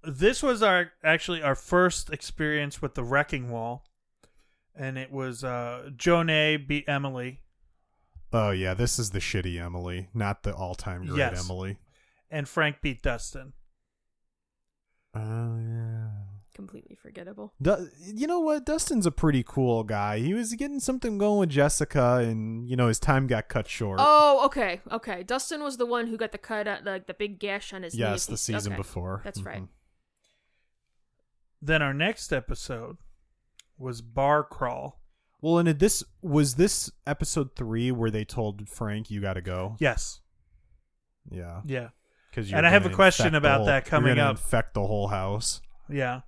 [SPEAKER 1] this was our actually our first experience with the wrecking wall, and it was uh, Jonay beat Emily.
[SPEAKER 3] Oh yeah, this is the shitty Emily, not the all-time great
[SPEAKER 1] Yes.
[SPEAKER 3] Emily.
[SPEAKER 1] and Frank beat Dustin.
[SPEAKER 3] Oh yeah.
[SPEAKER 2] completely forgettable.
[SPEAKER 3] Du- you know what? Dustin's a pretty cool guy. He was getting something going with Jessica, and you know his time got cut short.
[SPEAKER 2] Oh, okay, okay. Dustin was the one who got the cut, at, like the big gash on his knee.
[SPEAKER 3] yes,
[SPEAKER 2] if
[SPEAKER 3] the
[SPEAKER 2] he's-
[SPEAKER 3] season
[SPEAKER 2] okay.
[SPEAKER 3] before.
[SPEAKER 2] That's
[SPEAKER 1] Mm-hmm.
[SPEAKER 2] right.
[SPEAKER 3] Mhm.
[SPEAKER 1] Then our next episode was Bar Crawl.
[SPEAKER 3] Well, and it- this was this episode three where they told Frank, "You got to go."
[SPEAKER 1] Yes.
[SPEAKER 3] Yeah,
[SPEAKER 1] Yeah.
[SPEAKER 3] because
[SPEAKER 1] And I have a question about that coming
[SPEAKER 3] you're gonna
[SPEAKER 1] up.
[SPEAKER 3] Infect the whole house.
[SPEAKER 1] Yeah.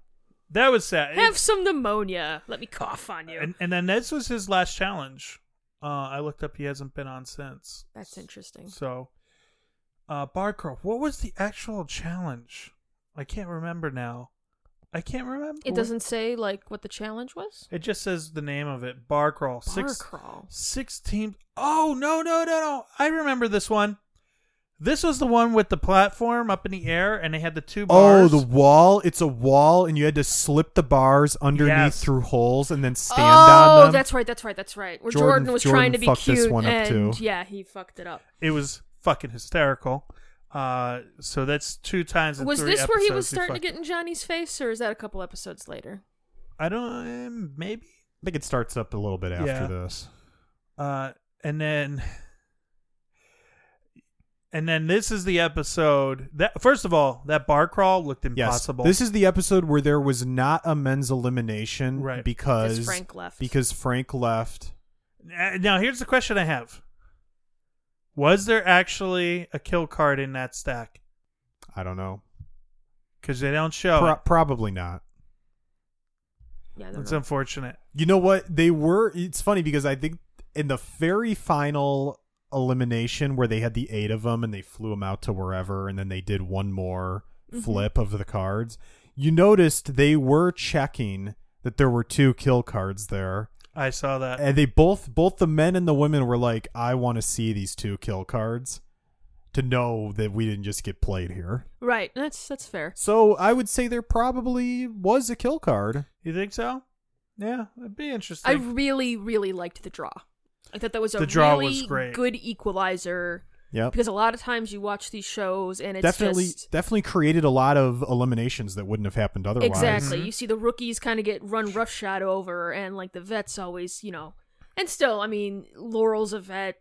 [SPEAKER 1] That was sad.
[SPEAKER 2] Have some pneumonia. Let me cough on you.
[SPEAKER 1] and, and then this was his last challenge. Uh, I looked up; he hasn't been on since.
[SPEAKER 2] That's interesting.
[SPEAKER 1] So, uh, Barcrow, what was the actual challenge? I can't remember now. I can't remember.
[SPEAKER 2] It doesn't say like what the challenge was.
[SPEAKER 1] It just says the name of it. Bar crawl.
[SPEAKER 2] Bar
[SPEAKER 1] Six,
[SPEAKER 2] crawl.
[SPEAKER 1] six teams. Oh no no no no! I remember this one. This was the one with the platform up in the air, and they had the two
[SPEAKER 3] Oh,
[SPEAKER 1] bars.
[SPEAKER 3] the wall! It's a wall, and you had to slip the bars underneath
[SPEAKER 1] Yes.
[SPEAKER 3] through holes, and then stand
[SPEAKER 2] oh,
[SPEAKER 3] on them.
[SPEAKER 2] that's right, that's right, that's right. Where
[SPEAKER 3] Jordan-
[SPEAKER 2] Jordan, was
[SPEAKER 3] Jordan
[SPEAKER 2] trying to be
[SPEAKER 3] fucked
[SPEAKER 2] cute
[SPEAKER 3] this one up,
[SPEAKER 2] and
[SPEAKER 3] too.
[SPEAKER 2] yeah, he fucked it up.
[SPEAKER 1] It was fucking hysterical. Uh, so that's two times. In
[SPEAKER 2] Was
[SPEAKER 1] three
[SPEAKER 2] this where he
[SPEAKER 1] episodes
[SPEAKER 2] was starting to
[SPEAKER 1] fucked-
[SPEAKER 2] get in Johnny's face, or is that a couple episodes later?
[SPEAKER 1] I don't. um, Maybe.
[SPEAKER 3] I think it starts up a little bit after
[SPEAKER 1] Yeah.
[SPEAKER 3] this.
[SPEAKER 1] Uh, and then and then this is the episode that first of all that bar crawl looked
[SPEAKER 3] Yes,
[SPEAKER 1] impossible
[SPEAKER 3] this is the episode where there was not a men's elimination,
[SPEAKER 1] Right.
[SPEAKER 3] Because
[SPEAKER 2] Frank left.
[SPEAKER 3] Because Frank left.
[SPEAKER 1] Uh, now here's the question i have was there actually a kill card in that stack
[SPEAKER 3] I don't know.
[SPEAKER 1] because they don't show
[SPEAKER 3] Pro-
[SPEAKER 1] it.
[SPEAKER 3] probably not.
[SPEAKER 2] Yeah, I don't
[SPEAKER 1] it's
[SPEAKER 2] know.
[SPEAKER 1] unfortunate
[SPEAKER 3] You know what? They were. It's funny because I think in the very final elimination where they had the eight of them and they flew them out to wherever and then they did one more
[SPEAKER 2] Mhm.
[SPEAKER 3] flip of the cards, you noticed they were checking that there were two kill cards there.
[SPEAKER 1] i saw that
[SPEAKER 3] And they both, both the men and the women were like, I want to see these two kill cards to know that we didn't just get played here.
[SPEAKER 2] right. That's that's fair.
[SPEAKER 3] So I would say there probably was a kill card.
[SPEAKER 1] you think so yeah it'd be interesting
[SPEAKER 2] I really, really liked the draw. I thought that was a
[SPEAKER 1] The draw
[SPEAKER 2] really
[SPEAKER 1] was great.
[SPEAKER 2] good equalizer
[SPEAKER 3] Yep.
[SPEAKER 2] because a lot of times you watch these shows and it's
[SPEAKER 3] definitely
[SPEAKER 2] just
[SPEAKER 3] definitely created a lot of eliminations that wouldn't have happened otherwise.
[SPEAKER 2] exactly
[SPEAKER 1] Mhm.
[SPEAKER 2] you see the rookies kind of get run roughshod over, and like the vets always, you know, and still, I mean, Laurel's a vet,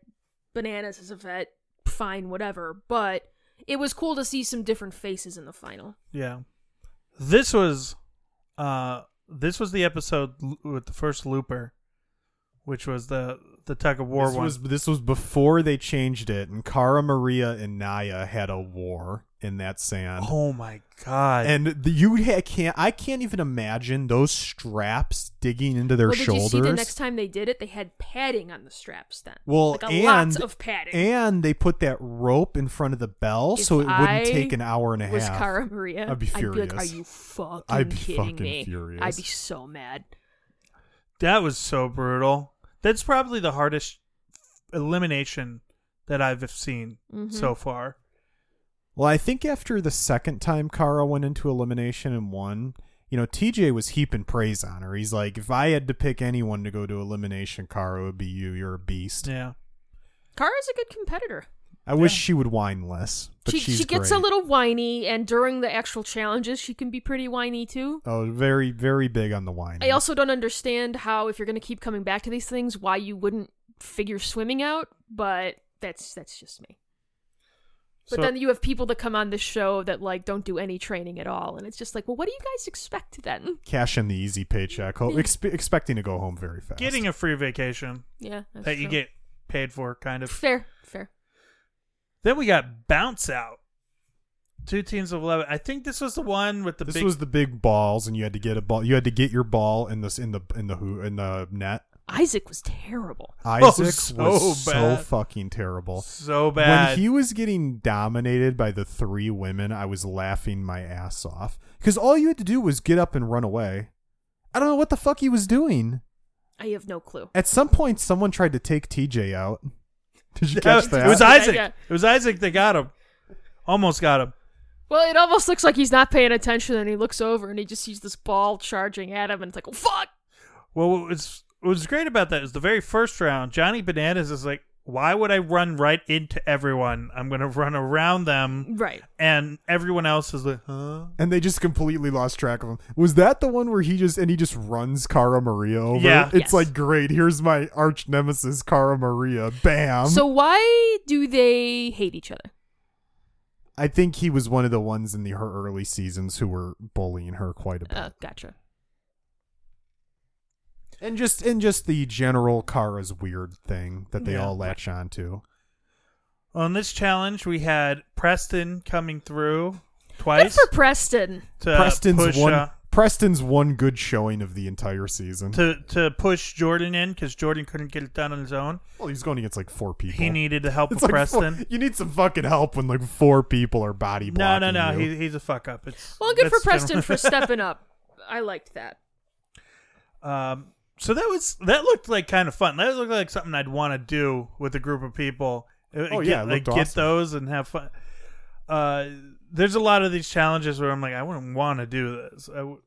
[SPEAKER 2] Bananas is a vet, fine, whatever, but. It was cool to see some different faces in the final.
[SPEAKER 1] yeah this was uh this was the episode l- with the first looper which was the the tug of war
[SPEAKER 3] this
[SPEAKER 1] one
[SPEAKER 3] was this was before they changed it, and Cara Maria and Naya had a war in that sand.
[SPEAKER 1] Oh my god!
[SPEAKER 3] And the, you ha- can't. I can't even imagine those straps digging into their
[SPEAKER 2] well, did
[SPEAKER 3] shoulders.
[SPEAKER 2] you see the next time they did it? They had padding on the straps then.
[SPEAKER 3] Well,
[SPEAKER 2] like a
[SPEAKER 3] and
[SPEAKER 2] lot of padding.
[SPEAKER 3] and they put that rope in front of the bell
[SPEAKER 2] If
[SPEAKER 3] so it
[SPEAKER 2] I
[SPEAKER 3] wouldn't take an hour and a half.
[SPEAKER 2] was Cara Maria,
[SPEAKER 3] I'd be
[SPEAKER 2] I'd be like,
[SPEAKER 3] furious.
[SPEAKER 2] are you fucking
[SPEAKER 3] I'd be
[SPEAKER 2] kidding
[SPEAKER 3] fucking
[SPEAKER 2] me?
[SPEAKER 3] furious.
[SPEAKER 2] I'd be so mad.
[SPEAKER 1] that was so brutal. That's probably the hardest elimination that I've seen
[SPEAKER 2] Mhm.
[SPEAKER 1] so far.
[SPEAKER 3] Well, I think after the second time Kara went into elimination and won, you know, TJ was heaping praise on her. He's like, if I had to pick anyone to go to elimination, Kara would be you. You're a beast.
[SPEAKER 1] Yeah,
[SPEAKER 2] Kara's a good competitor.
[SPEAKER 3] I wish
[SPEAKER 1] Yeah.
[SPEAKER 3] she would whine less, but
[SPEAKER 2] she
[SPEAKER 3] she's
[SPEAKER 2] she gets a
[SPEAKER 3] great.
[SPEAKER 2] little whiny, and during the actual challenges, she can be pretty whiny too.
[SPEAKER 3] Oh, very, very big on the whine.
[SPEAKER 2] I also don't understand how, if you're going to keep coming back to these things, why you wouldn't figure swimming out. But that's that's just me. But
[SPEAKER 1] So-
[SPEAKER 2] then you have people that come on this show that like don't do any training at all, and it's just like, well, what do you guys expect then?
[SPEAKER 3] cash in the easy paycheck, ho- expe- expecting to go home very fast.
[SPEAKER 1] getting a free vacation
[SPEAKER 2] Yeah, that's
[SPEAKER 1] that you
[SPEAKER 2] true.
[SPEAKER 1] get paid for, kind of.
[SPEAKER 2] fair, fair.
[SPEAKER 1] Then we got bounce out. Two teams of eleven. I think this was the one with the
[SPEAKER 3] this
[SPEAKER 1] big.
[SPEAKER 3] was the big balls, and you had to get a ball. You had to get your ball in this in the in the who in the net.
[SPEAKER 2] Isaac was terrible.
[SPEAKER 3] Isaac
[SPEAKER 1] Oh, so
[SPEAKER 3] was so
[SPEAKER 1] bad.
[SPEAKER 3] fucking terrible.
[SPEAKER 1] so bad.
[SPEAKER 3] When he was getting dominated by the three women, I was laughing my ass off because all you had to do was get up and run away. I don't know what the fuck he was doing.
[SPEAKER 2] I have no clue.
[SPEAKER 3] At some point, someone tried to take TJ out. Did you
[SPEAKER 1] That-
[SPEAKER 3] catch that?
[SPEAKER 1] It was
[SPEAKER 2] I-
[SPEAKER 1] Isaac.
[SPEAKER 2] Yeah.
[SPEAKER 1] It was Isaac that got him. Almost got him.
[SPEAKER 2] Well, it almost looks like he's not paying attention, and he looks over and he just sees this ball charging at him, and it's like, oh, fuck!
[SPEAKER 1] Well, what was what was great about that is the very first round. Johnny Bananas is like, why would I run right into everyone? I'm going to run around them.
[SPEAKER 2] Right.
[SPEAKER 1] And everyone else is like, huh?
[SPEAKER 3] And they just completely lost track of him. Was that the one where he just and he just runs Cara Maria over?
[SPEAKER 1] Yeah.
[SPEAKER 3] It's
[SPEAKER 2] Yes.
[SPEAKER 3] like great, here's my arch nemesis, Cara Maria.
[SPEAKER 1] Um,
[SPEAKER 3] Bam.
[SPEAKER 2] so why do they hate each other?
[SPEAKER 3] I think he was one of the ones in the her early seasons who were bullying her quite a bit.
[SPEAKER 2] Uh, gotcha.
[SPEAKER 3] and just and just the general Kara's weird thing that they
[SPEAKER 1] Yeah.
[SPEAKER 3] all latch on to.
[SPEAKER 1] On this challenge, we had Preston coming through
[SPEAKER 2] Good
[SPEAKER 1] twice.
[SPEAKER 2] for Preston.
[SPEAKER 1] to
[SPEAKER 3] Preston's
[SPEAKER 1] push,
[SPEAKER 3] one
[SPEAKER 1] uh,
[SPEAKER 3] Preston's one good showing of the entire season.
[SPEAKER 1] to to push Jordan in because Jordan couldn't get it done on his own.
[SPEAKER 3] well, he's going against like four people.
[SPEAKER 1] He needed the help
[SPEAKER 3] it's
[SPEAKER 1] of
[SPEAKER 3] like four-
[SPEAKER 1] Preston.
[SPEAKER 3] you need some fucking help when like four people are body
[SPEAKER 1] no,
[SPEAKER 3] blocking.
[SPEAKER 1] no, no.
[SPEAKER 3] you.
[SPEAKER 1] He, he's a fuck up. It's
[SPEAKER 2] Well, good for
[SPEAKER 1] that's
[SPEAKER 2] Preston
[SPEAKER 1] general-
[SPEAKER 2] for stepping up. I liked that.
[SPEAKER 1] Um, so that was that looked like kind of fun. That looked like something I'd want to do with a group of people. Uh,
[SPEAKER 3] Oh,
[SPEAKER 1] get,
[SPEAKER 3] yeah, it
[SPEAKER 1] like
[SPEAKER 3] looked
[SPEAKER 1] get
[SPEAKER 3] awesome.
[SPEAKER 1] those and have fun. Uh, there's a lot of these challenges where I'm like, I wouldn't want to do this. I w-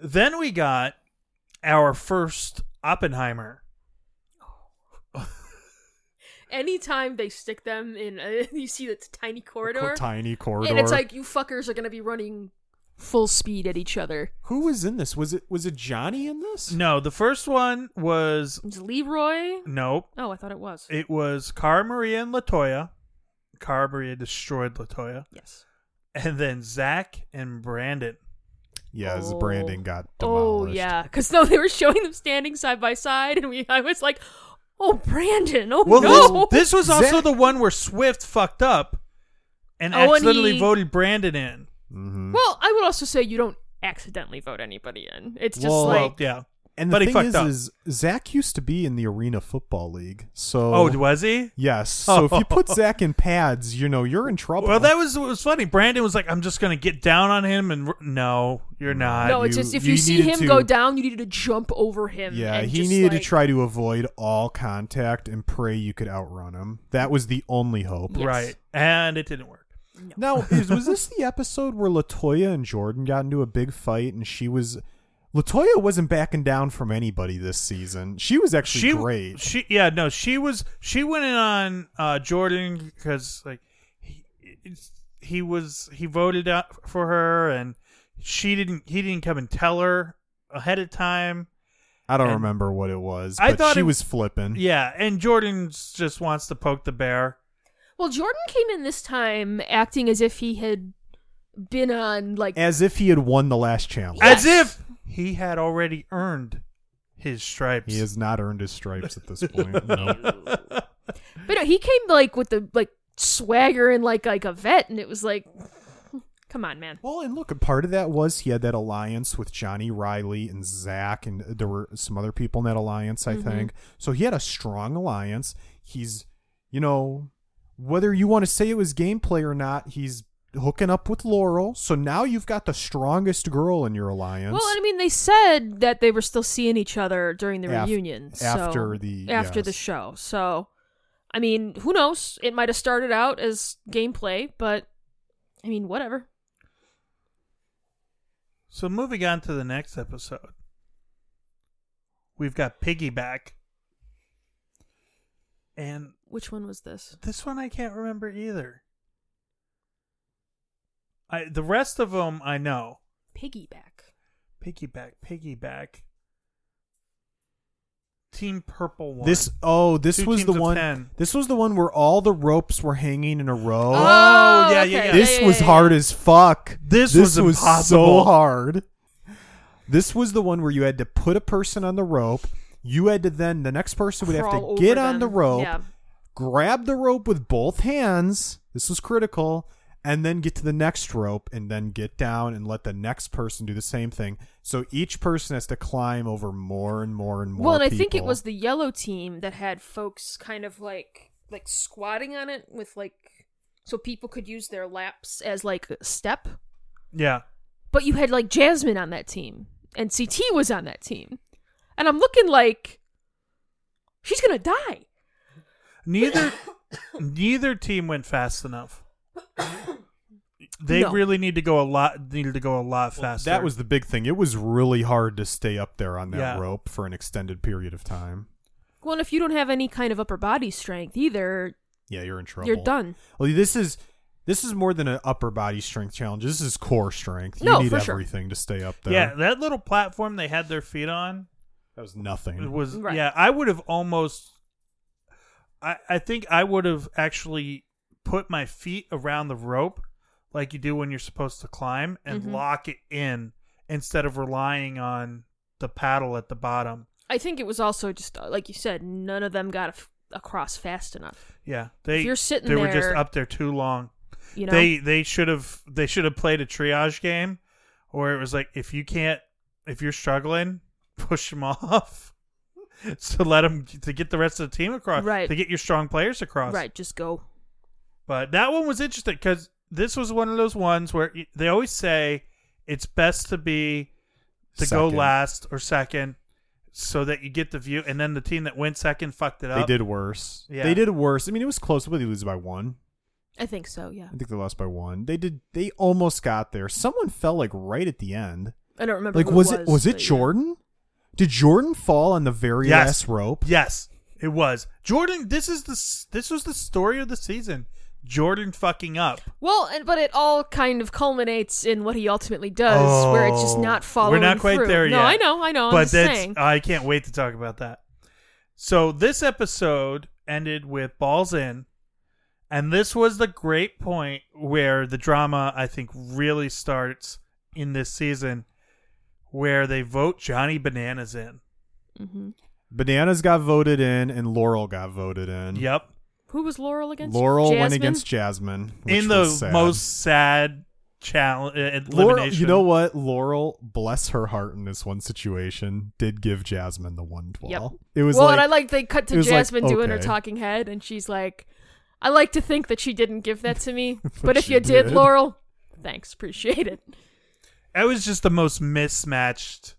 [SPEAKER 1] then we got our first Oppenheimer.
[SPEAKER 2] Anytime they stick them in, uh, you see that tiny
[SPEAKER 3] A co-
[SPEAKER 2] corridor,
[SPEAKER 3] tiny corridor.
[SPEAKER 2] and it's like you fuckers are gonna be running full speed at each other.
[SPEAKER 3] who was in this? Was it was it Johnny in this?
[SPEAKER 1] No, the first one was
[SPEAKER 2] It's Leroy.
[SPEAKER 1] nope.
[SPEAKER 2] Oh, I thought it was.
[SPEAKER 1] It was Cara Maria and Latoya. Cara Maria destroyed Latoya,
[SPEAKER 2] yes.
[SPEAKER 1] and then Zach and Brandon.
[SPEAKER 3] Yeah, his
[SPEAKER 2] Oh.
[SPEAKER 3] Brandon got
[SPEAKER 2] Oh
[SPEAKER 3] demolished.
[SPEAKER 2] yeah, because no, they were showing them standing side by side, and we, I was like, "Oh, Brandon! Oh
[SPEAKER 1] Well,
[SPEAKER 2] no!"
[SPEAKER 1] this, this was also
[SPEAKER 3] Zach-
[SPEAKER 1] the one where Swift fucked up and
[SPEAKER 2] Oh, and
[SPEAKER 1] accidentally
[SPEAKER 2] he-
[SPEAKER 1] voted Brandon in.
[SPEAKER 3] Mhm.
[SPEAKER 2] well, I would also say you don't accidentally vote anybody in. It's just
[SPEAKER 3] Well,
[SPEAKER 1] Well,
[SPEAKER 2] like
[SPEAKER 1] yeah.
[SPEAKER 3] and the
[SPEAKER 1] but he
[SPEAKER 3] thing
[SPEAKER 1] fucked
[SPEAKER 3] is,
[SPEAKER 1] up.
[SPEAKER 3] is Zach used to be in the Arena Football League, so
[SPEAKER 1] Oh, was he?
[SPEAKER 3] yes. So if you put Zach in pads, you know you're in trouble.
[SPEAKER 1] Well, that was what was funny. Brandon was like, "I'm just gonna get down on him," and r- no, you're not.
[SPEAKER 2] no. It's
[SPEAKER 3] you-
[SPEAKER 2] just if
[SPEAKER 3] you
[SPEAKER 2] you, see
[SPEAKER 3] needed
[SPEAKER 2] him
[SPEAKER 3] to-
[SPEAKER 2] go down, you needed to jump over him.
[SPEAKER 3] yeah,
[SPEAKER 2] and
[SPEAKER 3] he
[SPEAKER 2] just,
[SPEAKER 3] needed
[SPEAKER 2] like-
[SPEAKER 3] to try to avoid all contact and pray you could outrun him. That was the only hope.
[SPEAKER 2] Yes.
[SPEAKER 1] Right, and it didn't work.
[SPEAKER 3] Now, is, was this the episode where Latoya and Jordan got into a big fight, and she was Latoya wasn't backing down from anybody this season. She was actually
[SPEAKER 1] she
[SPEAKER 3] great.
[SPEAKER 1] She yeah no she was she went in on uh, Jordan because like he, it's- he was he voted out for her and she didn't he didn't come and tell her ahead of time
[SPEAKER 3] I don't
[SPEAKER 1] and-
[SPEAKER 3] remember what it was. But
[SPEAKER 1] I thought
[SPEAKER 3] she
[SPEAKER 1] it-
[SPEAKER 3] was flipping.
[SPEAKER 1] yeah and Jordan just wants to poke the bear
[SPEAKER 2] Well, Jordan came in this time acting as if he had been on like
[SPEAKER 3] as if he had won the last challenge.
[SPEAKER 2] Yeah.
[SPEAKER 1] as
[SPEAKER 2] Yes.
[SPEAKER 1] if he had already earned his stripes
[SPEAKER 3] He has not earned his stripes at this point. no.
[SPEAKER 2] But no, he came like with the like swagger and like like a vet, and it was like, come on, man.
[SPEAKER 3] Well, and look, a part of that was he had that alliance with Johnny Riley and Zach, and there were some other people in that alliance,
[SPEAKER 2] Mm-hmm.
[SPEAKER 3] I think. So he had a strong alliance. He's, you know, whether you want to say it was gameplay or not, he's hooking up with Laurel. So now you've got the strongest girl in your alliance.
[SPEAKER 2] Well, and I mean, they said that they were still seeing each other during the
[SPEAKER 3] Af-
[SPEAKER 2] reunion. so-
[SPEAKER 3] after the-
[SPEAKER 2] after the
[SPEAKER 3] yes.
[SPEAKER 2] show. So, I mean, who knows? It might have started out as gameplay, but I mean, whatever.
[SPEAKER 1] so moving on to the next episode we've got piggyback and
[SPEAKER 2] Which one was this?
[SPEAKER 1] This one I can't remember either. I the rest of them I know.
[SPEAKER 2] Piggyback.
[SPEAKER 1] Piggyback, piggyback. Team Purple one.
[SPEAKER 3] this oh this
[SPEAKER 1] Two
[SPEAKER 3] was
[SPEAKER 1] teams
[SPEAKER 3] the
[SPEAKER 1] of
[SPEAKER 3] one
[SPEAKER 1] 10.
[SPEAKER 3] this was the one where all the ropes were hanging in a row.
[SPEAKER 1] Oh, yeah, yeah, yeah.
[SPEAKER 3] This
[SPEAKER 2] yeah,
[SPEAKER 3] was
[SPEAKER 2] yeah,
[SPEAKER 3] hard
[SPEAKER 2] yeah.
[SPEAKER 3] as fuck.
[SPEAKER 1] This was
[SPEAKER 3] so
[SPEAKER 1] impossible.
[SPEAKER 3] hard. This was the one where you had to put a person on the rope. You had to then the next person would have
[SPEAKER 2] Crawl
[SPEAKER 3] to
[SPEAKER 2] over
[SPEAKER 3] get on
[SPEAKER 2] them.
[SPEAKER 3] the rope,
[SPEAKER 2] Yeah.
[SPEAKER 3] grab the rope with both hands. This was critical, and then get to the next rope and then get down and let the next person do the same thing. So each person has to climb over more and more and more.
[SPEAKER 2] Well, and I think it
[SPEAKER 3] people.
[SPEAKER 2] was the yellow team that had folks kind of like like squatting on it with like so people could use their laps as like a step.
[SPEAKER 1] Yeah.
[SPEAKER 2] But you had like Jasmine on that team and CT was on that team. And I'm looking like she's going to die.
[SPEAKER 1] Neither neither team went fast enough. They
[SPEAKER 2] No.
[SPEAKER 1] really need to go a lot needed to go a lot
[SPEAKER 3] Well,
[SPEAKER 1] faster.
[SPEAKER 3] that was the big thing. It was really hard to stay up there on that
[SPEAKER 1] Yeah.
[SPEAKER 3] rope for an extended period of time.
[SPEAKER 2] Well, and if you don't have any kind of upper body strength either,
[SPEAKER 3] Yeah, you're in trouble.
[SPEAKER 2] you're done.
[SPEAKER 3] Well, this is this is more than an upper body strength challenge. This is core strength. You
[SPEAKER 2] No,
[SPEAKER 3] need
[SPEAKER 2] for sure.
[SPEAKER 3] everything to stay up there.
[SPEAKER 1] Yeah, that little platform they had their feet on
[SPEAKER 3] that was nothing.
[SPEAKER 1] It was
[SPEAKER 2] Right.
[SPEAKER 1] yeah. I would have almost. I I think I would have actually put my feet around the rope, like you do when you're supposed to climb, and
[SPEAKER 2] Mhm.
[SPEAKER 1] lock it in instead of relying on the paddle at the bottom.
[SPEAKER 2] I think it was also just uh, like you said, none of them got af- across fast enough.
[SPEAKER 1] Yeah, they
[SPEAKER 2] If you're sitting
[SPEAKER 1] they were just
[SPEAKER 2] there,
[SPEAKER 1] up there too long.
[SPEAKER 2] You know,
[SPEAKER 1] They they should have they should have played a triage game, or it was like if you can't if you're struggling, push them off. to let them to get the rest of the team across,
[SPEAKER 2] Right.
[SPEAKER 1] To get your strong players across,
[SPEAKER 2] right? Just go.
[SPEAKER 1] But that one was interesting because this was one of those ones where y- they always say it's best to be to go
[SPEAKER 3] Second.
[SPEAKER 1] last or second so that you get the view, and then the team that went second fucked it
[SPEAKER 3] They
[SPEAKER 1] up.
[SPEAKER 3] did worse.
[SPEAKER 1] Yeah.
[SPEAKER 3] They did worse. I mean, it was close. What did they lose by one?
[SPEAKER 2] I think so. Yeah,
[SPEAKER 3] I think they lost by one. They did. They almost got there. Someone fell like right at the end.
[SPEAKER 2] I don't remember.
[SPEAKER 3] Like
[SPEAKER 2] who
[SPEAKER 3] was
[SPEAKER 2] it
[SPEAKER 3] it was it
[SPEAKER 2] but yeah.
[SPEAKER 3] Jordan? Did Jordan fall on the very
[SPEAKER 1] Yes.
[SPEAKER 3] last rope?
[SPEAKER 1] Yes, it was Jordan. This is the s- this was the story of the season. Jordan fucking up.
[SPEAKER 2] Well, and but it all kind of culminates in what he ultimately does, where it's just
[SPEAKER 1] Oh,
[SPEAKER 2] not following.
[SPEAKER 1] We're not quite
[SPEAKER 2] through.
[SPEAKER 1] there
[SPEAKER 2] no,
[SPEAKER 1] yet.
[SPEAKER 2] I know, I know.
[SPEAKER 1] But uh,
[SPEAKER 2] I'm just
[SPEAKER 1] that's
[SPEAKER 2] saying.
[SPEAKER 1] I can't wait to talk about that. So this episode ended with balls in, and this was the great point where the drama I think really starts in this season, where they vote Johnny Bananas in.
[SPEAKER 2] hmm
[SPEAKER 3] Bananas got voted in, and Laurel got voted in.
[SPEAKER 1] Yep,
[SPEAKER 2] Who was Laurel against?
[SPEAKER 3] Laurel went
[SPEAKER 2] Jasmine?
[SPEAKER 3] against Jasmine which
[SPEAKER 1] in the
[SPEAKER 3] was sad.
[SPEAKER 1] most sad challenge elimination.
[SPEAKER 3] Laurel, you know what? Laurel, bless her heart in this one situation, did give Jasmine the one twelve. It was
[SPEAKER 2] well,
[SPEAKER 3] like,
[SPEAKER 2] and I like they cut
[SPEAKER 3] it
[SPEAKER 2] to
[SPEAKER 3] was like,
[SPEAKER 2] Jasmine doing her
[SPEAKER 3] okay.
[SPEAKER 2] talking head, and she's like, "I like to think that she didn't give that to me, but,
[SPEAKER 3] But
[SPEAKER 2] if
[SPEAKER 3] she
[SPEAKER 2] you did,
[SPEAKER 3] did."
[SPEAKER 2] Laurel, thanks, appreciate it."
[SPEAKER 1] It was just the most mismatched.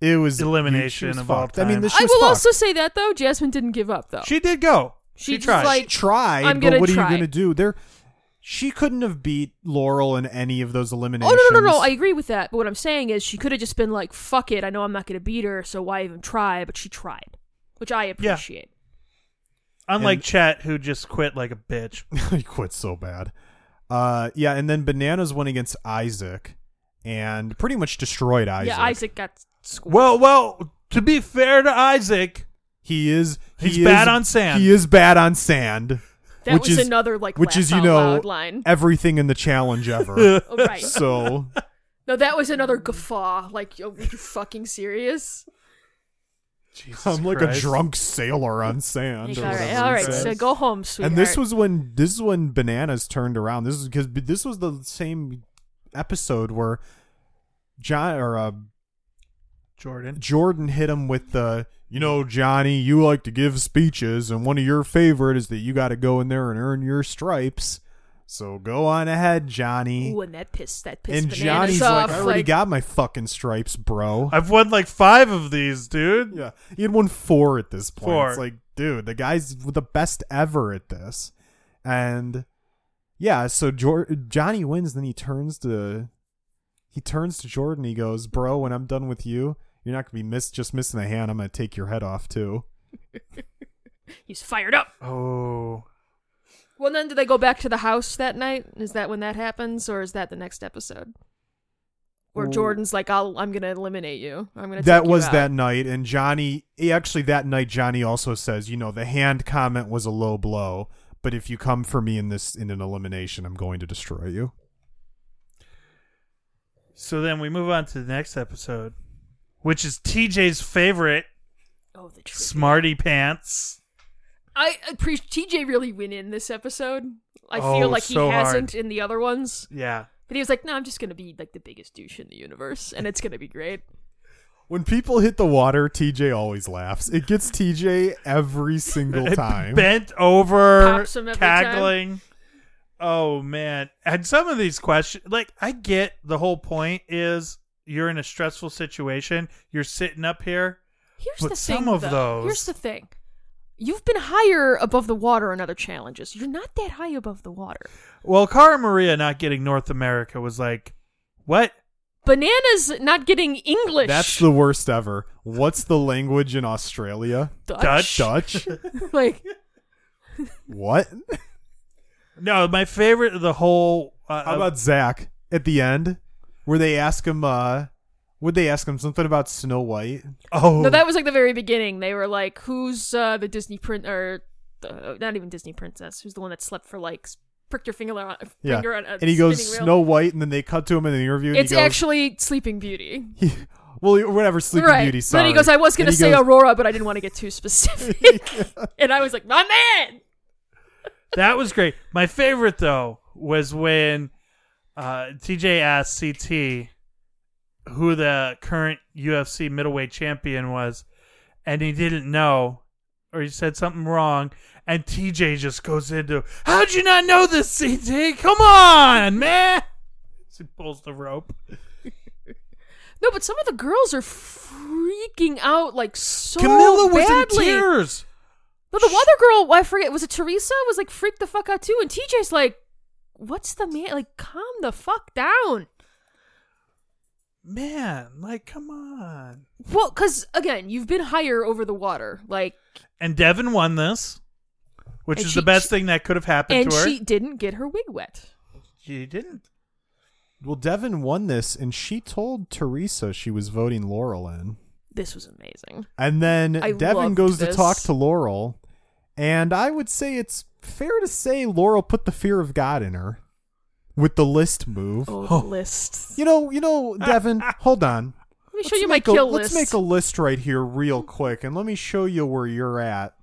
[SPEAKER 3] it was
[SPEAKER 1] elimination
[SPEAKER 3] she was
[SPEAKER 1] of all
[SPEAKER 3] fucked. I mean,
[SPEAKER 1] time.
[SPEAKER 3] this
[SPEAKER 2] I
[SPEAKER 3] she
[SPEAKER 2] will
[SPEAKER 3] was fucked.
[SPEAKER 2] also say that though, Jasmine didn't give up though.
[SPEAKER 1] She did go.
[SPEAKER 2] She just,
[SPEAKER 1] tried.
[SPEAKER 2] like-
[SPEAKER 3] tried,
[SPEAKER 2] I'm
[SPEAKER 3] but
[SPEAKER 2] gonna
[SPEAKER 3] what are
[SPEAKER 2] try.
[SPEAKER 3] you gonna do? There, she couldn't have beat Laurel in any of those
[SPEAKER 2] oh
[SPEAKER 3] eliminations.
[SPEAKER 2] no, no, no, no! I agree with that, but what I'm saying is she could have just been like, "Fuck it, I know I'm not going to beat her, so why even try?" But she tried, which I appreciate.
[SPEAKER 1] Unlike
[SPEAKER 3] And-
[SPEAKER 1] Chet, who just quit like a bitch.
[SPEAKER 3] he quit so bad. Uh, yeah, and then Bananas went against Isaac, and pretty much destroyed Isaac.
[SPEAKER 2] Yeah, Isaac got squished.
[SPEAKER 1] Well, well. To be fair to Isaac,
[SPEAKER 3] He is he
[SPEAKER 1] He's
[SPEAKER 3] is-
[SPEAKER 1] bad on sand.
[SPEAKER 3] He is bad on sand.
[SPEAKER 2] that
[SPEAKER 3] which
[SPEAKER 2] was
[SPEAKER 3] is-
[SPEAKER 2] another like laugh
[SPEAKER 3] which is you
[SPEAKER 2] out
[SPEAKER 3] know
[SPEAKER 2] loud line.
[SPEAKER 3] everything in the challenge ever.
[SPEAKER 2] Oh, right.
[SPEAKER 3] so
[SPEAKER 2] No, that was another guffaw. Like, yo, are you fucking serious?
[SPEAKER 1] Jesus
[SPEAKER 3] I'm like
[SPEAKER 1] Christ.
[SPEAKER 3] a drunk sailor on sand.
[SPEAKER 2] Like,
[SPEAKER 3] or
[SPEAKER 2] all right,
[SPEAKER 3] whatever
[SPEAKER 2] all
[SPEAKER 3] he
[SPEAKER 2] right.
[SPEAKER 3] says.
[SPEAKER 2] So go home, sweetheart.
[SPEAKER 3] and this was when this is when bananas turned around. This is because this was the same episode where John or uh,
[SPEAKER 1] Jordan.
[SPEAKER 3] Jordan hit him with the you know Johnny, you like to give speeches, and one of your favorite is that you got to go in there and earn your stripes. So go on ahead, Johnny.
[SPEAKER 2] Ooh, and that pissed that pissed
[SPEAKER 3] and
[SPEAKER 2] bananas
[SPEAKER 3] Johnny's
[SPEAKER 2] off.
[SPEAKER 3] like, I already got my fucking stripes, bro.
[SPEAKER 1] I've won like five of these, dude.
[SPEAKER 3] Yeah, he had won four at this point.
[SPEAKER 1] Four.
[SPEAKER 3] It's like, dude, the guy's the best ever at this, and yeah. So Jor- Johnny wins. Then he turns to he turns to Jordan. He goes, "Bro, when I'm done with you, you're not gonna be miss just missing a hand. I'm gonna take your head off too."
[SPEAKER 2] He's fired up.
[SPEAKER 1] Oh,
[SPEAKER 2] Well, then do they go back to the house that night? Is that when that happens, or is that the next episode? Where
[SPEAKER 3] Ooh.
[SPEAKER 2] Jordan's like, "I'll, I'm gonna eliminate you. I'm gonna."
[SPEAKER 3] That
[SPEAKER 2] take you
[SPEAKER 3] was
[SPEAKER 2] out."
[SPEAKER 3] that night, and Johnny he- actually that night Johnny also says, "You know, the hand comment was a low blow." But if you come for me in this in an elimination, I'm going to destroy you.
[SPEAKER 1] so then we move on to the next episode, which is TJ's favorite,
[SPEAKER 2] Oh, the tree.
[SPEAKER 1] Smarty Pants.
[SPEAKER 2] I appreciate TJ really went in this episode. I
[SPEAKER 1] Oh,
[SPEAKER 2] feel like
[SPEAKER 1] so
[SPEAKER 2] he
[SPEAKER 1] hard.
[SPEAKER 2] hasn't in the other ones,
[SPEAKER 1] Yeah,
[SPEAKER 2] but he was like, "No, I'm just gonna be like the biggest douche in the universe, and it's gonna be great."
[SPEAKER 3] When people hit the water, TJ always laughs. It gets TJ every single time.
[SPEAKER 1] bent over,
[SPEAKER 2] Pops him every time.
[SPEAKER 1] cackling. Oh man! And some of these questions, like I get the whole point is you're in a stressful situation. You're sitting up here.
[SPEAKER 2] Here's
[SPEAKER 1] But
[SPEAKER 2] the
[SPEAKER 1] some
[SPEAKER 2] thing,
[SPEAKER 1] of
[SPEAKER 2] though.
[SPEAKER 1] those-
[SPEAKER 2] Here's the thing. You've been higher above the water in other challenges. You're not that high above the water.
[SPEAKER 1] Well, Cara Maria not getting North America was like, what?
[SPEAKER 2] Bananas not getting English.
[SPEAKER 3] That's the worst ever. What's the language in Australia?
[SPEAKER 1] Dutch.
[SPEAKER 3] Dutch?
[SPEAKER 2] like
[SPEAKER 3] what?
[SPEAKER 1] No, my favorite of the whole. Uh,
[SPEAKER 3] How about Zach at the end, where they ask him? uh Would they ask him something about Snow White?
[SPEAKER 1] oh
[SPEAKER 2] no, that was like the very beginning. They were like, "Who's uh, the Disney print or uh, not even Disney princess? Who's the one that slept for like s- pricked your finger on
[SPEAKER 3] Yeah,
[SPEAKER 2] finger on a
[SPEAKER 3] and he goes
[SPEAKER 2] spinning
[SPEAKER 3] Snow
[SPEAKER 2] wheel?
[SPEAKER 3] White, and then they cut to him in the interview. And
[SPEAKER 2] It's
[SPEAKER 3] he goes,
[SPEAKER 2] actually Sleeping Beauty.
[SPEAKER 3] he, well, whatever, Sleeping
[SPEAKER 2] right.
[SPEAKER 3] Beauty.
[SPEAKER 2] So then he
[SPEAKER 3] sorry.
[SPEAKER 2] goes, "I was gonna
[SPEAKER 3] And he
[SPEAKER 2] say
[SPEAKER 3] goes-
[SPEAKER 2] Aurora, but I didn't want to get too specific." and I was like, "My man."
[SPEAKER 1] that was great. My favorite though was when uh, TJ asked CT who the current UFC middleweight champion was, and he didn't know, or he said something wrong, and TJ just goes into, "How'd you not know this, CT? Come on, man!" He pulls the rope.
[SPEAKER 2] No, but some of the girls are freaking out like so
[SPEAKER 1] Camilla was
[SPEAKER 2] badly.
[SPEAKER 1] in tears.
[SPEAKER 2] No, the other girl, I forget, was it Teresa? Was like freaked the fuck out too, and TJ's like, "What's the man? Like, calm the fuck down."
[SPEAKER 1] Man, like, come on.
[SPEAKER 2] Well, because again, you've been higher over the water, like,
[SPEAKER 1] And Devin won this, which
[SPEAKER 2] And
[SPEAKER 1] is
[SPEAKER 2] she-
[SPEAKER 1] the best
[SPEAKER 2] she-
[SPEAKER 1] thing that could have happened
[SPEAKER 2] and
[SPEAKER 1] to her.
[SPEAKER 2] she didn't get her wig wet.
[SPEAKER 1] she didn't.
[SPEAKER 3] Well, Devin won this, and she told Teresa she was voting Laurel in.
[SPEAKER 2] This was amazing.
[SPEAKER 3] And then
[SPEAKER 2] I
[SPEAKER 3] Devin
[SPEAKER 2] loved
[SPEAKER 3] goes to
[SPEAKER 2] this.
[SPEAKER 3] talk to Laurel, and I would say it's fair to say Laurel put the fear of God in her with the list move.
[SPEAKER 2] Oh, the lists.
[SPEAKER 3] You know, you know, Devin, hold on.
[SPEAKER 2] Let me show you my
[SPEAKER 3] make
[SPEAKER 2] kill
[SPEAKER 3] a,
[SPEAKER 2] list.
[SPEAKER 3] Let's make a list right here, real quick, and let me show you where you're at.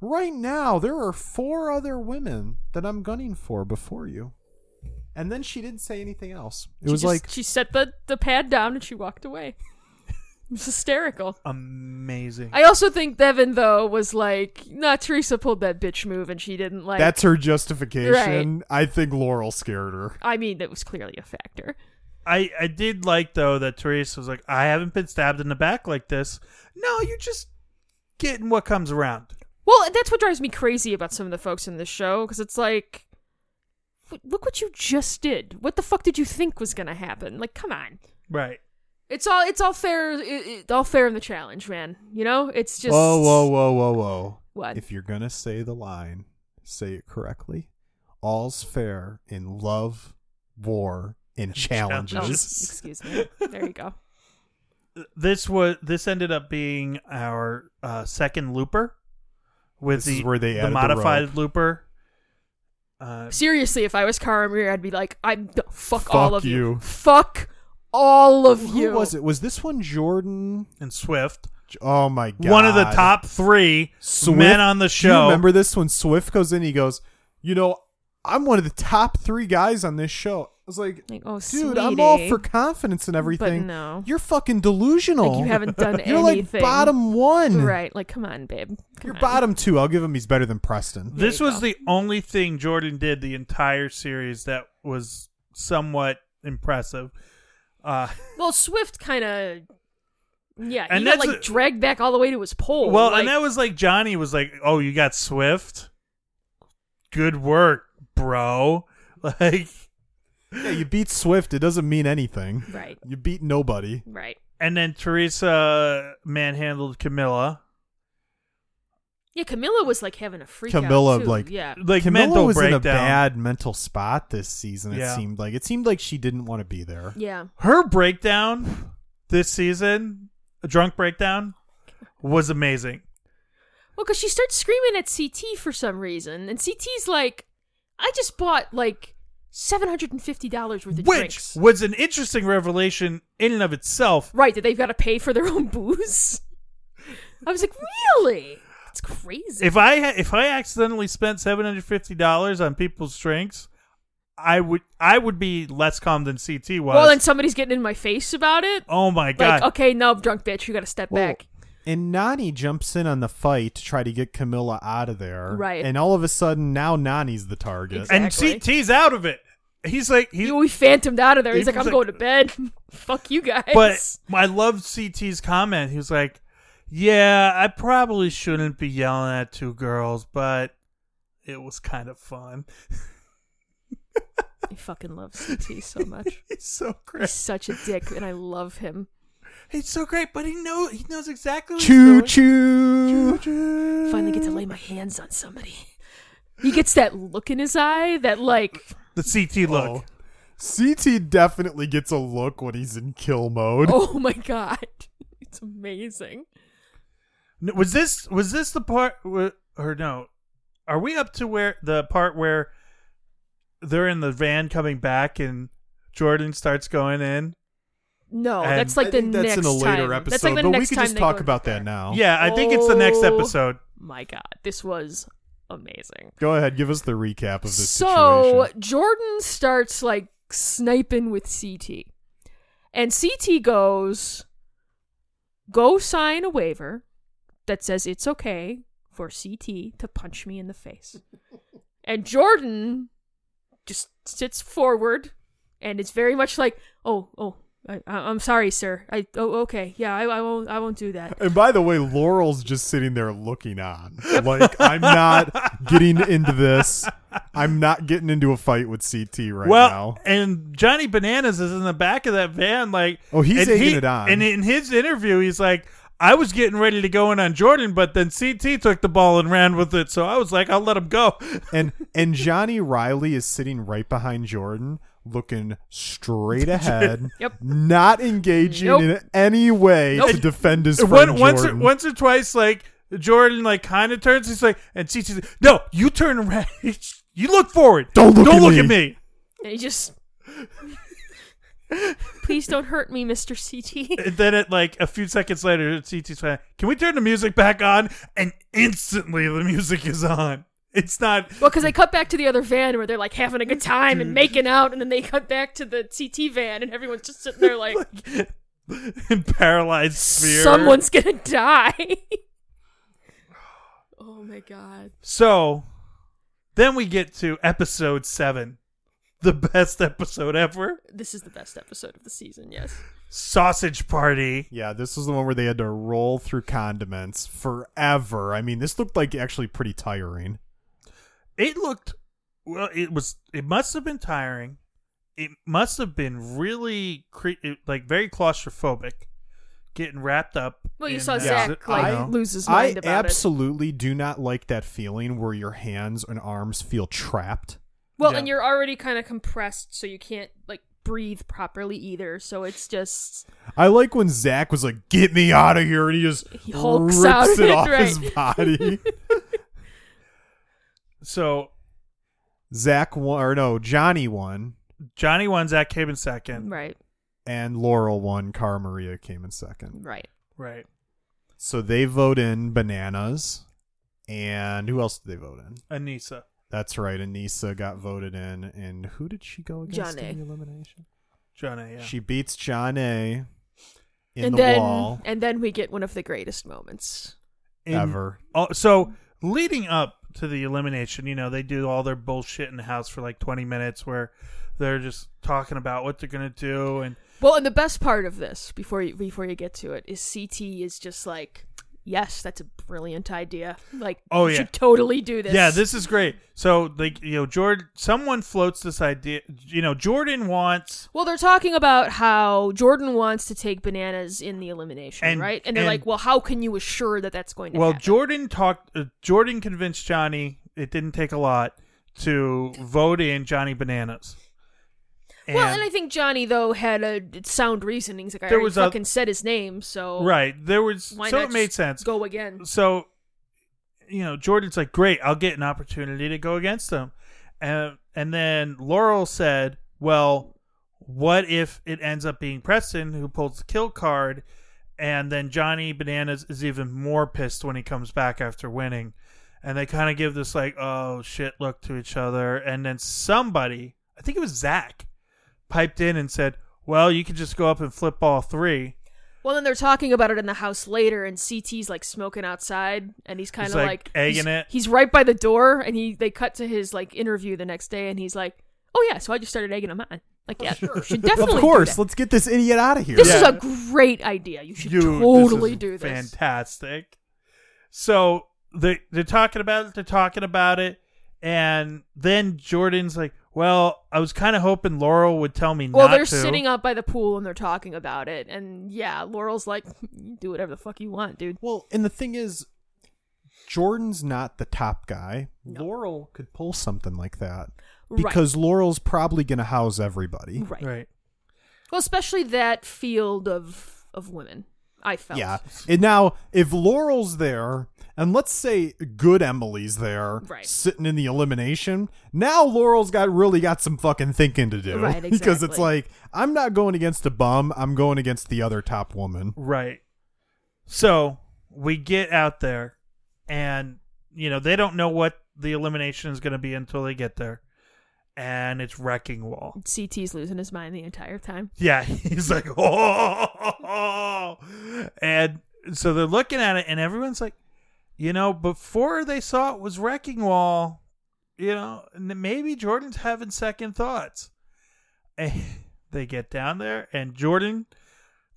[SPEAKER 3] Right now, there are four other women that I'm gunning for before you. And then she didn't say anything else. It
[SPEAKER 2] She
[SPEAKER 3] was
[SPEAKER 2] just-
[SPEAKER 3] like
[SPEAKER 2] she set the the pad down and she walked away. It was hysterical.
[SPEAKER 1] Amazing.
[SPEAKER 2] I also think Devin though was like, nah, Teresa pulled that bitch move and she didn't like.
[SPEAKER 3] that's her justification. I think Laurel scared her.
[SPEAKER 2] I mean, that was clearly a factor.
[SPEAKER 1] I, I did like though that Teresa was like, I haven't been stabbed in the back like this. No, you're just getting what comes around.
[SPEAKER 2] Well, and that's what drives me crazy about some of the folks in this show because it's like, w- look what you just did. What the fuck did you think was gonna happen? Like, come on.
[SPEAKER 1] Right.
[SPEAKER 2] It's all it's all fair. It, it- all fair in the challenge, man. You know, it's just.
[SPEAKER 3] Whoa, whoa, whoa, whoa, whoa.
[SPEAKER 2] What?
[SPEAKER 3] If you're gonna say the line, say it correctly. All's fair in love, war, and
[SPEAKER 2] Oh,
[SPEAKER 3] challenges.
[SPEAKER 2] excuse me. There you go.
[SPEAKER 1] This was this ended up being our uh, second looper with
[SPEAKER 3] This
[SPEAKER 1] the
[SPEAKER 3] is where they
[SPEAKER 1] the
[SPEAKER 3] added the
[SPEAKER 1] modified
[SPEAKER 3] rope.
[SPEAKER 1] looper. Uh,
[SPEAKER 2] Seriously, if I was Cara Muir, I'd be like, I'm no, fuck,
[SPEAKER 3] Fuck
[SPEAKER 2] all of you.
[SPEAKER 3] you.
[SPEAKER 2] Fuck all of you.
[SPEAKER 3] Who was it? Was this one Jordan?
[SPEAKER 1] and Swift,
[SPEAKER 3] J- Oh my god!
[SPEAKER 1] one of the top three
[SPEAKER 3] Swift,
[SPEAKER 1] men on the
[SPEAKER 3] Do
[SPEAKER 1] show.
[SPEAKER 3] you remember this when Swift goes in? He goes, "You know, I'm one of the top three guys on this show." I was like,
[SPEAKER 2] Like, oh,
[SPEAKER 3] "Dude, I'm all
[SPEAKER 2] sweetie.
[SPEAKER 3] for confidence and everything."
[SPEAKER 2] no.
[SPEAKER 3] you're fucking delusional.
[SPEAKER 2] Like, you haven't done
[SPEAKER 3] You're
[SPEAKER 2] anything.
[SPEAKER 3] like bottom one.
[SPEAKER 2] Right. Like, come on, babe. Come
[SPEAKER 3] You're
[SPEAKER 2] on.
[SPEAKER 3] bottom two. I'll give him. He's better than Preston.
[SPEAKER 2] There
[SPEAKER 1] This
[SPEAKER 2] you
[SPEAKER 1] was
[SPEAKER 2] go.
[SPEAKER 1] the only thing Jordan did the entire series that was somewhat impressive. Uh,
[SPEAKER 2] Well, Swift kind of. Yeah,
[SPEAKER 1] And
[SPEAKER 2] he got
[SPEAKER 1] that's
[SPEAKER 2] like
[SPEAKER 1] a-
[SPEAKER 2] dragged back all the way to his pole.
[SPEAKER 1] well,
[SPEAKER 2] Oh, like,
[SPEAKER 1] and that was like Johnny was like, "Oh, you got Swift. Good work, bro." Like,
[SPEAKER 3] Yeah, you beat Swift. It doesn't mean anything.
[SPEAKER 2] right,
[SPEAKER 3] You beat nobody.
[SPEAKER 2] right.
[SPEAKER 1] and then Teresa manhandled Camilla.
[SPEAKER 2] Yeah, Camilla was like having a freak
[SPEAKER 3] Camilla,
[SPEAKER 2] out too.
[SPEAKER 3] like-
[SPEAKER 2] yeah,
[SPEAKER 1] Like
[SPEAKER 3] Camilla
[SPEAKER 1] mental
[SPEAKER 3] was
[SPEAKER 1] breakdown.
[SPEAKER 3] in a bad mental spot this season. It
[SPEAKER 1] Yeah.
[SPEAKER 3] seemed like it seemed like she didn't want to be there.
[SPEAKER 2] yeah.
[SPEAKER 1] Her breakdown this season, a drunk breakdown, was amazing.
[SPEAKER 2] Well, because she starts screaming at CT for some reason, and CT's like, "I just bought like seven hundred and fifty dollars worth of
[SPEAKER 1] Which
[SPEAKER 2] drinks."
[SPEAKER 1] was an interesting revelation in and of itself.
[SPEAKER 2] Right, that they've got to pay for their own booze. I was like, really? It's crazy.
[SPEAKER 1] If I ha- if I accidentally spent seven hundred fifty dollars on people's drinks, I would I would be less calm than CT was.
[SPEAKER 2] well, then somebody's getting in my face about it.
[SPEAKER 1] oh my
[SPEAKER 2] Like,
[SPEAKER 1] god!
[SPEAKER 2] okay, no, drunk bitch, you got to step
[SPEAKER 3] Well,
[SPEAKER 2] back.
[SPEAKER 3] And Nani jumps in on the fight to try to get Camilla out of there.
[SPEAKER 2] Right.
[SPEAKER 3] And all of a sudden, now Nani's the target.
[SPEAKER 2] Exact- Exactly.
[SPEAKER 1] And CT's out of it. He's like he.
[SPEAKER 2] He, we phantomed out of there.
[SPEAKER 1] he
[SPEAKER 2] He's like,
[SPEAKER 1] was like-
[SPEAKER 2] I'm going to bed. Fuck you guys.
[SPEAKER 1] But I loved CT's comment. He was like, "Yeah, I probably shouldn't be yelling at two girls, but it was kind of fun."
[SPEAKER 2] I fucking love CT so much.
[SPEAKER 1] He's so
[SPEAKER 2] He's
[SPEAKER 1] great.
[SPEAKER 2] such a dick, and I love him.
[SPEAKER 1] He's so great, but he knows he knows exactly. what he's
[SPEAKER 3] Choo
[SPEAKER 1] doing.
[SPEAKER 3] choo.
[SPEAKER 1] Choo-choo.
[SPEAKER 2] Finally, get to lay my hands on somebody. He gets that look in his eye that like
[SPEAKER 1] the CT look.
[SPEAKER 3] Oh. CT definitely gets a look when he's in kill mode.
[SPEAKER 2] Oh my god. It's amazing.
[SPEAKER 1] N- Was this was this the part wh- or no? Are we up to where the part where they're in the van coming back and Jordan starts going in?
[SPEAKER 2] No,
[SPEAKER 1] And
[SPEAKER 2] that's like
[SPEAKER 3] I
[SPEAKER 2] the
[SPEAKER 3] think that's
[SPEAKER 2] next
[SPEAKER 3] in a later
[SPEAKER 2] time.
[SPEAKER 3] episode,
[SPEAKER 2] that's like the
[SPEAKER 3] but
[SPEAKER 2] next
[SPEAKER 3] we could
[SPEAKER 2] time
[SPEAKER 3] just
[SPEAKER 2] they
[SPEAKER 3] talk
[SPEAKER 2] go
[SPEAKER 3] about
[SPEAKER 2] there.
[SPEAKER 3] that now.
[SPEAKER 1] Yeah, I think it's the next
[SPEAKER 2] Oh.
[SPEAKER 1] episode.
[SPEAKER 2] My god, this was amazing.
[SPEAKER 3] Go ahead, give us the recap of this
[SPEAKER 2] So
[SPEAKER 3] situation.
[SPEAKER 2] Jordan starts like sniping with CT. And CT goes, go sign a waiver that says it's okay for CT to punch me in the face. and Jordan just sits forward and it's very much like, oh, oh. I, I- I'm sorry, sir. I oh okay, yeah. I, I won't. I won't do that.
[SPEAKER 3] And by the way, Laurel's just sitting there looking on. Like, I'm not getting into this. I'm not getting into a fight with CT right
[SPEAKER 1] well,
[SPEAKER 3] now.
[SPEAKER 1] and Johnny Bananas is in the back of that van, like
[SPEAKER 3] Oh, he's
[SPEAKER 1] and
[SPEAKER 3] egging
[SPEAKER 1] he-
[SPEAKER 3] it on.
[SPEAKER 1] And in his interview, he's like, "I was getting ready to go in on Jordan, but then CT took the ball and ran with it, so I was like, I'll let him go."
[SPEAKER 3] And and Johnny Riley is sitting right behind Jordan, looking straight ahead.
[SPEAKER 2] Yep.
[SPEAKER 3] Not engaging
[SPEAKER 2] Nope.
[SPEAKER 3] in any way to
[SPEAKER 2] Nope.
[SPEAKER 3] defend his
[SPEAKER 1] One-
[SPEAKER 3] friend
[SPEAKER 1] once, or,
[SPEAKER 3] Jordan.
[SPEAKER 1] once or twice, like Jordan, like kind of turns. He's like, and CT's like, "No, you turn around. you look forward.
[SPEAKER 3] Don't look at
[SPEAKER 1] Don't look
[SPEAKER 3] me."
[SPEAKER 1] at me."
[SPEAKER 2] And he just, please don't hurt me, Mister CT.
[SPEAKER 1] And then, it like a few seconds later, CT's like, "Can we turn the music back on?" And instantly, the music is on. It's not.
[SPEAKER 2] Well, because they cut back to the other van where they're like having a good time and making out, and then they cut back to the CT van, and everyone's just sitting there like,
[SPEAKER 1] paralyzed sphere.
[SPEAKER 2] someone's gonna die. oh my god!
[SPEAKER 1] So then we get to episode seven, the best episode ever,
[SPEAKER 2] This is the best episode of the season. Yes,
[SPEAKER 1] sausage party.
[SPEAKER 3] yeah, this was the one where they had to roll through condiments forever. I mean, this looked like actually pretty tiring.
[SPEAKER 1] It looked well. It was. It must have been tiring. It must have been really cre- it- like very claustrophobic, getting wrapped up.
[SPEAKER 2] Well, you
[SPEAKER 1] in
[SPEAKER 2] saw
[SPEAKER 1] that-
[SPEAKER 2] Zach, like,
[SPEAKER 1] I know.
[SPEAKER 2] lose his mind
[SPEAKER 3] I
[SPEAKER 2] about it.
[SPEAKER 3] absolutely do not like that feeling where your hands and arms feel trapped.
[SPEAKER 2] Well,
[SPEAKER 1] Yeah.
[SPEAKER 2] and you're already kind of compressed, so you can't like breathe properly either. So it's just
[SPEAKER 3] I like when Zach was like, "Get me out of here," and he just
[SPEAKER 2] He hulks
[SPEAKER 3] rips
[SPEAKER 2] out of
[SPEAKER 3] it
[SPEAKER 2] it,
[SPEAKER 3] off his
[SPEAKER 2] right.
[SPEAKER 3] body.
[SPEAKER 1] So
[SPEAKER 3] Zach won, or no, Johnny won,
[SPEAKER 1] Johnny won. Zach came in second.
[SPEAKER 2] right,
[SPEAKER 3] and Laurel won. Car Maria came in second.
[SPEAKER 2] right.
[SPEAKER 1] Right.
[SPEAKER 3] So they vote in Bananas, and who else did they vote in?
[SPEAKER 1] Anissa.
[SPEAKER 3] That's right, Anissa got voted in, and who did she go against
[SPEAKER 2] Johnny.
[SPEAKER 3] in the elimination?
[SPEAKER 1] Johnny. Yeah.
[SPEAKER 3] She beats John A. in
[SPEAKER 2] and
[SPEAKER 3] the
[SPEAKER 2] then,
[SPEAKER 3] wall.
[SPEAKER 2] and then we get one of the greatest moments.
[SPEAKER 1] In-
[SPEAKER 3] Ever.
[SPEAKER 1] Oh, so leading up to the elimination, you know, they do all their bullshit in the house for like 20 minutes where they're just talking about what they're going to do and
[SPEAKER 2] Well, and the best part of this, before you, before you get to it, is CT is just like, yes, that's a brilliant idea. Like,
[SPEAKER 1] Oh,
[SPEAKER 2] you
[SPEAKER 1] yeah.
[SPEAKER 2] should totally do this.
[SPEAKER 1] Yeah, this is great. So like, you know, Jordan someone floats this idea, you know, Jordan wants
[SPEAKER 2] Well, they're talking about how Jordan wants to take bananas in the elimination,
[SPEAKER 1] And-
[SPEAKER 2] right? And they're
[SPEAKER 1] and-
[SPEAKER 2] like, well, how can you assure that that's going to
[SPEAKER 1] well,
[SPEAKER 2] happen?
[SPEAKER 1] Jordan talked uh, Jordan convinced Johnny, it didn't take a lot to vote in Johnny Bananas.
[SPEAKER 2] well, and I think Johnny though had a sound reasoning. He's like, I
[SPEAKER 1] There
[SPEAKER 2] already
[SPEAKER 1] was a-
[SPEAKER 2] fucking said his name, so
[SPEAKER 1] right, there was
[SPEAKER 2] Why
[SPEAKER 1] so
[SPEAKER 2] not
[SPEAKER 1] it made
[SPEAKER 2] just
[SPEAKER 1] sense.
[SPEAKER 2] Go again.
[SPEAKER 1] so you know jordan's like great i'll get an opportunity to go against them and and then laurel said well what if it ends up being preston who pulls the kill card and then johnny bananas is even more pissed when he comes back after winning and they kind of give this like oh shit look to each other and then somebody i think it was zach piped in and said well you could just go up and flip all three
[SPEAKER 2] Well, then they're talking about it in the house later, and CT's like smoking outside, and he's kind
[SPEAKER 1] He's,
[SPEAKER 2] of
[SPEAKER 1] like,
[SPEAKER 2] like,
[SPEAKER 1] egging
[SPEAKER 2] he's,
[SPEAKER 1] it.
[SPEAKER 2] He's right by the door, and he they cut to his like interview the next day, and he's like, "Oh yeah, so I just started egging him on. Like, yeah, sure, should definitely.
[SPEAKER 3] of course,
[SPEAKER 2] do
[SPEAKER 3] let's get this idiot out of
[SPEAKER 2] that.
[SPEAKER 3] here.
[SPEAKER 2] This
[SPEAKER 1] Yeah.
[SPEAKER 2] is a great idea. You should
[SPEAKER 1] You- this
[SPEAKER 2] totally
[SPEAKER 1] is
[SPEAKER 2] do this.
[SPEAKER 1] Fantastic. So they they're talking about it. They're talking about it, and then Jordan's like, Well, I was kind of hoping Laurel would tell me
[SPEAKER 2] Well,
[SPEAKER 1] not
[SPEAKER 2] they're
[SPEAKER 1] to.
[SPEAKER 2] sitting out by the pool and they're talking about it, and yeah, Laurel's like, "Do whatever the fuck you want, dude."
[SPEAKER 3] Well, and the thing is, Jordan's not the top guy. Laurel could pull something like that because Laurel's probably going to house everybody.
[SPEAKER 2] right, right.
[SPEAKER 1] Right.
[SPEAKER 2] Well, especially that field of of women, I felt.
[SPEAKER 3] Yeah. And now, if Laurel's there, and let's say good Emily's there,
[SPEAKER 2] Right.
[SPEAKER 3] sitting in the elimination, now Laurel's got really got some fucking thinking to do.
[SPEAKER 2] Right,
[SPEAKER 3] Because it's
[SPEAKER 2] exactly.
[SPEAKER 3] like, I'm not going against a bum, I'm going against the other top woman.
[SPEAKER 1] Right. So we get out there, and you know they don't know what the elimination is going to be until they get there, and it's wrecking wall.
[SPEAKER 2] CT's losing his mind the entire time.
[SPEAKER 1] Yeah, he's like, oh, and so they're looking at it, and everyone's like, you know, before they saw it was wrecking wall, you know, n- maybe Jordan's having second thoughts. And they get down there, and Jordan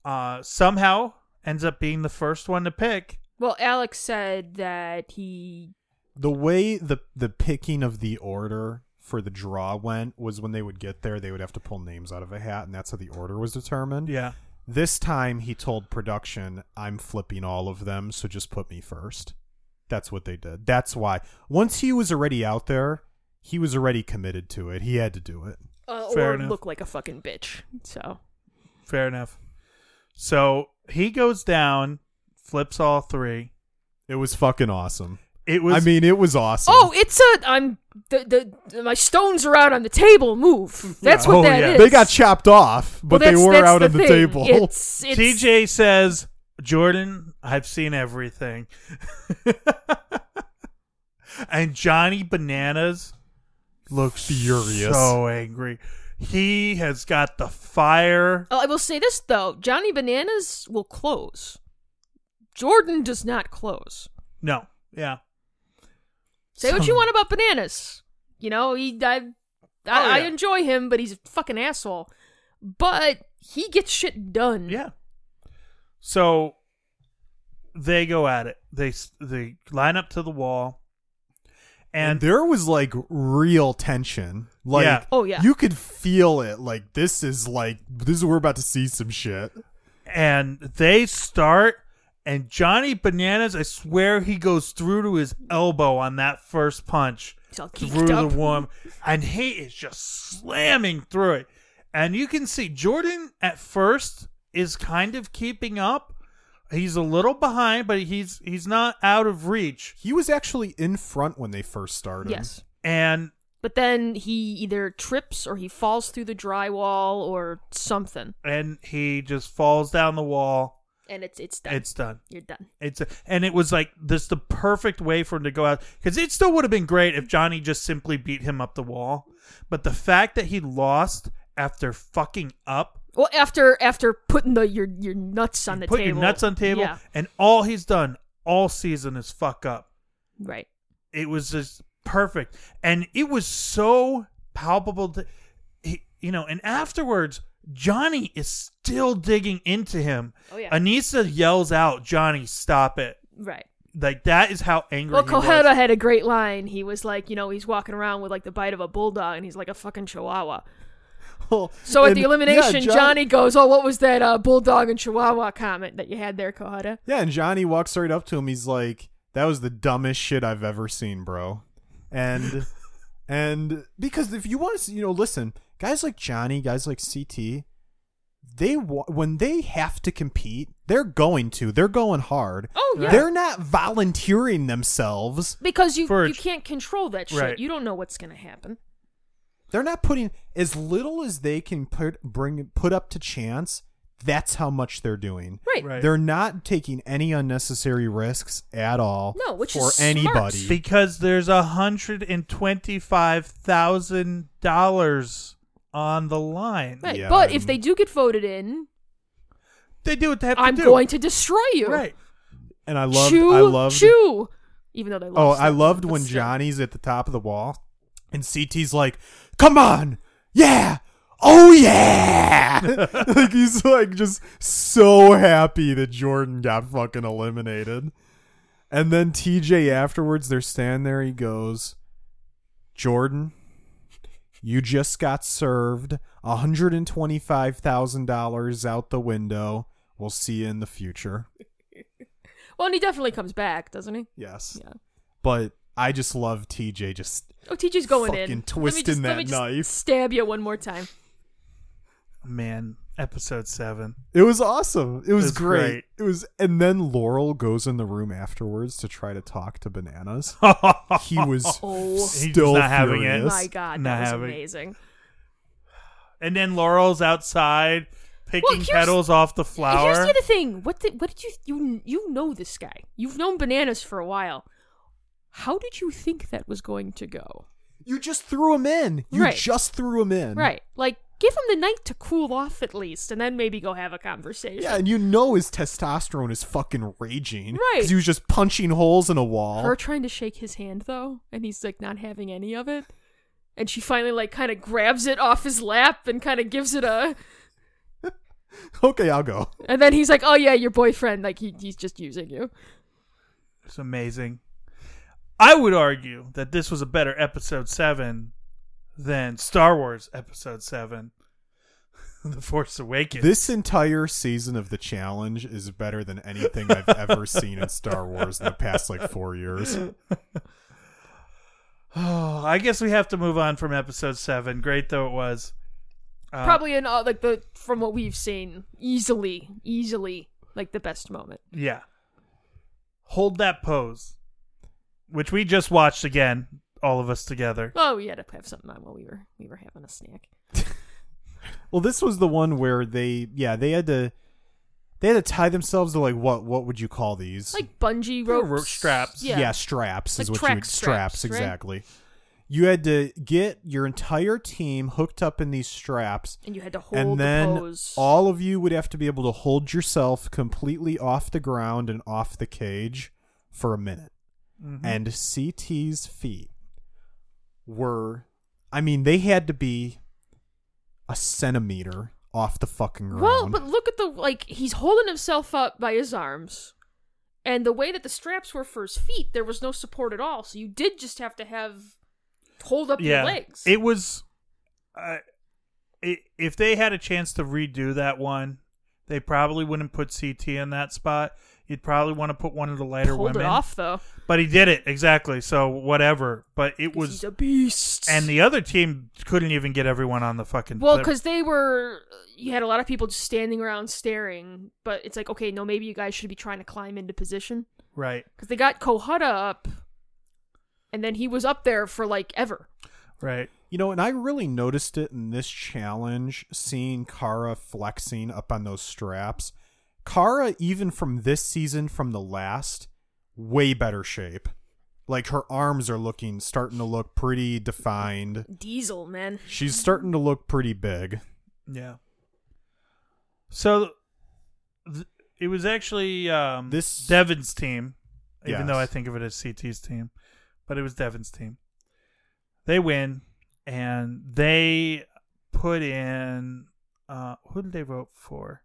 [SPEAKER 1] uh, somehow ends up being the first one to pick.
[SPEAKER 2] Well, Alex said that he
[SPEAKER 3] the way the the picking of the order for the draw went was when they would get there they would have to pull names out of a hat and that's how the order was determined
[SPEAKER 1] Yeah.
[SPEAKER 3] this time he told production i'm flipping all of them so just put me first that's what they did that's why once he was already out there he was already committed to it he had to do it
[SPEAKER 2] uh,
[SPEAKER 1] Fair
[SPEAKER 2] or
[SPEAKER 1] enough.
[SPEAKER 2] looked like a fucking bitch. So
[SPEAKER 1] Fair enough. So he goes down, flips all three.
[SPEAKER 3] it was fucking awesome
[SPEAKER 1] It was
[SPEAKER 3] i mean it was awesome
[SPEAKER 2] Oh, it's a I'm the the my stones are out on the table. Move. That's
[SPEAKER 1] Yeah.
[SPEAKER 2] what
[SPEAKER 1] Oh,
[SPEAKER 2] that is.
[SPEAKER 1] yeah.
[SPEAKER 3] they got chopped off
[SPEAKER 2] Well,
[SPEAKER 3] but they
[SPEAKER 2] that's-
[SPEAKER 3] were
[SPEAKER 2] that's
[SPEAKER 3] out on the
[SPEAKER 2] thing.
[SPEAKER 3] table
[SPEAKER 2] It's, it's,
[SPEAKER 1] TJ says, Jordan, I've seen everything. and Johnny Bananas looks
[SPEAKER 3] Furious.
[SPEAKER 1] so angry. He has got the fire.
[SPEAKER 2] Oh, I will say this though: Johnny Bananas will close. Jordan does not close.
[SPEAKER 1] No. Yeah.
[SPEAKER 2] Say what you want about Bananas. You know, he I, I,
[SPEAKER 3] Oh,
[SPEAKER 2] I
[SPEAKER 1] yeah.
[SPEAKER 2] enjoy him, but he's a fucking asshole. But he gets shit done.
[SPEAKER 1] Yeah. So they go at it. They s- they line up to the wall.
[SPEAKER 3] and
[SPEAKER 1] And
[SPEAKER 3] there was like real tension like
[SPEAKER 1] Yeah.
[SPEAKER 2] Oh, yeah.
[SPEAKER 3] you could feel it like this is like this is we're about to see some shit
[SPEAKER 1] and they start and Johnny Bananas, I swear he goes through to his elbow on that first punch.
[SPEAKER 2] He's all geeked
[SPEAKER 1] through
[SPEAKER 2] up.
[SPEAKER 1] the worm, and he is just slamming through it. And you can see Jordan at first is kind of keeping up. He's a little behind, but he's he's not out of reach.
[SPEAKER 3] he was actually in front when they first started
[SPEAKER 2] Yes.
[SPEAKER 1] And
[SPEAKER 2] But then he either trips or he falls through the drywall or something,
[SPEAKER 1] and he just falls down the wall.
[SPEAKER 2] and it's it's done.
[SPEAKER 1] It's done.
[SPEAKER 2] You're done.
[SPEAKER 1] It's and it was like this the perfect way for him to go out because it still would have been great if Johnny just simply beat him up the wall, but the fact that he lost after fucking up
[SPEAKER 2] Well, after after putting the your your nuts on
[SPEAKER 1] You
[SPEAKER 2] the
[SPEAKER 1] put
[SPEAKER 2] table,
[SPEAKER 1] your nuts on the table,
[SPEAKER 2] Yeah,
[SPEAKER 1] and all he's done all season is fuck up.
[SPEAKER 2] right.
[SPEAKER 1] It was just perfect, and it was so palpable. To, he, you know, and afterwards, Johnny is still digging into him.
[SPEAKER 2] Oh, yeah.
[SPEAKER 1] Anissa yells out, "Johnny, stop it!"
[SPEAKER 2] Right.
[SPEAKER 1] Like that is how angry.
[SPEAKER 2] Well,
[SPEAKER 1] he was.
[SPEAKER 2] Kohada had a great line. He was like, you know, he's walking around with like the bite of a bulldog, and he's like a fucking chihuahua. So at
[SPEAKER 3] And-
[SPEAKER 2] the
[SPEAKER 3] yeah,
[SPEAKER 2] elimination,
[SPEAKER 3] John-
[SPEAKER 2] Johnny goes, "Oh, what was that uh, bulldog and chihuahua comment that you had there, Kohada?"
[SPEAKER 3] yeah and johnny walks right up to him he's like that was the dumbest shit i've ever seen bro and and because if you want to you know listen guys like johnny guys like ct they wa- when they have to compete they're going to they're going hard
[SPEAKER 2] Oh yeah,
[SPEAKER 3] they're not volunteering themselves
[SPEAKER 2] because you
[SPEAKER 1] For a
[SPEAKER 2] you
[SPEAKER 1] ch-
[SPEAKER 2] can't control that shit.
[SPEAKER 1] Right.
[SPEAKER 2] You don't know what's gonna happen.
[SPEAKER 3] they're not putting as little as they can put bring put up to chance. That's how much they're doing.
[SPEAKER 2] Right.
[SPEAKER 1] Right.
[SPEAKER 3] They're not taking any unnecessary risks at all.
[SPEAKER 2] No, which
[SPEAKER 3] for
[SPEAKER 2] is smart.
[SPEAKER 3] anybody.
[SPEAKER 1] because there's a hundred and twenty-five thousand dollars on the line.
[SPEAKER 2] Right.
[SPEAKER 3] Yeah,
[SPEAKER 2] but
[SPEAKER 3] I'm-
[SPEAKER 2] if they do get voted in,
[SPEAKER 1] They do what they have to
[SPEAKER 2] I'm
[SPEAKER 1] do.
[SPEAKER 2] going to destroy you.
[SPEAKER 1] right.
[SPEAKER 3] And I loved.
[SPEAKER 2] chew,
[SPEAKER 3] I loved.
[SPEAKER 2] chew. Even though they
[SPEAKER 3] Oh,
[SPEAKER 2] lost.
[SPEAKER 3] I
[SPEAKER 2] that,
[SPEAKER 3] loved
[SPEAKER 2] but
[SPEAKER 3] when
[SPEAKER 2] still.
[SPEAKER 3] Johnny's at the top of the wall, and CT's like, "Come on, yeah." Oh yeah! like he's like just so happy that Jordan got fucking eliminated. And then TJ afterwards, they're standing there. He goes, Jordan, You just got served $125,000 out the window. We'll see you in the future.
[SPEAKER 2] Well, and he definitely comes back, doesn't he?
[SPEAKER 3] Yes.
[SPEAKER 2] Yeah.
[SPEAKER 3] But I just love TJ just
[SPEAKER 2] Oh, TJ's going
[SPEAKER 3] Fucking
[SPEAKER 2] in.
[SPEAKER 3] twisting
[SPEAKER 2] let me just, let
[SPEAKER 3] that
[SPEAKER 2] me just
[SPEAKER 3] knife.
[SPEAKER 2] Stab you one more time.
[SPEAKER 1] Man, episode seven.
[SPEAKER 3] It was awesome. It was,
[SPEAKER 1] was
[SPEAKER 3] great.
[SPEAKER 1] great.
[SPEAKER 3] It was and then Laurel goes in the room afterwards to try to talk to bananas. He was
[SPEAKER 2] Oh. He's
[SPEAKER 3] still
[SPEAKER 1] not having it.
[SPEAKER 3] furious.
[SPEAKER 1] Yes.
[SPEAKER 2] My God,
[SPEAKER 1] Not
[SPEAKER 2] that was
[SPEAKER 1] having-
[SPEAKER 2] amazing.
[SPEAKER 1] and then Laurel's outside picking
[SPEAKER 2] here's-
[SPEAKER 1] petals off the
[SPEAKER 2] And
[SPEAKER 1] flower.
[SPEAKER 2] Here's the other thing. What did what did you you you know this guy? You've known bananas for a while. How did you think that was going to go?
[SPEAKER 3] You just threw him in. You
[SPEAKER 2] Right.
[SPEAKER 3] just threw him in.
[SPEAKER 2] Right, like give him the night to cool off at least, and then maybe go have a conversation.
[SPEAKER 3] Yeah, and you know his testosterone is fucking raging.
[SPEAKER 2] Right.
[SPEAKER 3] he was just punching holes in a wall.
[SPEAKER 2] Her trying to shake his hand though, and he's like not having any of it. And she finally like kind of grabs it off his lap and kind of gives it a.
[SPEAKER 3] okay, I'll go.
[SPEAKER 2] And then he's like, "Oh yeah, your boyfriend. Like he, he's just using you."
[SPEAKER 1] It's amazing. I would argue that this was a better episode seven than Star Wars episode seven, The Force Awakens.
[SPEAKER 3] This entire season of the challenge is better than anything I've ever seen in Star Wars in the past like four years.
[SPEAKER 1] oh, I guess we have to move on from episode seven. Great though it was. Uh,
[SPEAKER 2] Probably in all like the from what we've seen, easily, easily like the best moment.
[SPEAKER 1] Yeah. Hold that pose, which we just watched again, all of us together.
[SPEAKER 2] Oh, we had to have something on while we were we were having a snack.
[SPEAKER 3] Well, this was the one where they, yeah, they had to, they had to tie themselves to like what? What would you call these?
[SPEAKER 2] Like bungee
[SPEAKER 1] They're
[SPEAKER 2] ropes,
[SPEAKER 1] rope straps.
[SPEAKER 2] Yeah.
[SPEAKER 3] straps is
[SPEAKER 2] Like
[SPEAKER 3] what you
[SPEAKER 2] track
[SPEAKER 3] would, straps,
[SPEAKER 2] straps, right?
[SPEAKER 3] exactly. You had to get your entire team hooked up in these straps,
[SPEAKER 2] and you had to hold
[SPEAKER 3] and
[SPEAKER 2] the
[SPEAKER 3] then
[SPEAKER 2] pose.
[SPEAKER 3] all of you would have to be able to hold yourself completely off the ground and off the cage for a minute.
[SPEAKER 1] Mm-hmm.
[SPEAKER 2] Mm-hmm.
[SPEAKER 3] And CT's feet were, I mean, they had to be a centimeter off the fucking ground.
[SPEAKER 2] well, but look at the like he's holding himself up by his arms, and the way that the straps were for his feet, there was no support at all. So you did just have to have hold up
[SPEAKER 1] yeah.
[SPEAKER 2] your legs.
[SPEAKER 1] It was. Uh, i if they had a chance to redo that one, they probably wouldn't put CT in that spot. You'd probably want to put one of the lighter
[SPEAKER 2] hold
[SPEAKER 1] women.
[SPEAKER 2] it off though.
[SPEAKER 1] But he did it exactly. So whatever. But it
[SPEAKER 2] 'cause
[SPEAKER 1] was,
[SPEAKER 2] he's a beast.
[SPEAKER 1] and the other team couldn't even get everyone on the fucking.
[SPEAKER 2] Well, because they were, you had a lot of people just standing around staring, but it's like, okay, no, maybe you guys should be trying to climb into position.
[SPEAKER 1] right,
[SPEAKER 2] Because they got Kohata up, and then he was up there for like ever.
[SPEAKER 1] right.
[SPEAKER 3] You know, and I really noticed it in this challenge, seeing Kara flexing up on those straps. Kara, even from this season, from the last, way better shape. Like her arms are looking, starting to look pretty defined.
[SPEAKER 2] Diesel, man.
[SPEAKER 3] She's starting to look pretty big.
[SPEAKER 1] Yeah. So th- it was actually um,
[SPEAKER 3] This-
[SPEAKER 1] Devin's team, even though I
[SPEAKER 3] Yes.
[SPEAKER 1] think of it as CT's team, but it was Devin's team. They win, and they put in uh, who did they vote for?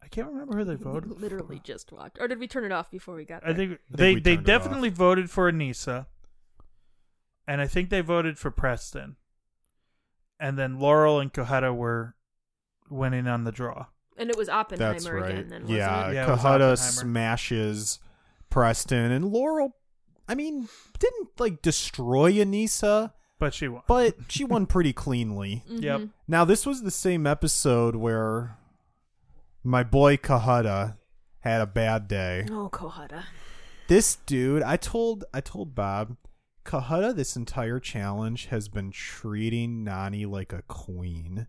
[SPEAKER 1] I can't remember who they voted.
[SPEAKER 2] Literally
[SPEAKER 1] for.
[SPEAKER 2] just walked. Or did we turn it off before we got
[SPEAKER 1] I
[SPEAKER 2] there?
[SPEAKER 1] think
[SPEAKER 3] I think
[SPEAKER 1] they
[SPEAKER 3] we
[SPEAKER 1] they
[SPEAKER 3] turned it off.
[SPEAKER 1] definitely voted for Anissa, and I think they voted for Preston, and then Laurel and Kohata were winning on the draw.
[SPEAKER 2] and it was Oppenheimer
[SPEAKER 3] That's right.
[SPEAKER 2] again, then, wasn't
[SPEAKER 3] yeah,
[SPEAKER 2] it?
[SPEAKER 1] Yeah, it was Oppenheimer.
[SPEAKER 3] Kahada smashes Preston, and Laurel. I mean, didn't like destroy Anissa,
[SPEAKER 1] But she won.
[SPEAKER 3] but she won pretty cleanly.
[SPEAKER 1] Yep.
[SPEAKER 2] Mhm.
[SPEAKER 3] Now, this was the same episode where my boy Kahada had a bad day.
[SPEAKER 2] Oh, Kohata.
[SPEAKER 3] This dude, I told I told Bob, Kahada this entire challenge has been treating Nani like a queen.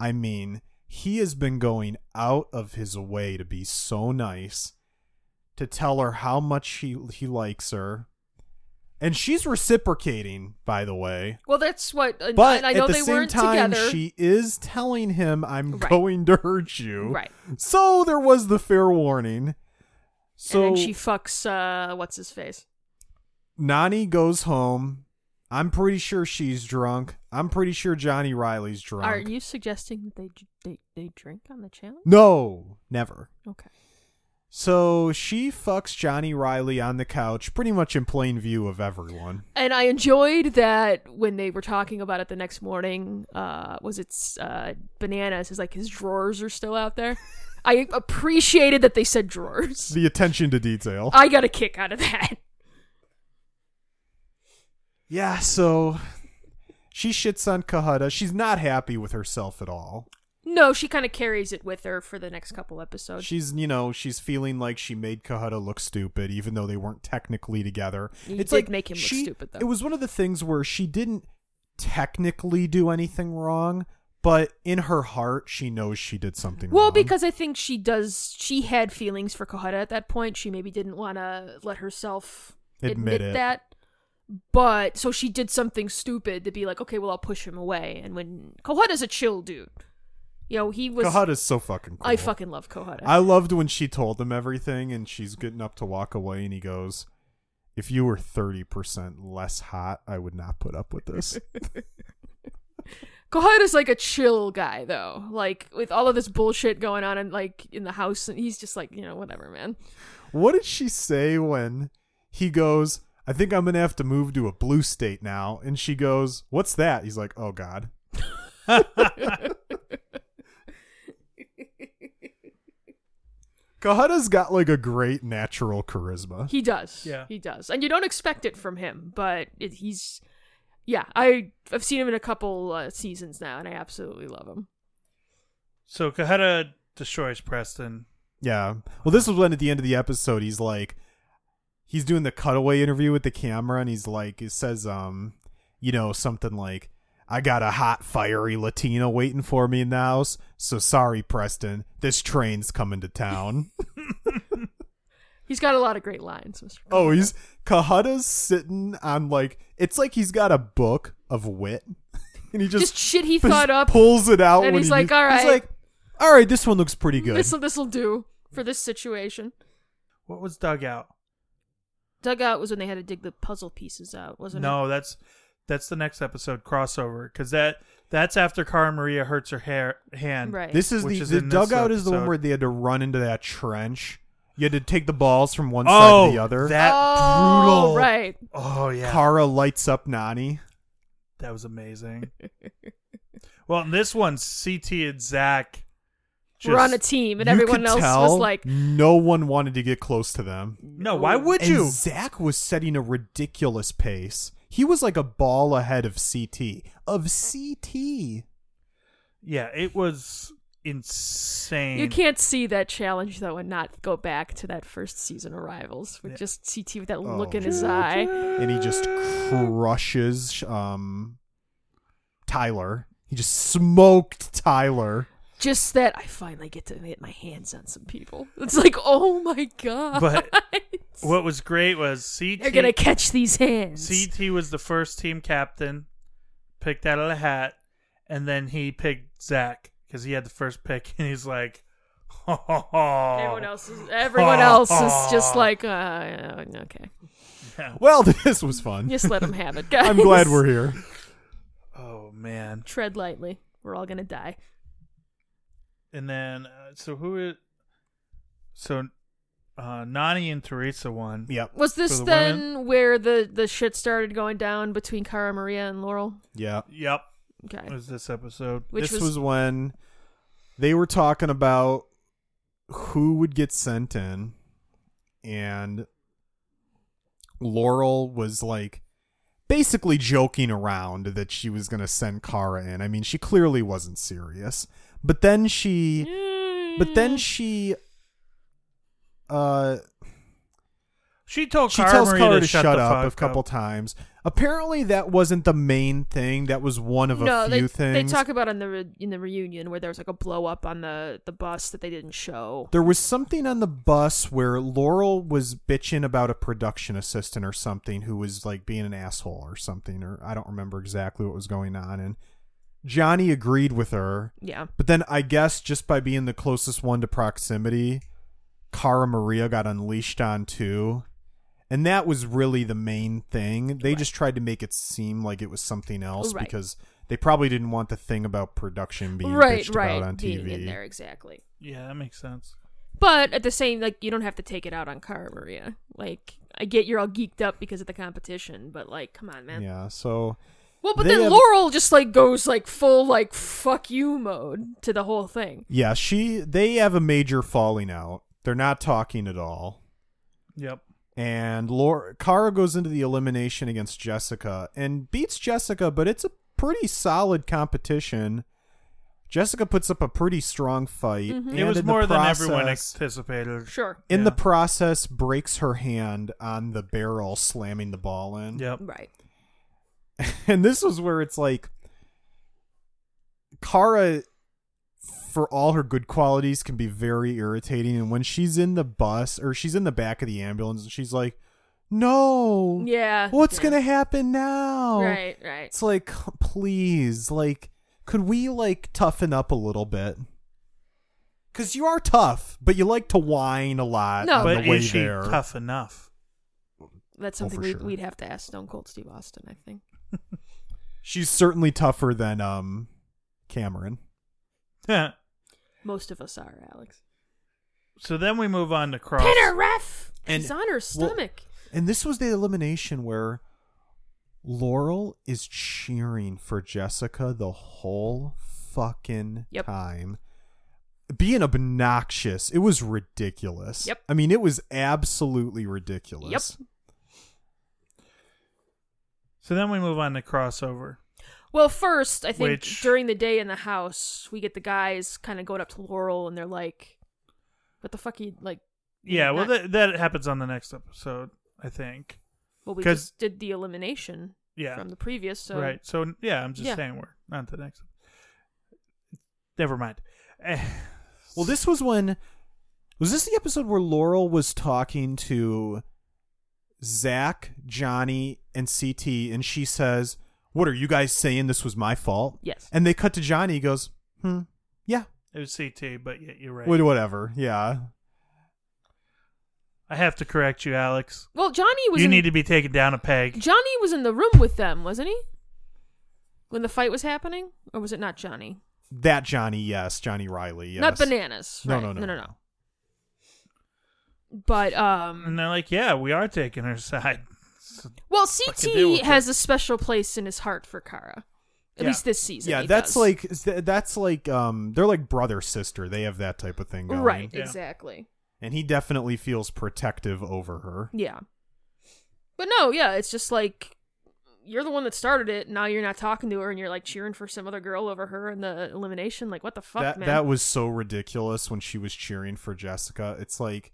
[SPEAKER 3] I mean, he has been going out of his way to be so nice to tell her how much he he likes her. And she's reciprocating, by the way.
[SPEAKER 2] Well, that's what. And,
[SPEAKER 3] But
[SPEAKER 2] and I know
[SPEAKER 3] at the
[SPEAKER 2] they
[SPEAKER 3] same
[SPEAKER 2] weren't
[SPEAKER 3] time,
[SPEAKER 2] together.
[SPEAKER 3] she is telling him, "I'm
[SPEAKER 2] Right.
[SPEAKER 3] going to hurt you."
[SPEAKER 2] Right.
[SPEAKER 3] So there was the fair warning. So
[SPEAKER 2] and then she fucks, uh, what's his face?
[SPEAKER 3] Nani goes home. I'm pretty sure she's drunk. I'm pretty sure Johnny Riley's drunk.
[SPEAKER 2] Are you suggesting that they, they, they drink on the challenge?
[SPEAKER 3] No, never.
[SPEAKER 2] Okay.
[SPEAKER 3] So she fucks Johnny Riley on the couch, pretty much in plain view of everyone.
[SPEAKER 2] And I enjoyed that when they were talking about it the next morning. Uh, was it uh, bananas? Is like his drawers are still out there. I appreciated that they said drawers.
[SPEAKER 3] The attention to detail.
[SPEAKER 2] I got a kick out of that.
[SPEAKER 3] Yeah, so she shits on Kahada. She's not happy with herself at all.
[SPEAKER 2] No, she kind of carries it with her for the next couple episodes.
[SPEAKER 3] She's, you know, she's feeling like she made Kahada look stupid, even though they weren't technically together.
[SPEAKER 2] You
[SPEAKER 3] it's
[SPEAKER 2] did
[SPEAKER 3] like
[SPEAKER 2] make him look
[SPEAKER 3] she-
[SPEAKER 2] stupid, though.
[SPEAKER 3] It was one of the things where she didn't technically do anything wrong, but in her heart, she knows she did something
[SPEAKER 2] Well,
[SPEAKER 3] wrong.
[SPEAKER 2] because I think she does. She had feelings for Kohata at that point. She maybe didn't want to let herself
[SPEAKER 3] Admit
[SPEAKER 2] admit,
[SPEAKER 3] it.
[SPEAKER 2] that. But so she did something stupid to be like, okay, well, I'll push him away. And when Kohata's a chill dude, you know, he was.
[SPEAKER 3] Kahada's so fucking cool.
[SPEAKER 2] I fucking love Kohata.
[SPEAKER 3] I loved when she told him everything and she's getting up to walk away and he goes, If you were 30% less hot, I would not put up with this.
[SPEAKER 2] Kohata's like a chill guy though. Like with all of this bullshit going on and like in the house and he's just like, you know, whatever, man.
[SPEAKER 3] what did she say when he goes, I think I'm going to have to move to a blue state now? And she goes, What's that? He's like, Oh, God.
[SPEAKER 2] Mm-hmm.
[SPEAKER 3] Kahada's got like a great natural charisma.
[SPEAKER 2] He does.
[SPEAKER 1] Yeah.
[SPEAKER 2] He does. And you don't expect it from him, but it, he's yeah, I I've seen him in a couple uh, seasons now and I absolutely love him.
[SPEAKER 1] So Kahada destroys Preston.
[SPEAKER 3] Yeah. Well, this was when at the end of the episode he's like, he's doing the cutaway interview with the camera, and he's like, it says, um, you know, something like, "I got a hot, fiery Latina waiting for me in the house, so sorry, Preston, this train's coming to town."
[SPEAKER 2] He's got a lot of great lines, Mr.
[SPEAKER 3] oh, he's Kahada's sitting on like, it's like he's got a book of wit, and he
[SPEAKER 2] Just,
[SPEAKER 3] just,
[SPEAKER 2] shit he
[SPEAKER 3] just
[SPEAKER 2] thought up.
[SPEAKER 3] pulls it out,
[SPEAKER 2] and
[SPEAKER 3] when
[SPEAKER 2] he's
[SPEAKER 3] he
[SPEAKER 2] like,
[SPEAKER 3] needs-
[SPEAKER 2] "All
[SPEAKER 3] he's
[SPEAKER 2] right."
[SPEAKER 3] like, all right, this one looks pretty good."
[SPEAKER 2] This this'll do for this situation.
[SPEAKER 1] What was dug out?
[SPEAKER 2] Dugout was when they had to dig the puzzle pieces out, wasn't it?
[SPEAKER 1] No, that's that's the next episode crossover because that that's after Cara Maria hurts her hair hand.
[SPEAKER 2] Right.
[SPEAKER 3] This is
[SPEAKER 1] Which
[SPEAKER 3] the,
[SPEAKER 1] is
[SPEAKER 3] the
[SPEAKER 1] in this
[SPEAKER 3] dugout is the one
[SPEAKER 1] episode.
[SPEAKER 3] where they had to run into that trench. You had to take the balls from one side
[SPEAKER 1] oh,
[SPEAKER 3] to the other.
[SPEAKER 1] that
[SPEAKER 2] oh,
[SPEAKER 1] brutal.
[SPEAKER 2] Right.
[SPEAKER 1] Oh yeah,
[SPEAKER 3] Kara lights up Nani.
[SPEAKER 1] that was amazing. well, in this one, CT and Zach just,
[SPEAKER 2] We're on a team and
[SPEAKER 3] You
[SPEAKER 2] everyone
[SPEAKER 3] could
[SPEAKER 2] else
[SPEAKER 3] tell
[SPEAKER 2] was like
[SPEAKER 3] no one wanted to get close to them.
[SPEAKER 1] No, why would
[SPEAKER 3] And
[SPEAKER 1] you?
[SPEAKER 3] Zach was setting a ridiculous pace. He was like a ball ahead of CT. Of CT.
[SPEAKER 1] Yeah, it was insane.
[SPEAKER 2] You can't see that challenge though and not go back to that first season of Rivals with
[SPEAKER 1] Yeah.
[SPEAKER 2] just CT with that
[SPEAKER 3] Oh.
[SPEAKER 2] look in his eye.
[SPEAKER 3] And he just crushes um Tyler. He just smoked Tyler.
[SPEAKER 2] Just that I finally get to get my hands on some people. It's like, oh my god.
[SPEAKER 1] But What was great was CT.
[SPEAKER 2] They're gonna catch these hands.
[SPEAKER 1] CT was the first team captain, picked out of the hat, and then he picked Zach because he had the first pick, and he's like,
[SPEAKER 2] Everyone else is everyone else is just like uh okay.
[SPEAKER 3] Well, this was fun.
[SPEAKER 2] Just let them have it, guys.
[SPEAKER 3] I'm glad we're here.
[SPEAKER 1] Oh man!
[SPEAKER 2] tread lightly. We're all gonna die.
[SPEAKER 1] And then uh, so who is so uh, Nani and Teresa won.
[SPEAKER 3] Yep.
[SPEAKER 2] Was
[SPEAKER 1] For
[SPEAKER 2] this
[SPEAKER 1] the
[SPEAKER 2] then where the the shit started going down between Cara Maria and Laurel?
[SPEAKER 3] Yeah.
[SPEAKER 1] Yep,
[SPEAKER 2] Okay.
[SPEAKER 1] it was this episode.
[SPEAKER 2] Which
[SPEAKER 3] this was,
[SPEAKER 2] was-
[SPEAKER 3] when they were talking about who would get sent in, and Laurel was like basically joking around that she was going to send Kara in. I mean, she clearly wasn't serious. But then she, but
[SPEAKER 2] Mm.
[SPEAKER 3] then she, uh,
[SPEAKER 1] She told
[SPEAKER 3] she
[SPEAKER 1] Cara
[SPEAKER 3] tells
[SPEAKER 1] Marie
[SPEAKER 3] Kara
[SPEAKER 1] to,
[SPEAKER 3] to shut,
[SPEAKER 1] the
[SPEAKER 3] up
[SPEAKER 1] fuck
[SPEAKER 3] a couple times. Apparently, that wasn't the main thing. That was one of a
[SPEAKER 2] no,
[SPEAKER 3] few
[SPEAKER 2] they,
[SPEAKER 3] things.
[SPEAKER 2] They talk about in the re- in the reunion where there was like a blow up on the the bus that they didn't show.
[SPEAKER 3] There was something on the bus where Laurel was bitching about a production assistant or something who was like being an asshole or something, or I don't remember exactly what was going on. And Johnny agreed with her,
[SPEAKER 2] Yeah,
[SPEAKER 3] but then I guess just by being the closest one to proximity, Cara Maria got unleashed on too. And that was really the main thing. They
[SPEAKER 2] Right.
[SPEAKER 3] just tried to make it seem like it was something else
[SPEAKER 2] Right.
[SPEAKER 3] because they probably didn't want the thing about production being
[SPEAKER 2] right,
[SPEAKER 3] bitched
[SPEAKER 2] right,
[SPEAKER 3] about on TV.
[SPEAKER 2] being in there exactly.
[SPEAKER 1] Yeah, that makes sense.
[SPEAKER 2] But at the same, like you don't have to take it out on Cara Maria. Like I get you're all geeked up because of the competition, but like, come on, man.
[SPEAKER 3] Yeah, so
[SPEAKER 2] Well, but
[SPEAKER 3] They
[SPEAKER 2] then
[SPEAKER 3] have-
[SPEAKER 2] Laurel just like goes like full like fuck you mode to the whole thing.
[SPEAKER 3] yeah, she they have a major falling out. They're not talking at all.
[SPEAKER 1] Yep.
[SPEAKER 3] And Laura Kara goes into the elimination against Jessica and beats Jessica, but it's a pretty solid competition. Jessica puts up a pretty strong fight.
[SPEAKER 2] Mhm.
[SPEAKER 1] it
[SPEAKER 3] and
[SPEAKER 1] was
[SPEAKER 3] in the
[SPEAKER 1] more than everyone
[SPEAKER 3] process-
[SPEAKER 1] anticipated.
[SPEAKER 2] Sure.
[SPEAKER 3] in the
[SPEAKER 1] Yeah.
[SPEAKER 3] process breaks her hand on the barrel slamming the ball in
[SPEAKER 1] Yep.
[SPEAKER 2] Right.
[SPEAKER 3] and this was where it's like kara for all her good qualities can be very irritating and when she's in the bus or she's in the back of the ambulance and she's like no
[SPEAKER 2] Yeah.
[SPEAKER 3] what's
[SPEAKER 2] yeah.
[SPEAKER 3] gonna happen now
[SPEAKER 2] Right. Right.
[SPEAKER 3] it's like please like could we like toughen up a little bit because you are tough but you like to whine a lot
[SPEAKER 2] No.
[SPEAKER 3] on
[SPEAKER 1] But
[SPEAKER 3] the way
[SPEAKER 1] is she
[SPEAKER 3] there
[SPEAKER 1] tough enough?
[SPEAKER 2] That's
[SPEAKER 3] Well,
[SPEAKER 2] something
[SPEAKER 3] for
[SPEAKER 2] we'd,
[SPEAKER 3] sure.
[SPEAKER 2] we'd have to ask Stone Cold Steve Austin. I think.
[SPEAKER 3] She's certainly tougher than um Cameron.
[SPEAKER 1] so
[SPEAKER 2] Most of us are, Alex.
[SPEAKER 1] then we move on to Cross.
[SPEAKER 2] Pin her, ref.
[SPEAKER 3] And-
[SPEAKER 2] She's on her stomach.
[SPEAKER 3] And this was the elimination where Laurel is cheering for Jessica the whole fucking
[SPEAKER 2] Yep.
[SPEAKER 3] time. Being obnoxious. It was ridiculous.
[SPEAKER 2] Yep.
[SPEAKER 3] I mean, it was absolutely ridiculous.
[SPEAKER 1] So then we move on to crossover.
[SPEAKER 2] Well, first, I think
[SPEAKER 1] Which-
[SPEAKER 2] during the day in the house, we get the guys kind of going up to Laurel and they're like, "What the fuck? Are you like?"
[SPEAKER 1] Yeah, well,
[SPEAKER 2] Not-
[SPEAKER 1] that, that happens on the next episode, I think.
[SPEAKER 2] Well, we
[SPEAKER 1] 'cause-
[SPEAKER 2] just did the elimination
[SPEAKER 1] Yeah.
[SPEAKER 2] from the previous, so
[SPEAKER 1] Right. So yeah, I'm just
[SPEAKER 2] Yeah.
[SPEAKER 1] saying we're not the next. Never mind. Eh,
[SPEAKER 3] Well, this was when was this the episode where Laurel was talking to Zach, Johnny, and CT, and she says, "What are you guys saying? This was my fault."
[SPEAKER 2] Yes.
[SPEAKER 3] And they cut to Johnny. He goes, "Hmm, yeah,
[SPEAKER 1] it was CT, but yeah, you're right.
[SPEAKER 3] wha- whatever, yeah."
[SPEAKER 1] I have to correct you, Alex.
[SPEAKER 2] Well, Johnny was.
[SPEAKER 1] You
[SPEAKER 2] in,
[SPEAKER 1] need to be taken down a peg.
[SPEAKER 2] Johnny was in the room with them, wasn't he? When the fight was happening, or was it not Johnny?
[SPEAKER 3] That Johnny, yes, Johnny Riley, yes.
[SPEAKER 2] Not bananas.
[SPEAKER 3] No,
[SPEAKER 2] right.
[SPEAKER 3] no, no,
[SPEAKER 2] no, no, no. But um,
[SPEAKER 1] And they're like, "Yeah, we are taking her side."
[SPEAKER 2] well,
[SPEAKER 1] Fucking deal with
[SPEAKER 2] CT
[SPEAKER 1] it.
[SPEAKER 2] has a special place in his heart for Kara, at
[SPEAKER 1] Yeah.
[SPEAKER 2] least this season.
[SPEAKER 3] Yeah,
[SPEAKER 2] he
[SPEAKER 3] that's
[SPEAKER 2] does.
[SPEAKER 3] like th- that's like um, they're like brother sister. They have that type of thing going,
[SPEAKER 2] right,
[SPEAKER 1] Yeah.
[SPEAKER 2] exactly.
[SPEAKER 3] And he definitely feels protective over her.
[SPEAKER 2] Yeah. But no, yeah, it's just like you're the one that started it. Now you're not talking to her, and you're like cheering for some other girl over her in the elimination. Like, what the fuck,
[SPEAKER 3] that
[SPEAKER 2] man?
[SPEAKER 3] that was so ridiculous when she was cheering for Jessica. It's like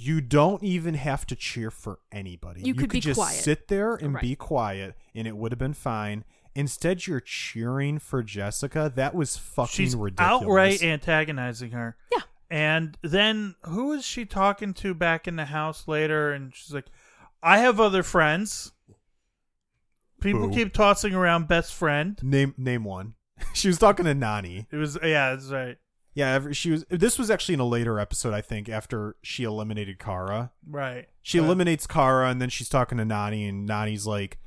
[SPEAKER 3] you don't even have to cheer for anybody.
[SPEAKER 2] You could be
[SPEAKER 3] just
[SPEAKER 2] quiet.
[SPEAKER 3] sit there and be
[SPEAKER 2] Right.
[SPEAKER 3] quiet, and it would have been fine. Instead, you're cheering for Jessica. That was fucking
[SPEAKER 1] She's
[SPEAKER 3] ridiculous.
[SPEAKER 1] outright antagonizing her.
[SPEAKER 2] Yeah.
[SPEAKER 1] And then who is she talking to back in the house later? And she's like, "I have other friends." People
[SPEAKER 3] Who?
[SPEAKER 1] keep tossing around best friend.
[SPEAKER 3] name name one. she was talking to Nani.
[SPEAKER 1] It was yeah, that's right,
[SPEAKER 3] Yeah, every- she was. This was actually in a later episode, I think, after she eliminated Kara.
[SPEAKER 1] right.
[SPEAKER 3] She
[SPEAKER 1] Uh,
[SPEAKER 3] eliminates Kara, and then she's talking to Nani, and Nani's like,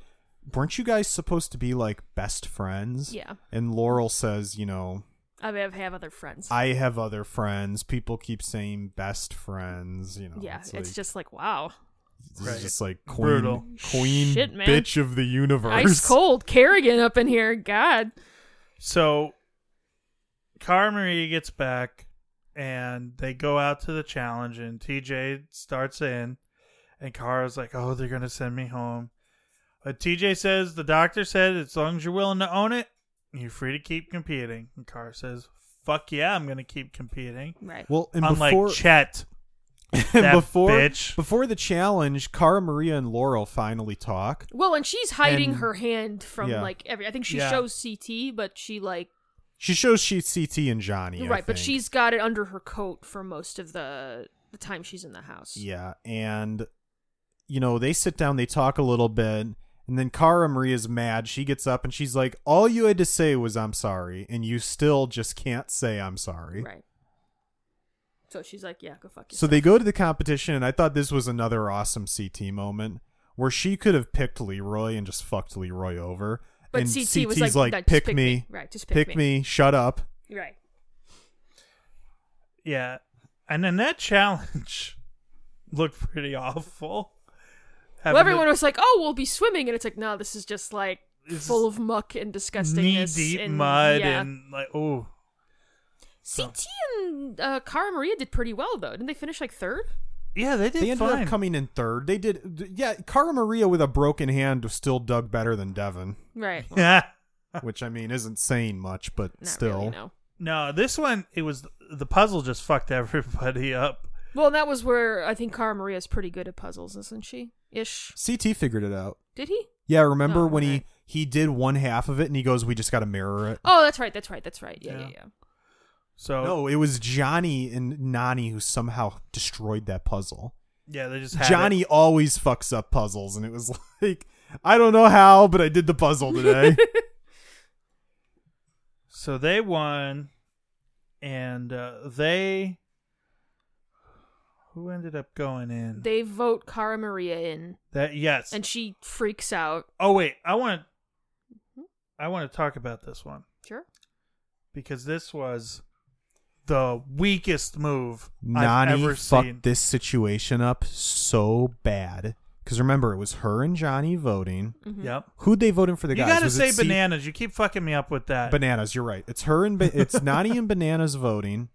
[SPEAKER 3] "Weren't you guys supposed to be like best friends?"
[SPEAKER 2] yeah,
[SPEAKER 3] And Laurel says, you know,
[SPEAKER 2] I mean, I have other friends.
[SPEAKER 3] I have other friends. People keep saying best friends, you know.
[SPEAKER 2] yeah, it's,
[SPEAKER 3] it's, like,
[SPEAKER 2] just like wow,
[SPEAKER 3] this
[SPEAKER 1] Right.
[SPEAKER 3] is just like queen,
[SPEAKER 1] Brutal.
[SPEAKER 3] queen
[SPEAKER 2] Shit, man.
[SPEAKER 3] bitch of the universe.
[SPEAKER 2] ice cold Kerrigan up in here. God,
[SPEAKER 1] So Cara Marie gets back and they go out to the challenge and TJ starts in and Cara's like, Oh, they're gonna send me home. But TJ says the doctor said as long as you're willing to own it, you're free to keep competing. And Cara says, Fuck yeah, I'm gonna keep competing.
[SPEAKER 2] right?
[SPEAKER 3] Well, and
[SPEAKER 1] Unlike
[SPEAKER 3] before,
[SPEAKER 1] Chet.
[SPEAKER 3] and
[SPEAKER 1] that
[SPEAKER 3] before,
[SPEAKER 1] bitch.
[SPEAKER 3] before the challenge, Cara Maria and Laurel finally talk.
[SPEAKER 2] Well, and she's hiding
[SPEAKER 3] And-
[SPEAKER 2] her hand from
[SPEAKER 3] yeah.
[SPEAKER 2] like every. I think she
[SPEAKER 1] Yeah.
[SPEAKER 2] shows CT, but she like
[SPEAKER 3] She shows she's CT and Johnny, I
[SPEAKER 2] right, but
[SPEAKER 3] think.
[SPEAKER 2] she's got it under her coat for most of the the time she's in the house.
[SPEAKER 3] Yeah, and you know, they sit down, they talk a little bit, and then Cara Maria's mad. She gets up and she's like, "All you had to say was I'm sorry, and you still just can't say I'm sorry."
[SPEAKER 2] right. So she's like, yeah, go fuck yourself.
[SPEAKER 3] So they go to the competition, and I thought this was another awesome CT moment where she could have picked Leroy and just fucked Leroy over.
[SPEAKER 2] But
[SPEAKER 3] and
[SPEAKER 2] CT was
[SPEAKER 3] CT's
[SPEAKER 2] like, "No, just
[SPEAKER 3] pick,
[SPEAKER 2] pick
[SPEAKER 3] me,
[SPEAKER 2] me." Right, just pick
[SPEAKER 3] me. shut up.
[SPEAKER 2] Right.
[SPEAKER 1] Yeah. And then that challenge looked pretty awful.
[SPEAKER 2] Well,
[SPEAKER 1] Having
[SPEAKER 2] everyone
[SPEAKER 1] to-
[SPEAKER 2] was like, "Oh, we'll be swimming," and it's like, "No, this is just like
[SPEAKER 1] It's
[SPEAKER 2] full of muck and
[SPEAKER 1] knee
[SPEAKER 2] disgustingness,
[SPEAKER 1] deep
[SPEAKER 2] and,
[SPEAKER 1] mud
[SPEAKER 2] yeah.
[SPEAKER 1] and like oh
[SPEAKER 2] CT and uh, Cara Maria did pretty well though. Didn't they finish like third?
[SPEAKER 1] yeah they did
[SPEAKER 3] They ended
[SPEAKER 1] fine.
[SPEAKER 3] up coming in third. They did, d- yeah. Cara Maria with a broken hand still dug better than Devon,
[SPEAKER 2] Right.
[SPEAKER 1] yeah.
[SPEAKER 3] which I mean isn't saying much, but
[SPEAKER 2] Not
[SPEAKER 3] still.
[SPEAKER 2] really, no.
[SPEAKER 1] No, this one it was the puzzle just fucked everybody up.
[SPEAKER 2] Well, that was where I think Cara Maria's pretty good at puzzles, isn't she? Ish.
[SPEAKER 3] CT figured it out.
[SPEAKER 2] Did he?
[SPEAKER 3] Yeah, remember
[SPEAKER 2] Oh,
[SPEAKER 3] when
[SPEAKER 2] right.
[SPEAKER 3] he he did one half of it and he goes, "We just got to mirror it."
[SPEAKER 2] Oh, that's right. That's right. That's right. Yeah,
[SPEAKER 1] Yeah.
[SPEAKER 2] yeah, yeah.
[SPEAKER 1] So
[SPEAKER 3] No, it was Johnny and Nani who somehow destroyed that puzzle.
[SPEAKER 1] yeah, they just had
[SPEAKER 3] Johnny
[SPEAKER 1] it.
[SPEAKER 3] always fucks up puzzles, and it was like, I don't know how, but I did the puzzle today.
[SPEAKER 1] So they won, and uh, they who ended up going in
[SPEAKER 2] They vote Cara Maria in,
[SPEAKER 1] that yes.
[SPEAKER 2] and she freaks out.
[SPEAKER 1] oh wait, I want
[SPEAKER 2] Mm-hmm.
[SPEAKER 1] I want to talk about this one
[SPEAKER 2] Sure.
[SPEAKER 1] because this was the weakest move I've
[SPEAKER 3] Nani
[SPEAKER 1] ever
[SPEAKER 3] fucked
[SPEAKER 1] seen.
[SPEAKER 3] this situation up so bad because remember it was her and Johnny voting.
[SPEAKER 2] Mm-hmm.
[SPEAKER 1] Yep.
[SPEAKER 3] Who'd they vote in for the
[SPEAKER 1] You
[SPEAKER 3] guys?
[SPEAKER 1] gotta
[SPEAKER 3] Was
[SPEAKER 1] say
[SPEAKER 3] it C-
[SPEAKER 1] bananas. You keep fucking me up with that.
[SPEAKER 3] Bananas, you're right. It's her and ba- it's Nani and Bananas voting.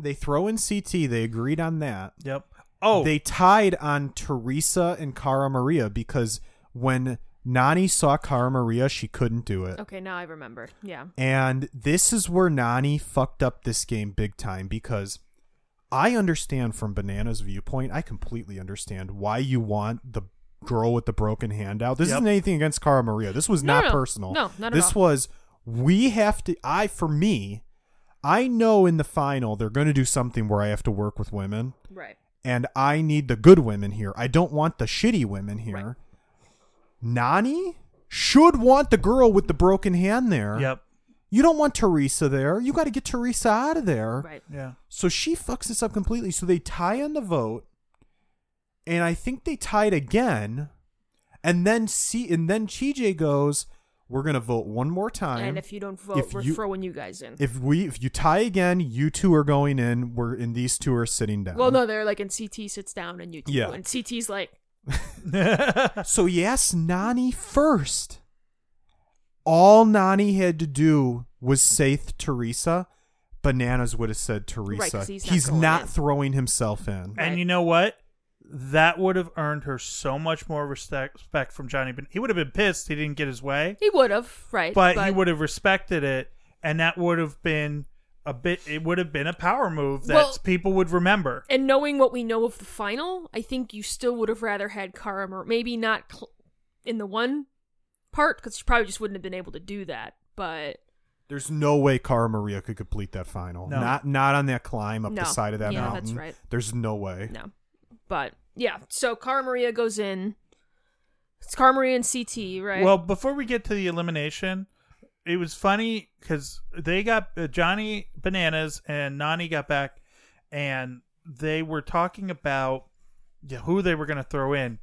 [SPEAKER 3] They throw in CT. They agreed on that.
[SPEAKER 1] yep. Oh,
[SPEAKER 3] They tied on Teresa and Cara Maria because when Nani saw Cara Maria, she couldn't do it.
[SPEAKER 2] Okay, now I remember. Yeah.
[SPEAKER 3] And this is where Nani fucked up this game big time because I understand from Banana's viewpoint, I completely understand why you want the girl with the broken hand out. This
[SPEAKER 1] Yep.
[SPEAKER 3] isn't anything against Cara Maria. This was
[SPEAKER 2] No,
[SPEAKER 3] not
[SPEAKER 2] no, no.
[SPEAKER 3] personal.
[SPEAKER 2] No, not at
[SPEAKER 3] This
[SPEAKER 2] all.
[SPEAKER 3] was we have to I for me, I know in the final they're gonna do something where I have to work with women
[SPEAKER 2] Right.
[SPEAKER 3] and I need the good women here. I don't want the shitty women here.
[SPEAKER 2] Right.
[SPEAKER 3] Nani should want the girl with the broken hand there.
[SPEAKER 1] yep.
[SPEAKER 3] You don't want Teresa there. You got to get Teresa out of there.
[SPEAKER 2] Right.
[SPEAKER 1] Yeah.
[SPEAKER 3] So she fucks this up completely. So they tie on the vote, and I think they tied again, and then see, and then TJ goes, "We're gonna vote one more time.
[SPEAKER 2] And if you don't vote,
[SPEAKER 3] If
[SPEAKER 2] we're
[SPEAKER 3] you-
[SPEAKER 2] throwing you guys in.
[SPEAKER 3] if we if you tie again, you two are going in. We're and these two are sitting down.
[SPEAKER 2] Well, no, they're like, and CT sits down, and you two,
[SPEAKER 3] Yeah.
[SPEAKER 2] and CT's like,
[SPEAKER 3] So yes, Nani first. All Nani had to do was say th- Teresa. Bananas would have said Teresa.
[SPEAKER 2] Right, 'cause he's not going in.
[SPEAKER 3] throwing himself
[SPEAKER 2] Right.
[SPEAKER 3] in.
[SPEAKER 1] And you know what? That would have earned her so much more respect, respect from Johnny. But he would have been pissed he didn't get his way,
[SPEAKER 2] he would have, right?
[SPEAKER 1] but, he would have respected it, and that would have been a bit. It would have been a power move that
[SPEAKER 2] Well-
[SPEAKER 1] people would remember.
[SPEAKER 2] And knowing what we know of the final, I think you still would have rather had Kara, Mar- maybe not cl- in the one part, because she probably just wouldn't have been able to do that. But
[SPEAKER 3] There's no way Cara Maria could complete that final.
[SPEAKER 1] No.
[SPEAKER 3] Not not on that climb up
[SPEAKER 2] No.
[SPEAKER 3] the side of that
[SPEAKER 2] Yeah,
[SPEAKER 3] mountain.
[SPEAKER 2] that's right.
[SPEAKER 3] There's no way.
[SPEAKER 2] no, but yeah. So Cara Maria goes in. It's Cara Maria and CT, right?
[SPEAKER 1] Well, before we get to the elimination, it was funny because they got uh, Johnny Bananas and Nani got back, and they were talking about yeah, who they were going to throw in,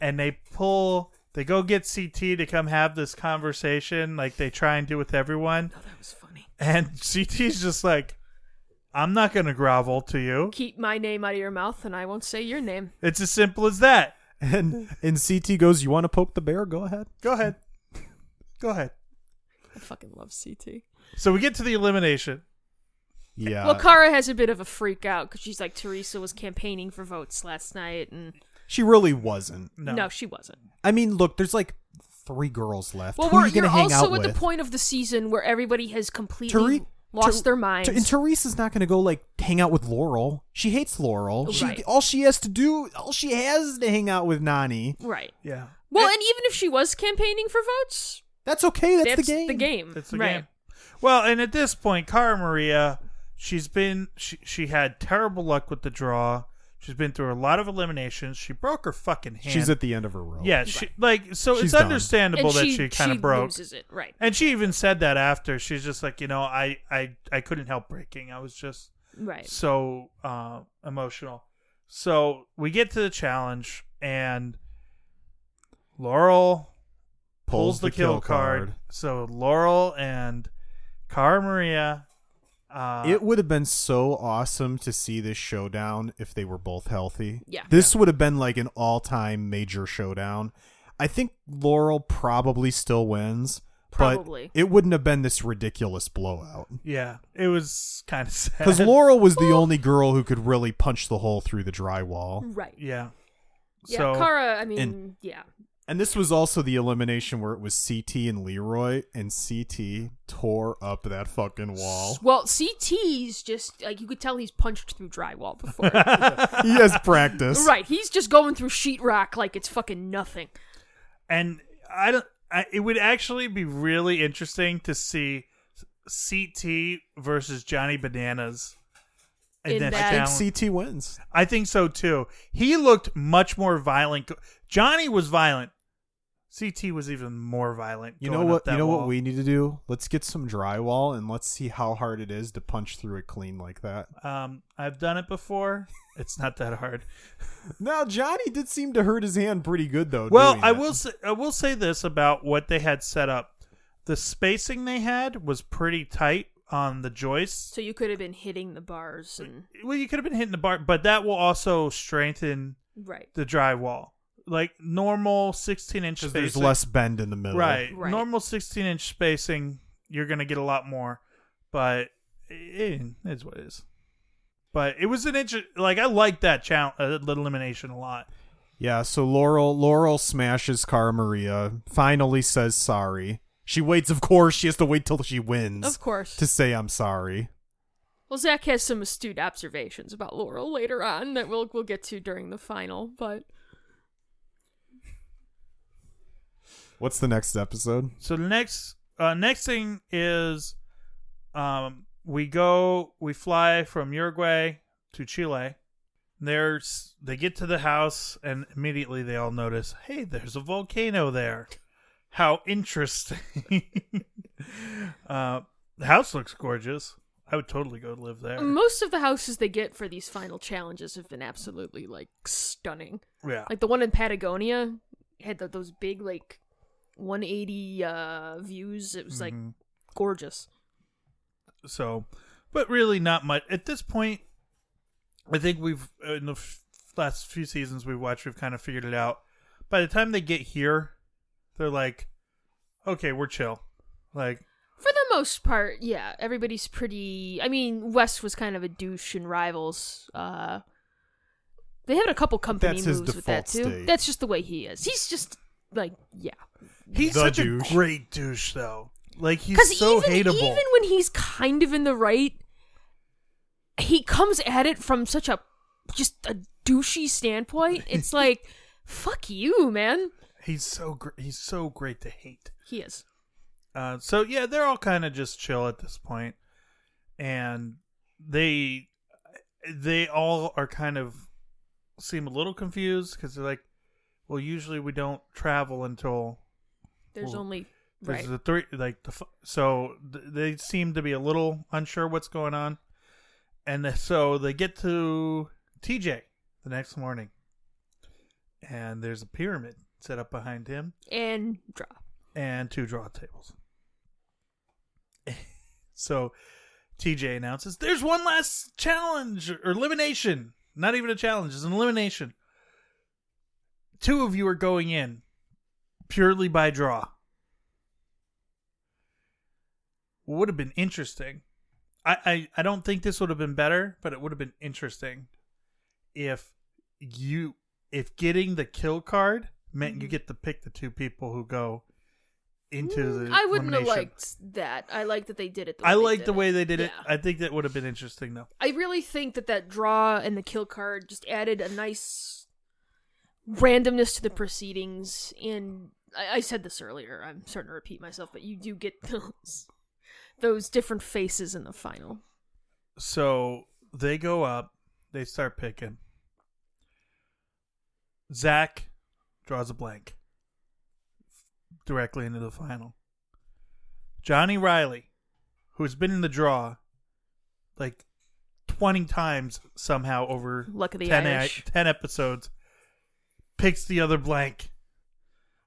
[SPEAKER 1] and they pull. They go get CT to come have this conversation, like they try and do with everyone.
[SPEAKER 2] Oh, that was funny.
[SPEAKER 1] And CT's just like, I'm not going to grovel to you.
[SPEAKER 2] Keep my name out of your mouth, and I won't say your name.
[SPEAKER 1] It's as simple as that.
[SPEAKER 3] And and CT goes, "You want to poke the bear? Go ahead."
[SPEAKER 1] Go ahead. Go ahead.
[SPEAKER 2] I fucking love CT.
[SPEAKER 1] So we get to the elimination.
[SPEAKER 3] Yeah.
[SPEAKER 2] well, Kara has a bit of a freak out because she's like Teresa was campaigning for votes last night, and
[SPEAKER 3] she really wasn't.
[SPEAKER 1] No.
[SPEAKER 2] no she wasn't.
[SPEAKER 3] I mean, look, there's like three girls left.
[SPEAKER 2] Well,
[SPEAKER 3] Uh, Who
[SPEAKER 2] we're,
[SPEAKER 3] are you
[SPEAKER 2] you
[SPEAKER 3] going
[SPEAKER 2] are
[SPEAKER 3] to hang out
[SPEAKER 2] also at
[SPEAKER 3] with?
[SPEAKER 2] the point of the season where everybody has completely
[SPEAKER 3] Tere-
[SPEAKER 2] lost
[SPEAKER 3] Ter-
[SPEAKER 2] their minds.
[SPEAKER 3] Ter- and Teresa's not going to go like hang out with Laurel. She hates Laurel. She
[SPEAKER 2] Right.
[SPEAKER 3] all she has to do, all she has is to hang out with Nani.
[SPEAKER 2] right.
[SPEAKER 1] Yeah.
[SPEAKER 2] Well, and even if she was campaigning for votes,
[SPEAKER 3] That's okay. That's,
[SPEAKER 2] that's,
[SPEAKER 3] the game.
[SPEAKER 1] It's the
[SPEAKER 2] right.
[SPEAKER 1] game. Well, and at this point, Cara Maria, she's been she, she had terrible luck with the draw. She's been through a lot of eliminations. She broke her fucking hand.
[SPEAKER 3] She's at the end of her rope.
[SPEAKER 1] yeah. She like so
[SPEAKER 3] She's
[SPEAKER 1] it's
[SPEAKER 3] done.
[SPEAKER 2] And
[SPEAKER 1] understandable that she, kind
[SPEAKER 2] she
[SPEAKER 1] of broke.
[SPEAKER 2] loses it. Right.
[SPEAKER 1] And she even said that after she's just like you know I I I couldn't help breaking. I was just
[SPEAKER 2] Right.
[SPEAKER 1] so uh, emotional. So we get to the challenge, and Laurel pulls, the, kill, card. So Laurel and Cara Maria Uh,
[SPEAKER 3] it would have been so awesome to see this showdown if they were both healthy.
[SPEAKER 2] Yeah.
[SPEAKER 3] This would have been like an all time major showdown. I think Laurel probably still wins.
[SPEAKER 2] Probably.
[SPEAKER 3] But it wouldn't have been this ridiculous blowout.
[SPEAKER 1] yeah, it was kind of sad.
[SPEAKER 3] Because Laurel was the only girl who could really punch the hole through the drywall.
[SPEAKER 2] Right.
[SPEAKER 1] Yeah.
[SPEAKER 2] Yeah,
[SPEAKER 1] so,
[SPEAKER 2] Kara, I mean,
[SPEAKER 3] and-
[SPEAKER 2] yeah.
[SPEAKER 3] And this was also the elimination where it was CT and Leroy, and CT tore up that fucking wall.
[SPEAKER 2] Well, CT's just like you could tell he's punched through drywall before.
[SPEAKER 3] he has practice.
[SPEAKER 2] right, he's just going through sheetrock like it's fucking nothing.
[SPEAKER 1] and I don't. I, it would actually be really interesting to see CT versus Johnny Bananas. in
[SPEAKER 2] In
[SPEAKER 1] that
[SPEAKER 2] that-
[SPEAKER 3] I
[SPEAKER 1] challenge.
[SPEAKER 3] think CT wins.
[SPEAKER 1] I think so too. He looked much more violent. Johnny was violent. CT was even more violent.
[SPEAKER 3] You
[SPEAKER 1] going
[SPEAKER 3] know
[SPEAKER 1] up
[SPEAKER 3] what? You
[SPEAKER 1] that
[SPEAKER 3] know what
[SPEAKER 1] wall.
[SPEAKER 3] we need to do? Let's get some drywall and let's see how hard it is to punch through it clean like that.
[SPEAKER 1] Um, I've done it before. It's not that hard.
[SPEAKER 3] Now Johnny did seem to hurt his hand pretty good though.
[SPEAKER 1] well,
[SPEAKER 3] doing
[SPEAKER 1] I
[SPEAKER 3] it.
[SPEAKER 1] will say, I will say this about what they had set up. The spacing they had was pretty tight on the joists.
[SPEAKER 2] So you could have been hitting the bars and
[SPEAKER 1] Well, you could have been hitting the bar, but that will also strengthen
[SPEAKER 2] right.
[SPEAKER 1] the drywall. Like normal 16 inch
[SPEAKER 3] 'Cause
[SPEAKER 1] spacing.
[SPEAKER 3] there's less bend in the middle.
[SPEAKER 1] Right.
[SPEAKER 2] Right.
[SPEAKER 1] Normal 16 inch spacing, you're going to get a lot more, but it it is what it is. But it was an inter Like, I liked that challenge, uh, elimination a lot.
[SPEAKER 3] Yeah, so Laurel Laurel smashes Cara Maria, finally says sorry. She waits, of course, she has to wait till she wins
[SPEAKER 2] Of course.
[SPEAKER 3] to say I'm sorry.
[SPEAKER 2] well, Zach has some astute observations about Laurel later on that we'll we'll get to during the final, but
[SPEAKER 3] What's the next episode?
[SPEAKER 1] So the next uh, next thing is um, we go we fly from Uruguay to Chile. There's they get to the house and immediately they all notice, hey, there's a volcano there. How interesting. uh, the house looks gorgeous. I would totally go live there.
[SPEAKER 2] most of the houses they get for these final challenges have been absolutely like stunning.
[SPEAKER 1] yeah.
[SPEAKER 2] Like the one in Patagonia had th those big like 180 uh views. It was like
[SPEAKER 1] Mhm.
[SPEAKER 2] gorgeous.
[SPEAKER 1] So, but really not much at this point. I think we've uh, in the f- last few seasons we've watched, we've kind of figured it out. By the time they get here, they're like, "Okay, we're chill." Like,
[SPEAKER 2] For the most part, yeah, everybody's pretty. I mean, West was kind of a douche in Rivals. Uh, they had a couple company
[SPEAKER 3] That's his
[SPEAKER 2] moves with that too.
[SPEAKER 3] default state.
[SPEAKER 2] That's just the way he is. He's just like, yeah,
[SPEAKER 1] he's
[SPEAKER 3] The
[SPEAKER 1] such
[SPEAKER 3] douche.
[SPEAKER 1] a great douche, though. Like, he's
[SPEAKER 2] because
[SPEAKER 1] so
[SPEAKER 2] even
[SPEAKER 1] hateable.
[SPEAKER 2] even when he's kind of in the right, he comes at it from such a just a douchey standpoint. It's like, fuck you, man.
[SPEAKER 1] he's so gr- he's so great to hate.
[SPEAKER 2] He is.
[SPEAKER 1] Uh, so yeah, they're all kind of just chill at this point, and they they all are kind of seem a little confused because they're like, well, usually we don't travel until
[SPEAKER 2] There's
[SPEAKER 1] Well,
[SPEAKER 2] only
[SPEAKER 1] there's
[SPEAKER 2] right.
[SPEAKER 1] the three like the f- so th- they seem to be a little unsure what's going on, and th- so they get to TJ the next morning, and there's a pyramid set up behind him
[SPEAKER 2] and draw.
[SPEAKER 1] and two draw tables. so TJ announces there's one last challenge or elimination. Not even a challenge, it's an elimination. Two of you are going in purely by draw. Would have been interesting. I, I, I don't think this would have been better, but it would have been interesting if you if getting the kill card meant you
[SPEAKER 2] Mm-hmm.
[SPEAKER 1] get to pick the two people who go into
[SPEAKER 2] Mm,
[SPEAKER 1] the
[SPEAKER 2] I wouldn't have
[SPEAKER 1] elimination.
[SPEAKER 2] liked that. I like that they did it. The way
[SPEAKER 1] I
[SPEAKER 2] they
[SPEAKER 1] like
[SPEAKER 2] did
[SPEAKER 1] the
[SPEAKER 2] it.
[SPEAKER 1] way they did it.
[SPEAKER 2] Yeah.
[SPEAKER 1] I think that would have been interesting though.
[SPEAKER 2] I really think that that draw and the kill card just added a nice randomness to the proceedings. And I, I said this earlier. I'm starting to repeat myself, but you do get those those different faces in the final.
[SPEAKER 1] So they go up, they start picking. Zach draws a blank directly into the final. Johnny Riley, who's been in the draw like 20 times somehow over
[SPEAKER 2] Luck of the
[SPEAKER 1] 10, e-
[SPEAKER 2] Irish.
[SPEAKER 1] 10 episodes, picks the other blank,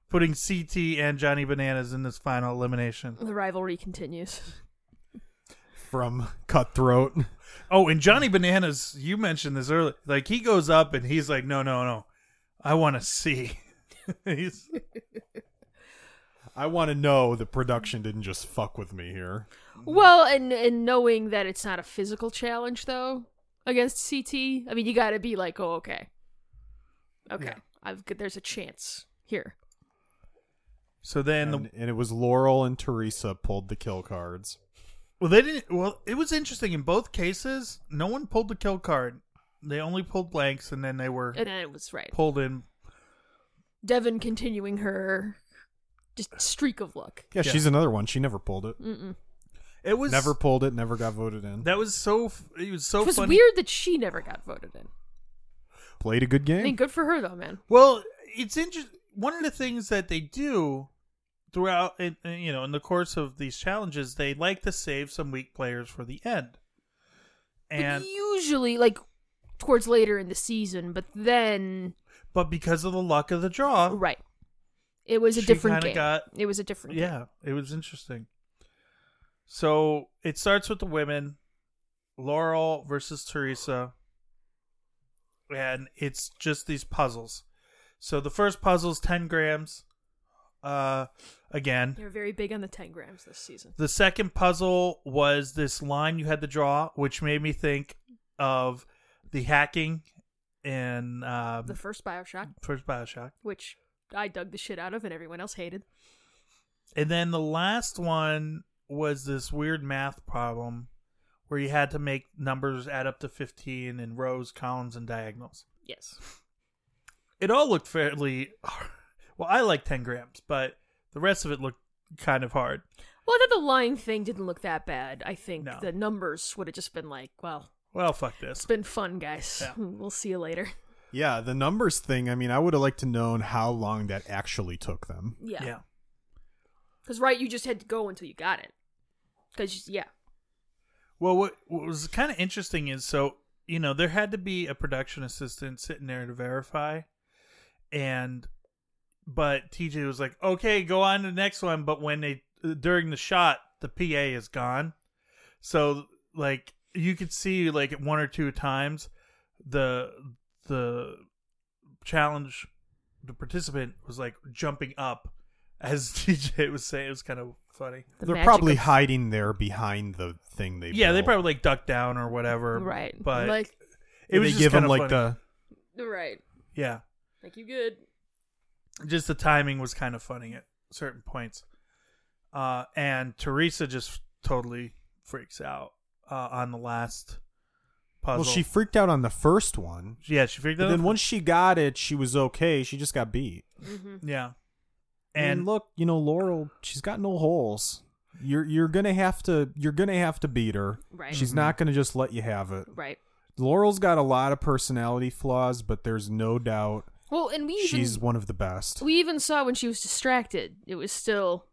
[SPEAKER 1] putting CT and Johnny Bananas in this final elimination.
[SPEAKER 2] The rivalry continues.
[SPEAKER 3] from Cutthroat.
[SPEAKER 1] Oh, and Johnny Bananas, you mentioned this earlier. Like he goes up and he's like, "No, no, no, I want to see." he's,
[SPEAKER 3] I want to know the production didn't just fuck with me here.
[SPEAKER 2] Well, and and knowing that it's not a physical challenge though against CT, I mean, you got to be like, oh, okay, okay,
[SPEAKER 1] Yeah.
[SPEAKER 2] I've got- there's a chance here.
[SPEAKER 1] so then
[SPEAKER 3] And,
[SPEAKER 1] the
[SPEAKER 3] and it was Laurel and Teresa pulled the kill cards.
[SPEAKER 1] Well, they didn't. Well, it was interesting in both cases. No one pulled the kill card. They only pulled blanks, and then they were
[SPEAKER 2] And then it was right.
[SPEAKER 1] pulled in.
[SPEAKER 2] Devin continuing her just streak of luck.
[SPEAKER 3] Yeah,
[SPEAKER 1] Yeah.
[SPEAKER 3] she's another one. She never pulled it.
[SPEAKER 2] Mm-mm.
[SPEAKER 1] It was
[SPEAKER 3] Never pulled it. Never got voted in.
[SPEAKER 1] That was so. f- It was so
[SPEAKER 2] it was
[SPEAKER 1] funny.
[SPEAKER 2] weird that she never got voted in.
[SPEAKER 3] Played a good
[SPEAKER 2] I mean,
[SPEAKER 3] game.
[SPEAKER 2] good for her though, man.
[SPEAKER 1] Well, it's interesting. One of the things that they do throughout, in- in- you know, in the course of these challenges, they like to save some weak players for the end. And
[SPEAKER 2] but usually, like towards later in the season, but then
[SPEAKER 1] but because of the luck of the draw,
[SPEAKER 2] right, it was a
[SPEAKER 1] Uh, She
[SPEAKER 2] different
[SPEAKER 1] kinda
[SPEAKER 2] game.
[SPEAKER 1] got-
[SPEAKER 2] it was a different game.
[SPEAKER 1] Yeah, it was interesting. So it starts with the women, Laurel versus Teresa, and it's just these puzzles. So the first puzzle's ten grams. Uh, again,
[SPEAKER 2] They're very big on the ten grams this season.
[SPEAKER 1] the second puzzle was this line you had to draw, which made me think of the hacking in um,
[SPEAKER 2] The first Bioshock,
[SPEAKER 1] first Bioshock.
[SPEAKER 2] which I dug the shit out of, and everyone else hated.
[SPEAKER 1] And then the last one was this weird math problem where you had to make numbers add up to 15 in rows, columns, and diagonals.
[SPEAKER 2] Yes,
[SPEAKER 1] It all looked fairly. Well, I like 10 grams, but the rest of it looked kind of hard.
[SPEAKER 2] well, I thought the line thing didn't look that bad. I think
[SPEAKER 1] No.
[SPEAKER 2] the numbers would have just been like, well,
[SPEAKER 1] Well, fuck
[SPEAKER 2] it's
[SPEAKER 1] this.
[SPEAKER 2] been fun, guys.
[SPEAKER 1] Yeah.
[SPEAKER 2] We'll see you later.
[SPEAKER 3] Yeah, the numbers thing. I mean, I would have liked to known how long that actually took them.
[SPEAKER 2] Yeah, because right, you just had to go until you got it. Because yeah,
[SPEAKER 1] Well, what, what was kind of interesting is so, you know, there had to be a production assistant sitting there to verify. And, but TJ was like, okay, go on to the next one. But when they, during the shot, the PA is gone. So, like, you could see, like, one or two times the, the challenge, the participant was like jumping up as TJ was saying. It was kind of funny.
[SPEAKER 2] The
[SPEAKER 3] They're
[SPEAKER 2] magic
[SPEAKER 3] probably
[SPEAKER 2] of-
[SPEAKER 3] hiding there behind the thing they.
[SPEAKER 1] yeah, they
[SPEAKER 3] built.
[SPEAKER 1] probably like ducked down or whatever.
[SPEAKER 2] right,
[SPEAKER 1] But
[SPEAKER 2] like
[SPEAKER 1] it was
[SPEAKER 3] they
[SPEAKER 1] just
[SPEAKER 3] give
[SPEAKER 1] kind
[SPEAKER 3] them
[SPEAKER 1] of
[SPEAKER 3] like
[SPEAKER 1] funny.
[SPEAKER 3] the
[SPEAKER 2] right,
[SPEAKER 1] yeah.
[SPEAKER 2] like you good.
[SPEAKER 1] Just the timing was kind of funny at certain points. Uh, and Teresa just totally freaks out uh, on the last puzzle.
[SPEAKER 3] well, she freaked out on the first one.
[SPEAKER 1] yeah, she freaked
[SPEAKER 3] But
[SPEAKER 1] out.
[SPEAKER 3] then once she got it, she was okay. She just got beat.
[SPEAKER 2] Mm-hmm.
[SPEAKER 1] yeah,
[SPEAKER 3] And,
[SPEAKER 1] and
[SPEAKER 3] look, you know, Laurel, she's got no holes. You're you're gonna have to you're gonna have to beat her.
[SPEAKER 2] Right.
[SPEAKER 1] Mm-hmm.
[SPEAKER 3] She's not gonna just let you have it.
[SPEAKER 2] Right.
[SPEAKER 3] Laurel's got a lot of personality flaws, but there's no doubt
[SPEAKER 2] Well, and we even
[SPEAKER 3] she's one of the best.
[SPEAKER 2] we even saw when she was distracted. It was still.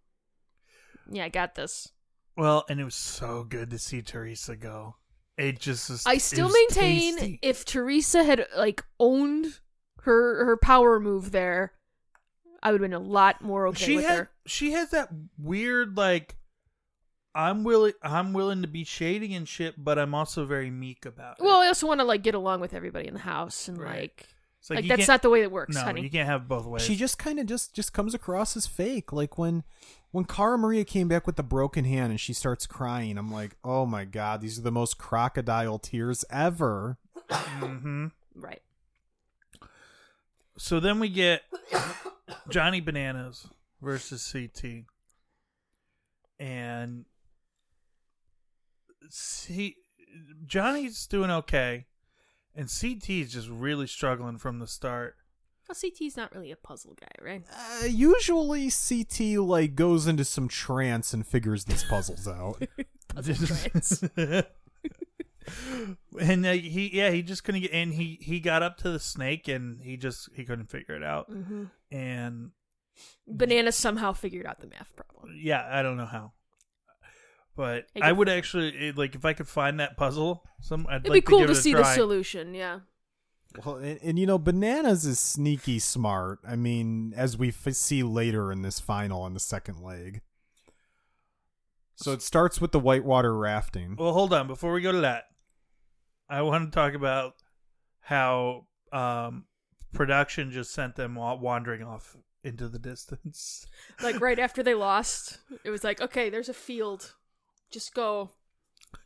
[SPEAKER 2] Yeah, I got this.
[SPEAKER 1] well, and it was so good to see Teresa go. It just is,
[SPEAKER 2] I
[SPEAKER 1] it
[SPEAKER 2] still
[SPEAKER 1] was
[SPEAKER 2] maintain
[SPEAKER 1] tasty.
[SPEAKER 2] if Teresa had like owned her her power move there, I would have been a lot more okay
[SPEAKER 1] she
[SPEAKER 2] with
[SPEAKER 1] had
[SPEAKER 2] her.
[SPEAKER 1] she has that weird like I'm willing I'm willing to be shading and shit, but I'm also very meek about it.
[SPEAKER 2] Well, I also want to like get along with everybody in the house and
[SPEAKER 1] Right.
[SPEAKER 2] like
[SPEAKER 1] It's
[SPEAKER 2] like,
[SPEAKER 1] you
[SPEAKER 2] that's
[SPEAKER 1] can't-
[SPEAKER 2] not the way that works,
[SPEAKER 1] no,
[SPEAKER 2] honey.
[SPEAKER 1] you can't have both ways.
[SPEAKER 3] She just kind of just just comes across as fake. Like when when Cara Maria came back with the broken hand and she starts crying, I'm like, oh my god, these are the most crocodile tears ever.
[SPEAKER 1] hmm
[SPEAKER 2] Right.
[SPEAKER 1] So then we get Johnny Bananas versus CT, and see Johnny's doing okay, and CT is just really struggling from the start.
[SPEAKER 2] Well, CT's not really a puzzle guy, right?
[SPEAKER 3] Uh, usually CT like goes into some trance and figures these puzzles out.
[SPEAKER 2] Puzzle
[SPEAKER 1] and uh, he yeah he just couldn't get and he he got up to the snake and he just he couldn't figure it out
[SPEAKER 2] Mm-hmm.
[SPEAKER 1] and
[SPEAKER 2] Banana somehow figured out the math problem.
[SPEAKER 1] yeah i don't know how but
[SPEAKER 2] I
[SPEAKER 1] i
[SPEAKER 2] could-
[SPEAKER 1] would actually it- like if i could find that puzzle some i'd
[SPEAKER 2] It'd
[SPEAKER 1] like
[SPEAKER 2] be cool
[SPEAKER 1] to,
[SPEAKER 2] to,
[SPEAKER 1] give it a
[SPEAKER 2] see the
[SPEAKER 1] try.
[SPEAKER 2] solution, yeah.
[SPEAKER 3] well, and, and you know, bananas is sneaky smart. I mean, as we f- see later in this final on the second leg. So it starts with the whitewater rafting.
[SPEAKER 1] Well, hold on. Before we go to that, I want to talk about how um, production just sent them wa- wandering off into the distance.
[SPEAKER 2] Like right after they lost, it was like, okay, there's a field. Just go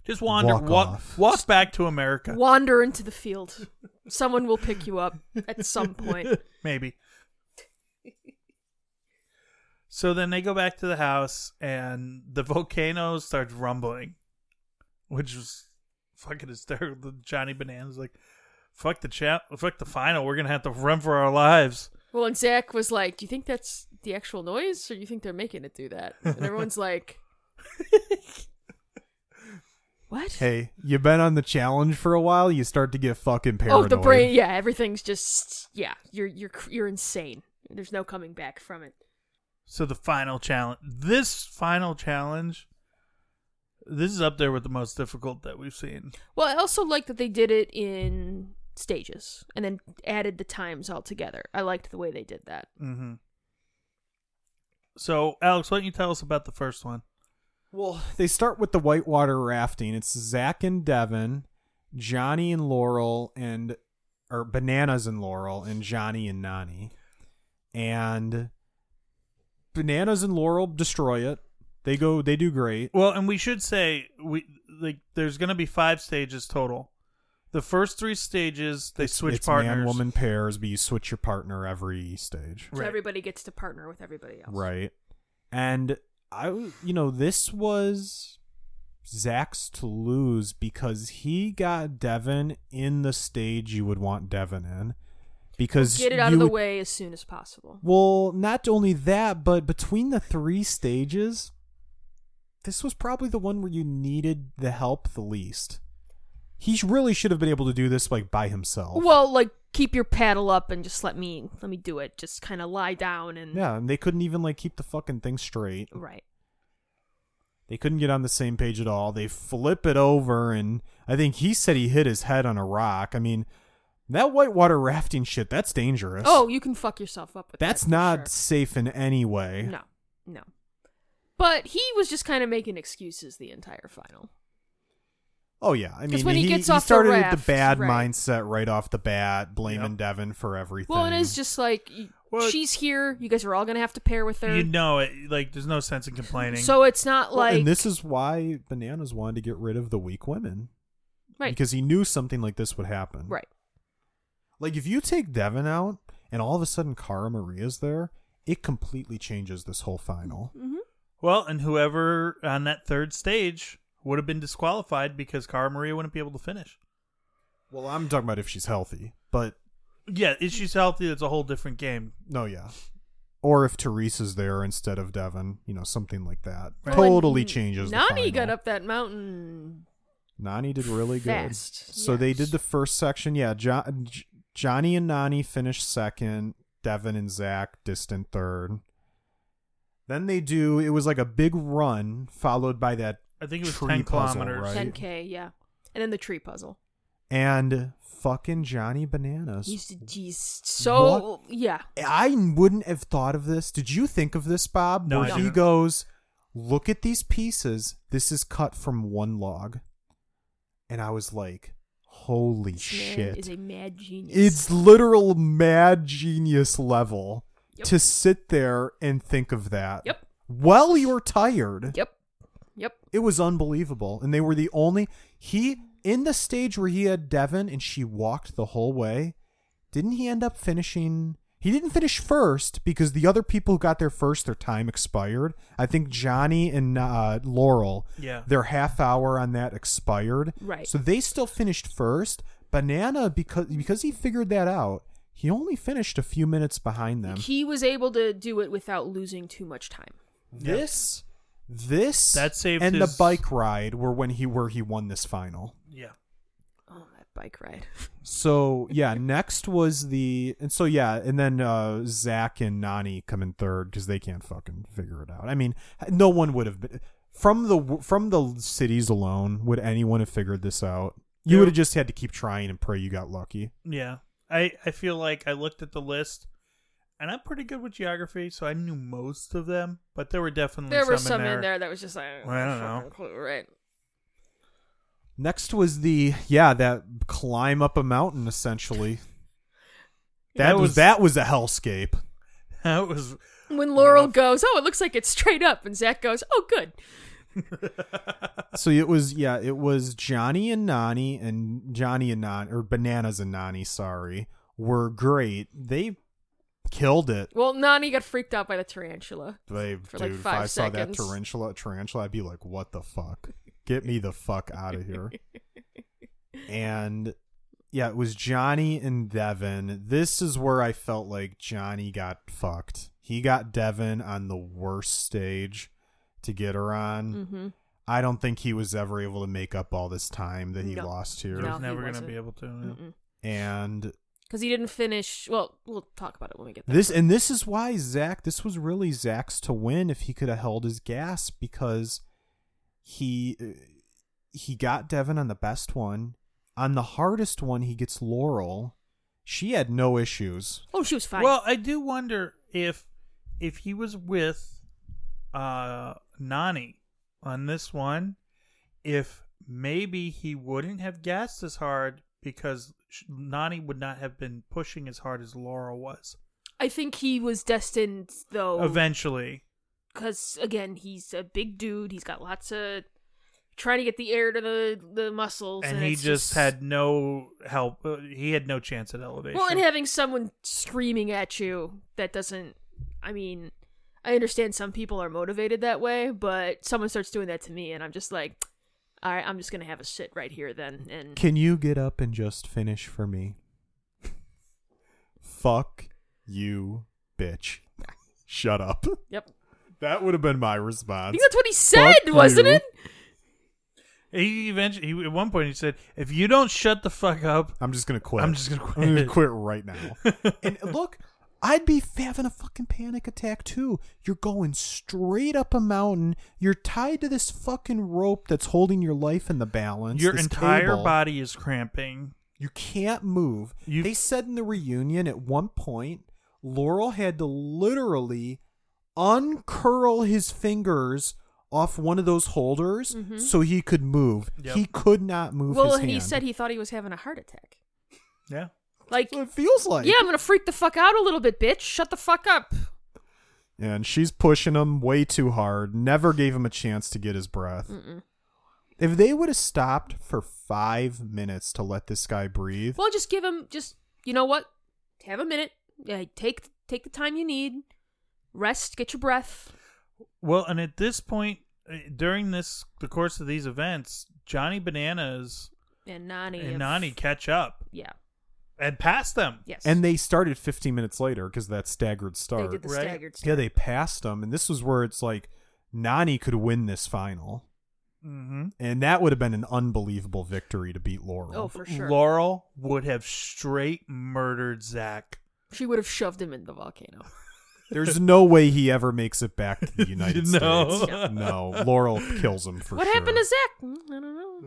[SPEAKER 1] Just wander,
[SPEAKER 3] Walk
[SPEAKER 1] walk,
[SPEAKER 3] off.
[SPEAKER 1] walk, back to America,
[SPEAKER 2] wander into the field. Someone will pick you up at some point.
[SPEAKER 1] maybe. So then they go back to the house, and the volcano starts rumbling, which was fucking hysterical. Johnny Bananas like, "Fuck the chat, fuck the final. We're gonna have to run for our lives."
[SPEAKER 2] Well, and Zach was like, "Do you think that's the actual noise, or you think they're making it do that?" And everyone's like, "What?"
[SPEAKER 3] Hey, you've been on the challenge for a while. You start to get fucking paranoid.
[SPEAKER 2] Oh, the brain. Yeah, everything's just yeah. You're you're cr- you're insane. There's no coming back from it.
[SPEAKER 1] So the final challenge, this final challenge, this is up there with the most difficult that we've seen.
[SPEAKER 2] Well, I also like that they did it in stages and then added the times all together. I liked the way they did that.
[SPEAKER 1] Mm-hmm. So Alex, why don't you tell us about the first one?
[SPEAKER 3] Well, they start with the whitewater rafting. It's Zach and Devin, Johnny and Laurel, and or Bananas and Laurel, and Johnny and Nani. And Bananas and Laurel destroy it. They go. They do great.
[SPEAKER 1] Well, and we should say we like there's going to be five stages total. The first three stages they
[SPEAKER 3] It's-
[SPEAKER 1] switch
[SPEAKER 3] it's
[SPEAKER 1] partners.
[SPEAKER 3] Man, woman pairs, but you switch your partner every stage.
[SPEAKER 2] So
[SPEAKER 1] Right.
[SPEAKER 2] everybody gets to partner with everybody else.
[SPEAKER 3] Right. And I, w- you know, this was Zach's to lose because he got Devin in the stage you would want Devin in. Because
[SPEAKER 2] Get it out
[SPEAKER 3] you
[SPEAKER 2] of the
[SPEAKER 3] would-
[SPEAKER 2] way as soon as possible.
[SPEAKER 3] Well, not only that, but between the three stages, this was probably the one where you needed the help the least. He sh- really should have been able to do this like by himself.
[SPEAKER 2] Well, like keep your paddle up and just let me let me do it. Just kind of lie down and
[SPEAKER 3] yeah, and they couldn't even like keep the fucking thing straight.
[SPEAKER 2] right.
[SPEAKER 3] They couldn't get on the same page at all. They flip it over, and I think he said he hit his head on a rock. I mean, that whitewater rafting shit, that's dangerous.
[SPEAKER 2] Oh, you can fuck yourself up with that.
[SPEAKER 3] that's
[SPEAKER 2] for
[SPEAKER 3] not
[SPEAKER 2] sure.
[SPEAKER 3] safe in any way.
[SPEAKER 2] No, no. But he was just kind of making excuses the entire final.
[SPEAKER 3] Oh, yeah. I
[SPEAKER 2] 'Cause
[SPEAKER 3] mean,
[SPEAKER 2] when he
[SPEAKER 3] he,
[SPEAKER 2] gets off the
[SPEAKER 3] started with
[SPEAKER 2] raft,
[SPEAKER 3] the bad
[SPEAKER 2] right.
[SPEAKER 3] mindset right off the bat, blaming
[SPEAKER 1] Yep.
[SPEAKER 3] Devin for everything.
[SPEAKER 2] Well, it is just like y
[SPEAKER 1] Well-
[SPEAKER 2] she's here. You guys are all gonna have to pair with her.
[SPEAKER 1] You know it. Like there's no sense in complaining.
[SPEAKER 2] so it's not
[SPEAKER 3] Well,
[SPEAKER 2] like
[SPEAKER 3] and this is why Bananas wanted to get rid of the weak women.
[SPEAKER 2] right,
[SPEAKER 3] Because he knew something like this would happen.
[SPEAKER 2] right.
[SPEAKER 3] Like, if you take Devin out, and all of a sudden Cara Maria's there, it completely changes this whole final.
[SPEAKER 2] hmm
[SPEAKER 1] well, and whoever on that third stage would have been disqualified because Cara Maria wouldn't be able to finish.
[SPEAKER 3] Well, I'm talking about if she's healthy, but
[SPEAKER 1] Yeah, if she's healthy, that's a whole different game.
[SPEAKER 3] no, yeah. Or if Teresa's there instead of Devin, you know, something like that.
[SPEAKER 1] Right.
[SPEAKER 3] Totally changes. the
[SPEAKER 2] Nani
[SPEAKER 3] final.
[SPEAKER 2] got up that mountain.
[SPEAKER 3] Nani did really good.
[SPEAKER 2] Fast,
[SPEAKER 3] So they
[SPEAKER 2] yes.
[SPEAKER 3] did the first section. Yeah, jo- J- Johnny and Nani finished second. Devin and Zach distant third. Then they do. It was like a big run followed by that,
[SPEAKER 1] I think it was
[SPEAKER 3] Tree
[SPEAKER 1] ten
[SPEAKER 3] puzzle,
[SPEAKER 1] kilometers.
[SPEAKER 3] right?
[SPEAKER 2] 10k, yeah, and then the tree puzzle.
[SPEAKER 3] and fucking Johnny Bananas.
[SPEAKER 2] He's, he's so yeah.
[SPEAKER 3] I wouldn't have thought of this. Did you think of this, Bob?
[SPEAKER 1] No,
[SPEAKER 3] Where
[SPEAKER 1] I
[SPEAKER 3] he
[SPEAKER 1] didn't.
[SPEAKER 3] goes, look at these pieces. This is cut from one log, and I was like, holy
[SPEAKER 2] This man is
[SPEAKER 3] shit!
[SPEAKER 2] a mad genius.
[SPEAKER 3] It's literal mad genius level
[SPEAKER 2] Yep.
[SPEAKER 3] to sit there and think of that.
[SPEAKER 2] Yep.
[SPEAKER 3] While you're tired.
[SPEAKER 2] yep, yep.
[SPEAKER 3] It was unbelievable. And they were the only he in the stage where he had Devin and she walked the whole way. Didn't he end up finishing he didn't finish first because the other people who got there first, their time expired. I think Johnny and uh, Laurel,
[SPEAKER 1] Yeah.
[SPEAKER 3] their half hour on that expired.
[SPEAKER 2] Right.
[SPEAKER 3] So they still finished first. Banana because because he figured that out, he only finished a few minutes behind them.
[SPEAKER 2] He was able to do it without losing too much time.
[SPEAKER 1] Yeah.
[SPEAKER 3] This this
[SPEAKER 1] That saved
[SPEAKER 3] and
[SPEAKER 1] his-
[SPEAKER 3] the bike ride were when he where he won this final.
[SPEAKER 1] Yeah.
[SPEAKER 2] Oh, that bike ride.
[SPEAKER 3] So yeah, next was the and so yeah, and then uh Zach and Nani come in third because they can't fucking figure it out. I mean, no one would have been from the from the cities alone. Would anyone have figured this out? You
[SPEAKER 1] Yeah.
[SPEAKER 3] would have just had to keep trying and pray you got lucky.
[SPEAKER 1] Yeah. I, I feel like I looked at the list and I'm pretty good with geography, so I knew most of them. But there were definitely
[SPEAKER 2] There
[SPEAKER 1] Hmm, some
[SPEAKER 2] were some
[SPEAKER 1] in there.
[SPEAKER 2] that was just like
[SPEAKER 1] Well, I don't know.
[SPEAKER 2] fucking clue, right?
[SPEAKER 3] Next was the yeah that climb up a mountain essentially. That
[SPEAKER 1] That
[SPEAKER 3] was,
[SPEAKER 1] was-
[SPEAKER 3] that was a hellscape.
[SPEAKER 1] That was
[SPEAKER 2] When Laurel goes, oh, it looks like it's straight up, and Zach goes, oh, good.
[SPEAKER 3] So it was yeah it was Johnny and Nani and Johnny and Nani or bananas and Nani sorry were great. They killed it.
[SPEAKER 2] Well, Nani got freaked out by the tarantula.
[SPEAKER 3] They,
[SPEAKER 2] For,
[SPEAKER 3] dude,
[SPEAKER 2] like,
[SPEAKER 3] if
[SPEAKER 2] five
[SPEAKER 3] I saw that
[SPEAKER 2] seconds.
[SPEAKER 3] tarantula, tarantula, I'd be like, "What the fuck? Get me the fuck out of here!" and yeah, it was Johnny and Devin. This is where I felt like Johnny got fucked. He got Devin on the worst stage to get her
[SPEAKER 1] Mm.
[SPEAKER 3] on.
[SPEAKER 2] Mm-hmm.
[SPEAKER 3] I don't think he was ever able to make up all this time that he
[SPEAKER 2] No.
[SPEAKER 3] lost here.
[SPEAKER 1] I
[SPEAKER 2] No,
[SPEAKER 1] was
[SPEAKER 2] he
[SPEAKER 1] never gonna
[SPEAKER 2] wasn't.
[SPEAKER 1] be able to. yeah.
[SPEAKER 3] And
[SPEAKER 2] Because he didn't finish. Well, we'll talk about it when we get there.
[SPEAKER 3] This and this is why Zach. This was really Zach's to win if he could have held his gas because he uh, he got Devin on the best one. On the hardest one, he gets Laurel. She had no issues.
[SPEAKER 2] Oh, she was fine.
[SPEAKER 1] Well, I do wonder if if he was with uh Nani on this one, if maybe he wouldn't have gassed as hard because sh- Nani would not have been pushing as hard as Laura was.
[SPEAKER 2] I think he was destined though.
[SPEAKER 1] Eventually,
[SPEAKER 2] because again, he's a big dude. He's got lots of trying to get the air to the the muscles,
[SPEAKER 1] and he
[SPEAKER 2] it's
[SPEAKER 1] just, had no help. uh, He had no chance at elevation.
[SPEAKER 2] Well, and having someone screaming at you that doesn't. I mean, I understand some people are motivated that way, but someone starts doing that to me, and I'm just like, all right, I'm just gonna have a sit right here then. And
[SPEAKER 3] Can you get up and just finish for me? Fuck you, bitch. Shut up.
[SPEAKER 2] yep,
[SPEAKER 3] That would have been my
[SPEAKER 2] I
[SPEAKER 3] response.
[SPEAKER 2] think that's what he said,
[SPEAKER 3] Fuck
[SPEAKER 2] wasn't
[SPEAKER 3] you.
[SPEAKER 2] it?
[SPEAKER 1] he eventually, he, at one point, he said, "If you don't shut the fuck up,
[SPEAKER 3] I'm just gonna quit.
[SPEAKER 1] I'm just gonna quit.
[SPEAKER 3] I'm gonna quit right now. and look, I'd be having a fucking panic attack too. You're going straight up a mountain. You're tied to this fucking rope that's holding your life in the balance.
[SPEAKER 1] your
[SPEAKER 3] this
[SPEAKER 1] entire
[SPEAKER 3] cable.
[SPEAKER 1] body is cramping."
[SPEAKER 3] You can't move.
[SPEAKER 1] You-
[SPEAKER 3] They said in the reunion at one point, Laurel had to literally uncurl his fingers off one of those holders
[SPEAKER 2] Mhm.
[SPEAKER 3] so he could move.
[SPEAKER 1] Yep.
[SPEAKER 3] He could not move.
[SPEAKER 2] Well,
[SPEAKER 3] his
[SPEAKER 2] and he
[SPEAKER 3] hand.
[SPEAKER 2] said he thought he was having a heart attack.
[SPEAKER 1] Yeah.
[SPEAKER 2] Like,
[SPEAKER 3] So it feels like
[SPEAKER 2] yeah, I'm gonna freak the fuck out a little bit, bitch. Shut the fuck up.
[SPEAKER 3] And she's pushing him way too hard, never gave him a chance to get his breath.
[SPEAKER 2] Mm-mm.
[SPEAKER 3] If they would have stopped for five minutes to let this guy breathe,
[SPEAKER 2] Well, just give him just you know what? Have a minute. Yeah, take take the time you need. Rest, get your breath.
[SPEAKER 1] Well, and at this point, uh, during this the course of these events, Johnny Bananas
[SPEAKER 2] And Nani
[SPEAKER 1] and
[SPEAKER 2] if-
[SPEAKER 1] Nani catch up
[SPEAKER 2] Yeah.
[SPEAKER 1] and pass them.
[SPEAKER 2] Yes.
[SPEAKER 3] and they started 15 minutes later because that staggered start.
[SPEAKER 2] they did the
[SPEAKER 1] right?
[SPEAKER 2] staggered
[SPEAKER 3] yeah,
[SPEAKER 2] start.
[SPEAKER 3] they passed him, and this was where it's like Nani could win this final,
[SPEAKER 1] Mm-hmm.
[SPEAKER 3] and that would have been an unbelievable victory to beat Laurel.
[SPEAKER 2] Oh, for sure.
[SPEAKER 1] Laurel would have straight murdered Zach.
[SPEAKER 2] she would have shoved him in the volcano.
[SPEAKER 3] There's no way he ever makes it back to the United
[SPEAKER 1] No.
[SPEAKER 3] States. No, Laurel kills him for
[SPEAKER 2] what
[SPEAKER 3] sure.
[SPEAKER 2] happened to Zach? Mm, I don't know.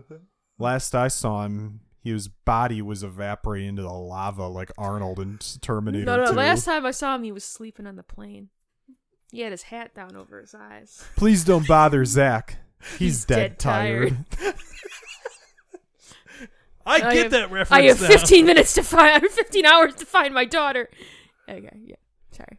[SPEAKER 3] Last I saw him, his body was evaporating into the lava like Arnold in Terminator.
[SPEAKER 2] No, no.
[SPEAKER 3] 2.
[SPEAKER 2] Last time I saw him, he was sleeping on the plane. He had his hat down over his eyes.
[SPEAKER 3] Please don't bother Zach. He's,
[SPEAKER 2] He's
[SPEAKER 3] dead,
[SPEAKER 2] dead
[SPEAKER 3] tired.
[SPEAKER 1] I, get
[SPEAKER 2] have-
[SPEAKER 1] that reference.
[SPEAKER 2] I have
[SPEAKER 1] now.
[SPEAKER 2] 15 minutes to find. I have 15 hours to find my daughter. Okay. Yeah. Sorry.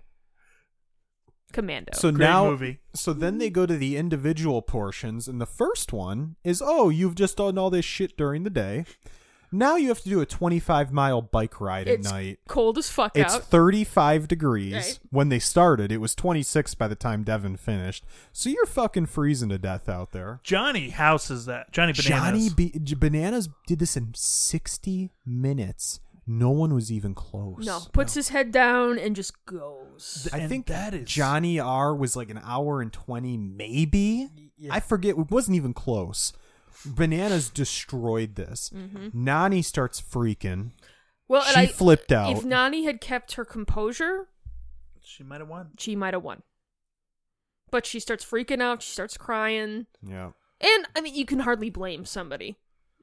[SPEAKER 2] Commando.
[SPEAKER 3] So
[SPEAKER 1] Great
[SPEAKER 3] now,
[SPEAKER 1] movie.
[SPEAKER 3] so then they go to the individual portions, and the first one is, oh, you've just done all this shit during the day. Now you have to do a 25 mile bike ride
[SPEAKER 2] it's
[SPEAKER 3] at night.
[SPEAKER 2] cold as fuck
[SPEAKER 3] It's
[SPEAKER 2] out.
[SPEAKER 3] 35 degrees
[SPEAKER 2] Right.
[SPEAKER 3] when they started. It was 26 by the time Devin finished. So you're fucking freezing to death out there.
[SPEAKER 1] Johnny houses that. Johnny Bananas.
[SPEAKER 3] Johnny B- J- Bananas did this in 60 minutes. No one was even close.
[SPEAKER 2] No, puts his head down and just goes.
[SPEAKER 1] Th-
[SPEAKER 3] I
[SPEAKER 1] and
[SPEAKER 3] think
[SPEAKER 1] that is-
[SPEAKER 3] Johnny R was like an hour and 20 maybe. I forget it wasn't even close. Bananas destroyed this. Nani starts freaking.
[SPEAKER 2] Mm-hmm. Well, and
[SPEAKER 3] she
[SPEAKER 2] I,
[SPEAKER 3] flipped out.
[SPEAKER 2] If Nani had kept her composure,
[SPEAKER 1] she might have won.
[SPEAKER 2] she might have won. But she starts freaking out. She starts crying,
[SPEAKER 3] Yeah.
[SPEAKER 2] and I mean, you can hardly blame somebody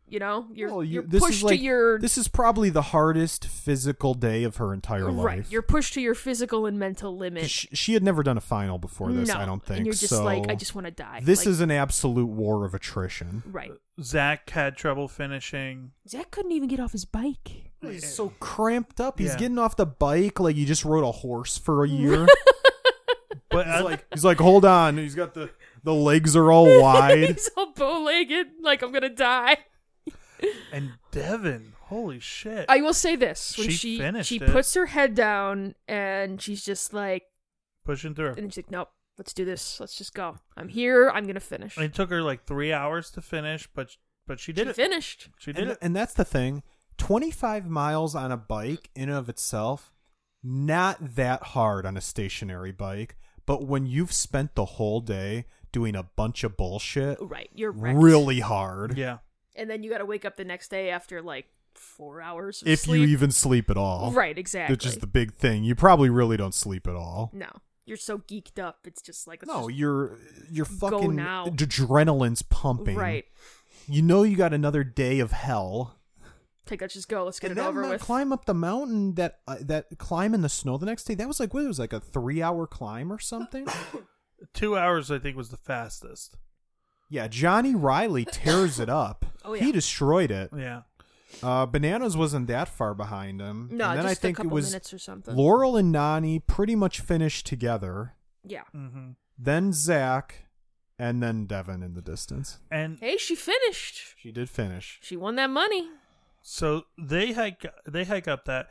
[SPEAKER 2] You know, you're,
[SPEAKER 3] Well, you-
[SPEAKER 2] you're
[SPEAKER 3] this is
[SPEAKER 2] pushed
[SPEAKER 3] like-
[SPEAKER 2] to your
[SPEAKER 3] This is probably the hardest physical day of her entire
[SPEAKER 2] right.
[SPEAKER 3] life.
[SPEAKER 2] You're pushed to your physical and mental limit.
[SPEAKER 3] Sh- she had never done a final before this,
[SPEAKER 2] no.
[SPEAKER 3] I don't think.
[SPEAKER 2] And you're just
[SPEAKER 3] so
[SPEAKER 2] like, I just want to die.
[SPEAKER 3] this
[SPEAKER 2] Like,
[SPEAKER 3] is an absolute war of attrition.
[SPEAKER 2] right.
[SPEAKER 1] Zach had trouble finishing.
[SPEAKER 2] Zach couldn't even get off his bike.
[SPEAKER 3] He's so cramped up. He's
[SPEAKER 1] Yeah.
[SPEAKER 3] getting off the bike like you just rode a horse for a year.
[SPEAKER 1] But I,
[SPEAKER 3] he's like, he's like, hold on. He's got the the legs are all wide.
[SPEAKER 2] He's all bow legged, like I'm gonna die.
[SPEAKER 1] and Devin, holy shit!
[SPEAKER 2] I will say this: when
[SPEAKER 1] She
[SPEAKER 2] she
[SPEAKER 1] finished
[SPEAKER 2] she
[SPEAKER 1] it.
[SPEAKER 2] puts her head down and she's just like,
[SPEAKER 1] pushing through.
[SPEAKER 2] and she's like, nope, let's do this, let's just go. I'm here, I'm gonna finish.
[SPEAKER 1] It took her like three hours to finish, but but she did
[SPEAKER 2] she
[SPEAKER 1] it.
[SPEAKER 2] finished.
[SPEAKER 1] She did
[SPEAKER 3] and,
[SPEAKER 1] it.
[SPEAKER 3] and that's the thing. Twenty five miles on a bike in and of itself, not that hard on a stationary bike. But when you've spent the whole day doing a bunch of bullshit,
[SPEAKER 2] Uh, Right, you're wrecked.
[SPEAKER 3] really hard.
[SPEAKER 1] Yeah,
[SPEAKER 2] And then you gotta wake up the next day after like four hours. Of
[SPEAKER 3] If
[SPEAKER 2] sleep.
[SPEAKER 3] you even sleep at all,
[SPEAKER 2] right, exactly.
[SPEAKER 3] Which is the big thing. You probably really don't sleep at all.
[SPEAKER 2] no, you're so geeked up. It's just like let's
[SPEAKER 3] No,
[SPEAKER 2] just-
[SPEAKER 3] you're you're
[SPEAKER 2] go
[SPEAKER 3] fucking
[SPEAKER 2] now.
[SPEAKER 3] adrenaline's pumping.
[SPEAKER 2] right.
[SPEAKER 3] You know you got another day of hell.
[SPEAKER 2] Take let's just go. Let's get
[SPEAKER 3] and
[SPEAKER 2] it
[SPEAKER 3] then
[SPEAKER 2] over
[SPEAKER 3] that
[SPEAKER 2] with.
[SPEAKER 3] climb up the mountain that uh, that climb in the snow the next day. That was like what it was like a 3-hour climb or something.
[SPEAKER 1] two hours I think was the fastest.
[SPEAKER 3] yeah, Johnny Riley tears it up.
[SPEAKER 2] Oh,
[SPEAKER 3] He
[SPEAKER 2] yeah.
[SPEAKER 3] destroyed it.
[SPEAKER 1] Yeah,
[SPEAKER 3] Uh, Bananas wasn't that far behind him.
[SPEAKER 2] no,
[SPEAKER 3] and then
[SPEAKER 2] just
[SPEAKER 3] I think
[SPEAKER 2] a couple
[SPEAKER 3] it was
[SPEAKER 2] minutes or something.
[SPEAKER 3] Laurel and Nani pretty much finished together.
[SPEAKER 2] yeah.
[SPEAKER 1] hmm
[SPEAKER 3] Then Zach and then Devin in the distance.
[SPEAKER 1] and
[SPEAKER 2] Hey, she finished.
[SPEAKER 3] She did finish.
[SPEAKER 2] She won that money.
[SPEAKER 1] So they hike they hike up that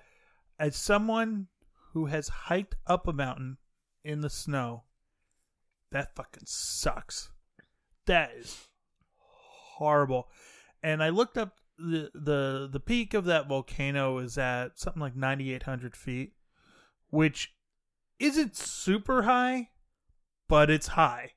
[SPEAKER 1] as someone who has hiked up a mountain in the snow, that fucking sucks. That is horrible. And I looked up the the the peak of that volcano is at something like ninety eight hundred feet, which isn't super high, but it's high.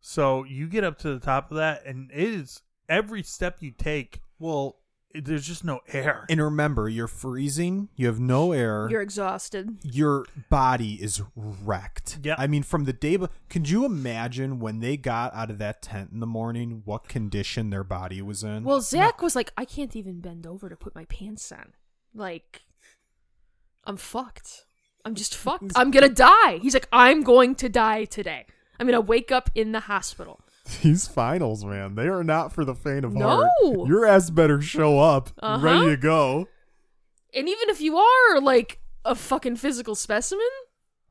[SPEAKER 1] So you get up to the top of that and it is every step you take
[SPEAKER 3] Well,
[SPEAKER 1] there's just no air.
[SPEAKER 3] And remember, you're freezing. You have no air.
[SPEAKER 2] You're exhausted.
[SPEAKER 3] your body is wrecked.
[SPEAKER 1] Yeah.
[SPEAKER 3] I mean, from the day, be- could you imagine when they got out of that tent in the morning, what condition their body was in?
[SPEAKER 2] Well, Zach was like, I can't even bend over to put my pants on. Like, I'm fucked. I'm just fucked. I'm gonna die. He's like, I'm going to die today. I'm gonna wake up in the hospital.
[SPEAKER 3] these finals, man, they are not for the faint of
[SPEAKER 2] No.
[SPEAKER 3] heart. Your ass better show up,
[SPEAKER 2] Uh-huh.
[SPEAKER 3] ready to go.
[SPEAKER 2] And even if you are like a fucking physical specimen,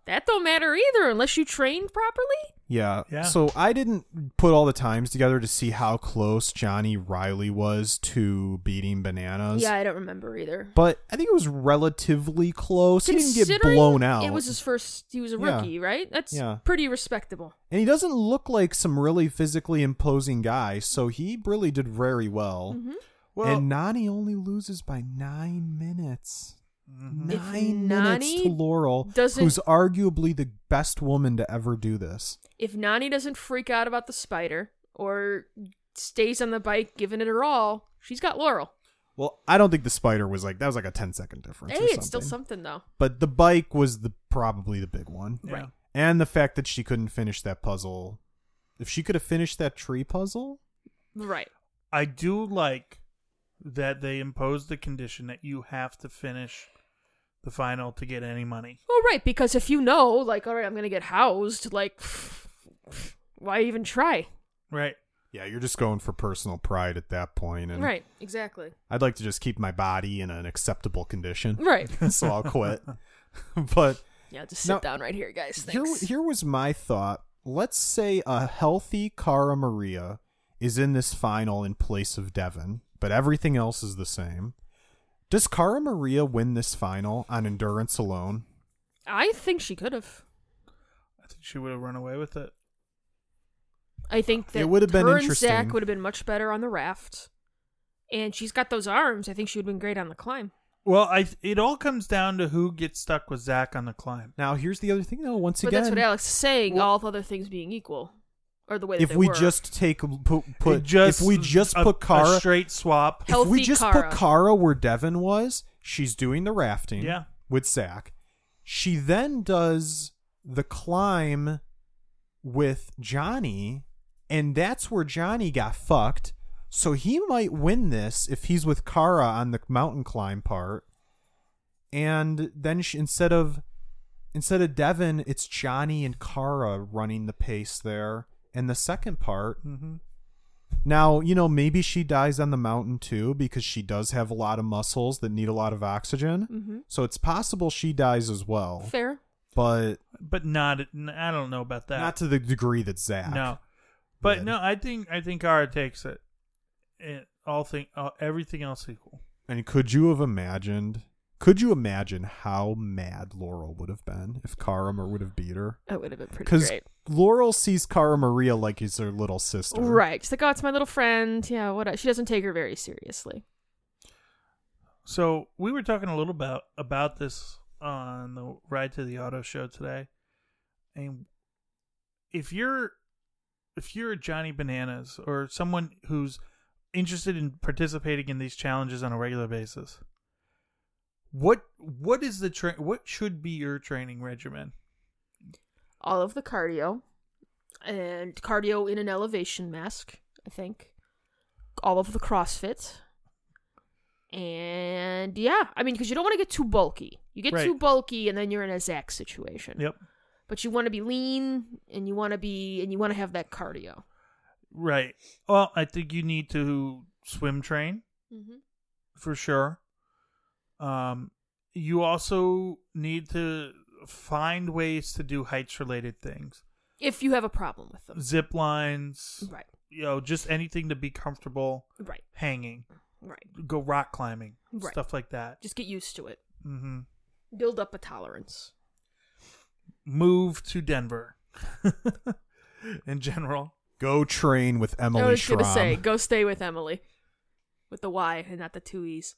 [SPEAKER 2] that don't matter either unless you trained properly.
[SPEAKER 3] Yeah.
[SPEAKER 1] Yeah.
[SPEAKER 3] So I didn't put all the times together to see how close Johnny Riley was to beating bananas.
[SPEAKER 2] Yeah, I don't remember either.
[SPEAKER 3] But I think it was relatively close. He didn't get
[SPEAKER 2] Considering
[SPEAKER 3] blown out.
[SPEAKER 2] It was his first. He was a
[SPEAKER 3] Yeah.
[SPEAKER 2] rookie, right? That's
[SPEAKER 3] Yeah.
[SPEAKER 2] pretty respectable.
[SPEAKER 3] And he doesn't look like some really physically imposing guy, so he really did very well.
[SPEAKER 2] Mm-hmm.
[SPEAKER 1] well,
[SPEAKER 3] and Nani only loses by nine minutes.
[SPEAKER 2] If
[SPEAKER 3] Nine minutes
[SPEAKER 2] Nani
[SPEAKER 3] to Laurel,
[SPEAKER 2] doesn't-
[SPEAKER 3] who's arguably the best woman to ever do this.
[SPEAKER 2] if Nani doesn't freak out about the spider or stays on the bike giving it her all, she's got Laurel.
[SPEAKER 3] Well, I don't think the spider was like that was like a 10 second difference.
[SPEAKER 2] Hey,
[SPEAKER 3] or
[SPEAKER 2] it's still
[SPEAKER 3] something.
[SPEAKER 2] something though.
[SPEAKER 3] But the bike was the probably the big one,
[SPEAKER 1] yeah.
[SPEAKER 2] Right.
[SPEAKER 3] and the fact that she couldn't finish that puzzle. If she could have finished that tree puzzle,
[SPEAKER 2] Right.
[SPEAKER 1] I do like that they impose the condition that you have to finish the final to get any money.
[SPEAKER 2] Well, right, because if you know, like, all right, I'm gonna get housed, like, why even try?
[SPEAKER 1] Right.
[SPEAKER 3] yeah, you're just going for personal pride at that point, and
[SPEAKER 2] Right, exactly.
[SPEAKER 3] I'd like to just keep my body in an acceptable condition,
[SPEAKER 2] Right.
[SPEAKER 3] so I'll quit. but
[SPEAKER 2] Yeah, just sit
[SPEAKER 3] Now-
[SPEAKER 2] down right here, guys.
[SPEAKER 3] here,
[SPEAKER 2] Thanks.
[SPEAKER 3] here was my thought. Let's say a healthy Cara Maria is in this final in place of Devon, but everything else is the same. Does Cara Maria win this final on endurance alone?
[SPEAKER 2] I think she could have.
[SPEAKER 1] I think she would have run away with it.
[SPEAKER 2] I think that
[SPEAKER 3] It would've been
[SPEAKER 2] her
[SPEAKER 3] interesting.
[SPEAKER 2] and Zach would have been much better on the raft. And she's got those arms. I think she would have been great on the climb.
[SPEAKER 1] Well, I it all comes down to who gets stuck with Zach on the climb.
[SPEAKER 3] Now, here's the other thing, though. Once
[SPEAKER 2] but
[SPEAKER 3] again,
[SPEAKER 2] that's what Alex is saying.
[SPEAKER 3] Well-
[SPEAKER 2] all other things being equal, or the way that
[SPEAKER 3] if
[SPEAKER 2] they
[SPEAKER 3] we
[SPEAKER 2] were.
[SPEAKER 3] just take put, put
[SPEAKER 1] It just
[SPEAKER 3] if we just
[SPEAKER 1] a,
[SPEAKER 3] put Cara,
[SPEAKER 1] a straight swap.
[SPEAKER 2] Healthy
[SPEAKER 3] if we just
[SPEAKER 2] Cara.
[SPEAKER 3] put Kara where Devin was, she's doing the rafting
[SPEAKER 1] Yeah.
[SPEAKER 3] with Zach. She then does the climb with Johnny, and that's where Johnny got fucked. So he might win this if he's with Kara on the mountain climb part. And then she, instead of instead of Devin, it's Johnny and Kara running the pace there in the second part.
[SPEAKER 1] Mm-hmm.
[SPEAKER 3] Now, you know, maybe she dies on the mountain too because she does have a lot of muscles that need a lot of oxygen.
[SPEAKER 2] Mm-hmm.
[SPEAKER 3] So it's possible she dies as well.
[SPEAKER 2] Fair.
[SPEAKER 3] But
[SPEAKER 1] But not. n- I don't know about that.
[SPEAKER 3] not to the degree that Zach.
[SPEAKER 1] No, but
[SPEAKER 3] did.
[SPEAKER 1] no. I think I think Kara takes it. it all thing, all, everything else equal.
[SPEAKER 3] And could you have imagined? Could you imagine how mad Laurel would have been if Cara Mar- would have beat her?
[SPEAKER 2] That would have been pretty
[SPEAKER 3] Because
[SPEAKER 2] great.
[SPEAKER 3] Laurel sees Cara Maria like he's her little sister.
[SPEAKER 2] Right. She's like, oh, it's my little friend. Yeah, what? She doesn't take her very seriously.
[SPEAKER 1] So we were talking a little about about this on the ride to the auto show today, and if you're if you're Johnny Bananas or someone who's interested in participating in these challenges on a regular basis, what what is the tra- what should be your training regimen?
[SPEAKER 2] All of the cardio and cardio in an elevation mask, I think. All of the CrossFit. And yeah, I mean, because you don't want to get too bulky. You get
[SPEAKER 1] Right.
[SPEAKER 2] too bulky, and then you're in a Zach situation.
[SPEAKER 1] Yep.
[SPEAKER 2] But you want to be lean, and you want to be, and you want to have that cardio.
[SPEAKER 1] Right. Well, I think you need to swim train
[SPEAKER 2] Mm-hmm.
[SPEAKER 1] for sure. Um, you also need to find ways to do heights related things,
[SPEAKER 2] If you have a problem with them.
[SPEAKER 1] zip lines,
[SPEAKER 2] Right.
[SPEAKER 1] you know, just anything to be comfortable
[SPEAKER 2] Right.
[SPEAKER 1] hanging,
[SPEAKER 2] Right.
[SPEAKER 1] go rock climbing,
[SPEAKER 2] Right.
[SPEAKER 1] stuff like that.
[SPEAKER 2] Just get used to it.
[SPEAKER 1] hmm
[SPEAKER 2] Build up a tolerance.
[SPEAKER 1] Move to Denver. In general,
[SPEAKER 3] Go train with Emily
[SPEAKER 2] I was
[SPEAKER 3] Schramm.
[SPEAKER 2] gonna say, go stay with Emily, with the Y and not the two E's.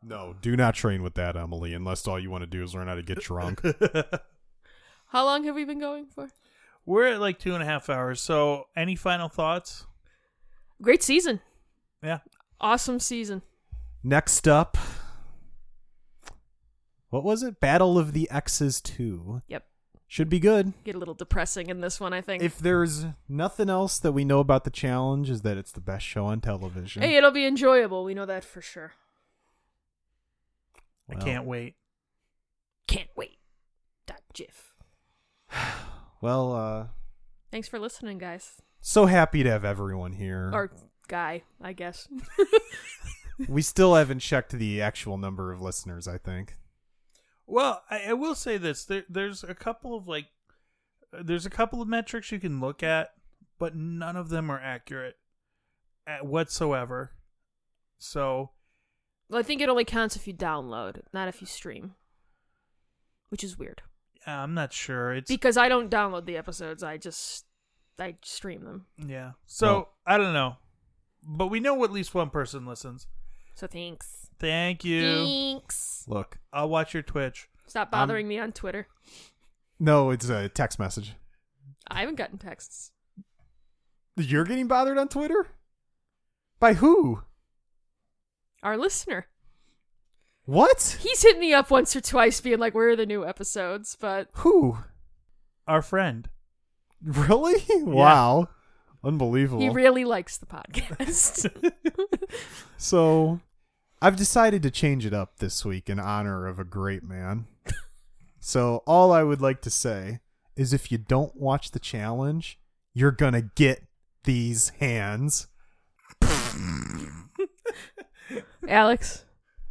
[SPEAKER 3] no, do not train with that Emily unless all you want to do is learn how to get drunk.
[SPEAKER 2] How long have we been going for?
[SPEAKER 1] we're at like two and a half hours. So, any final thoughts?
[SPEAKER 2] Great season,
[SPEAKER 1] Yeah.
[SPEAKER 2] awesome season.
[SPEAKER 3] Next up, what was it? Battle of the X's two
[SPEAKER 2] Yep,
[SPEAKER 3] should be good.
[SPEAKER 2] get a little depressing in this one, I think.
[SPEAKER 3] If there's nothing else that we know about the challenge, is that it's the best show on television.
[SPEAKER 2] hey, it'll be enjoyable. We know that for sure.
[SPEAKER 1] I
[SPEAKER 3] Well,
[SPEAKER 1] can't wait.
[SPEAKER 2] Can't wait. Dot GIF.
[SPEAKER 3] Well, uh,
[SPEAKER 2] Thanks for listening, guys.
[SPEAKER 3] so happy to have everyone here.
[SPEAKER 2] Or guy, I guess.
[SPEAKER 3] we still haven't checked the actual number of listeners. I think.
[SPEAKER 1] Well, I, I will say this: there, there's a couple of like, uh, there's a couple of metrics you can look at, but none of them are accurate at whatsoever. So
[SPEAKER 2] well, I think it only counts if you download, not if you stream, which is weird
[SPEAKER 1] yeah, I'm not sure. It's
[SPEAKER 2] because I don't download the episodes. I just I stream them.
[SPEAKER 1] yeah. So
[SPEAKER 3] Well-
[SPEAKER 1] I don't know, but we know at least one person listens.
[SPEAKER 2] So thanks.
[SPEAKER 1] Thank you. Um,
[SPEAKER 2] Thanks.
[SPEAKER 3] Look,
[SPEAKER 1] I'll watch your Twitch.
[SPEAKER 2] Stop bothering me on Twitter.
[SPEAKER 3] no, it's a text message.
[SPEAKER 2] I haven't gotten texts.
[SPEAKER 3] You're getting bothered on Twitter by who?
[SPEAKER 2] Our listener.
[SPEAKER 3] What?
[SPEAKER 2] He's hit me up once or twice being like, where are the new episodes? But
[SPEAKER 3] Who?
[SPEAKER 1] Our friend.
[SPEAKER 3] Really? Wow, unbelievable.
[SPEAKER 2] he really likes the podcast.
[SPEAKER 3] So I've decided to change it up this week in honor of a great man. so all I would like to say is if you don't watch the challenge, you're going to get these hands.
[SPEAKER 2] Alex.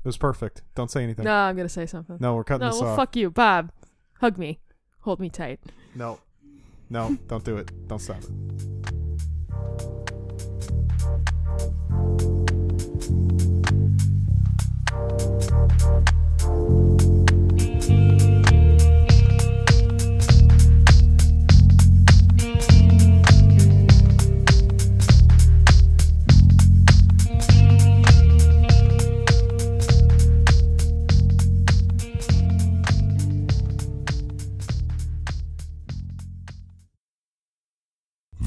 [SPEAKER 3] It was perfect. Don't say anything.
[SPEAKER 2] No, I'm going to say something.
[SPEAKER 3] No, we're cutting
[SPEAKER 2] no
[SPEAKER 3] this
[SPEAKER 2] well,
[SPEAKER 3] off.
[SPEAKER 2] fuck you. Bob, hug me. Hold me tight.
[SPEAKER 3] No. No, don't do it. Don't stop it.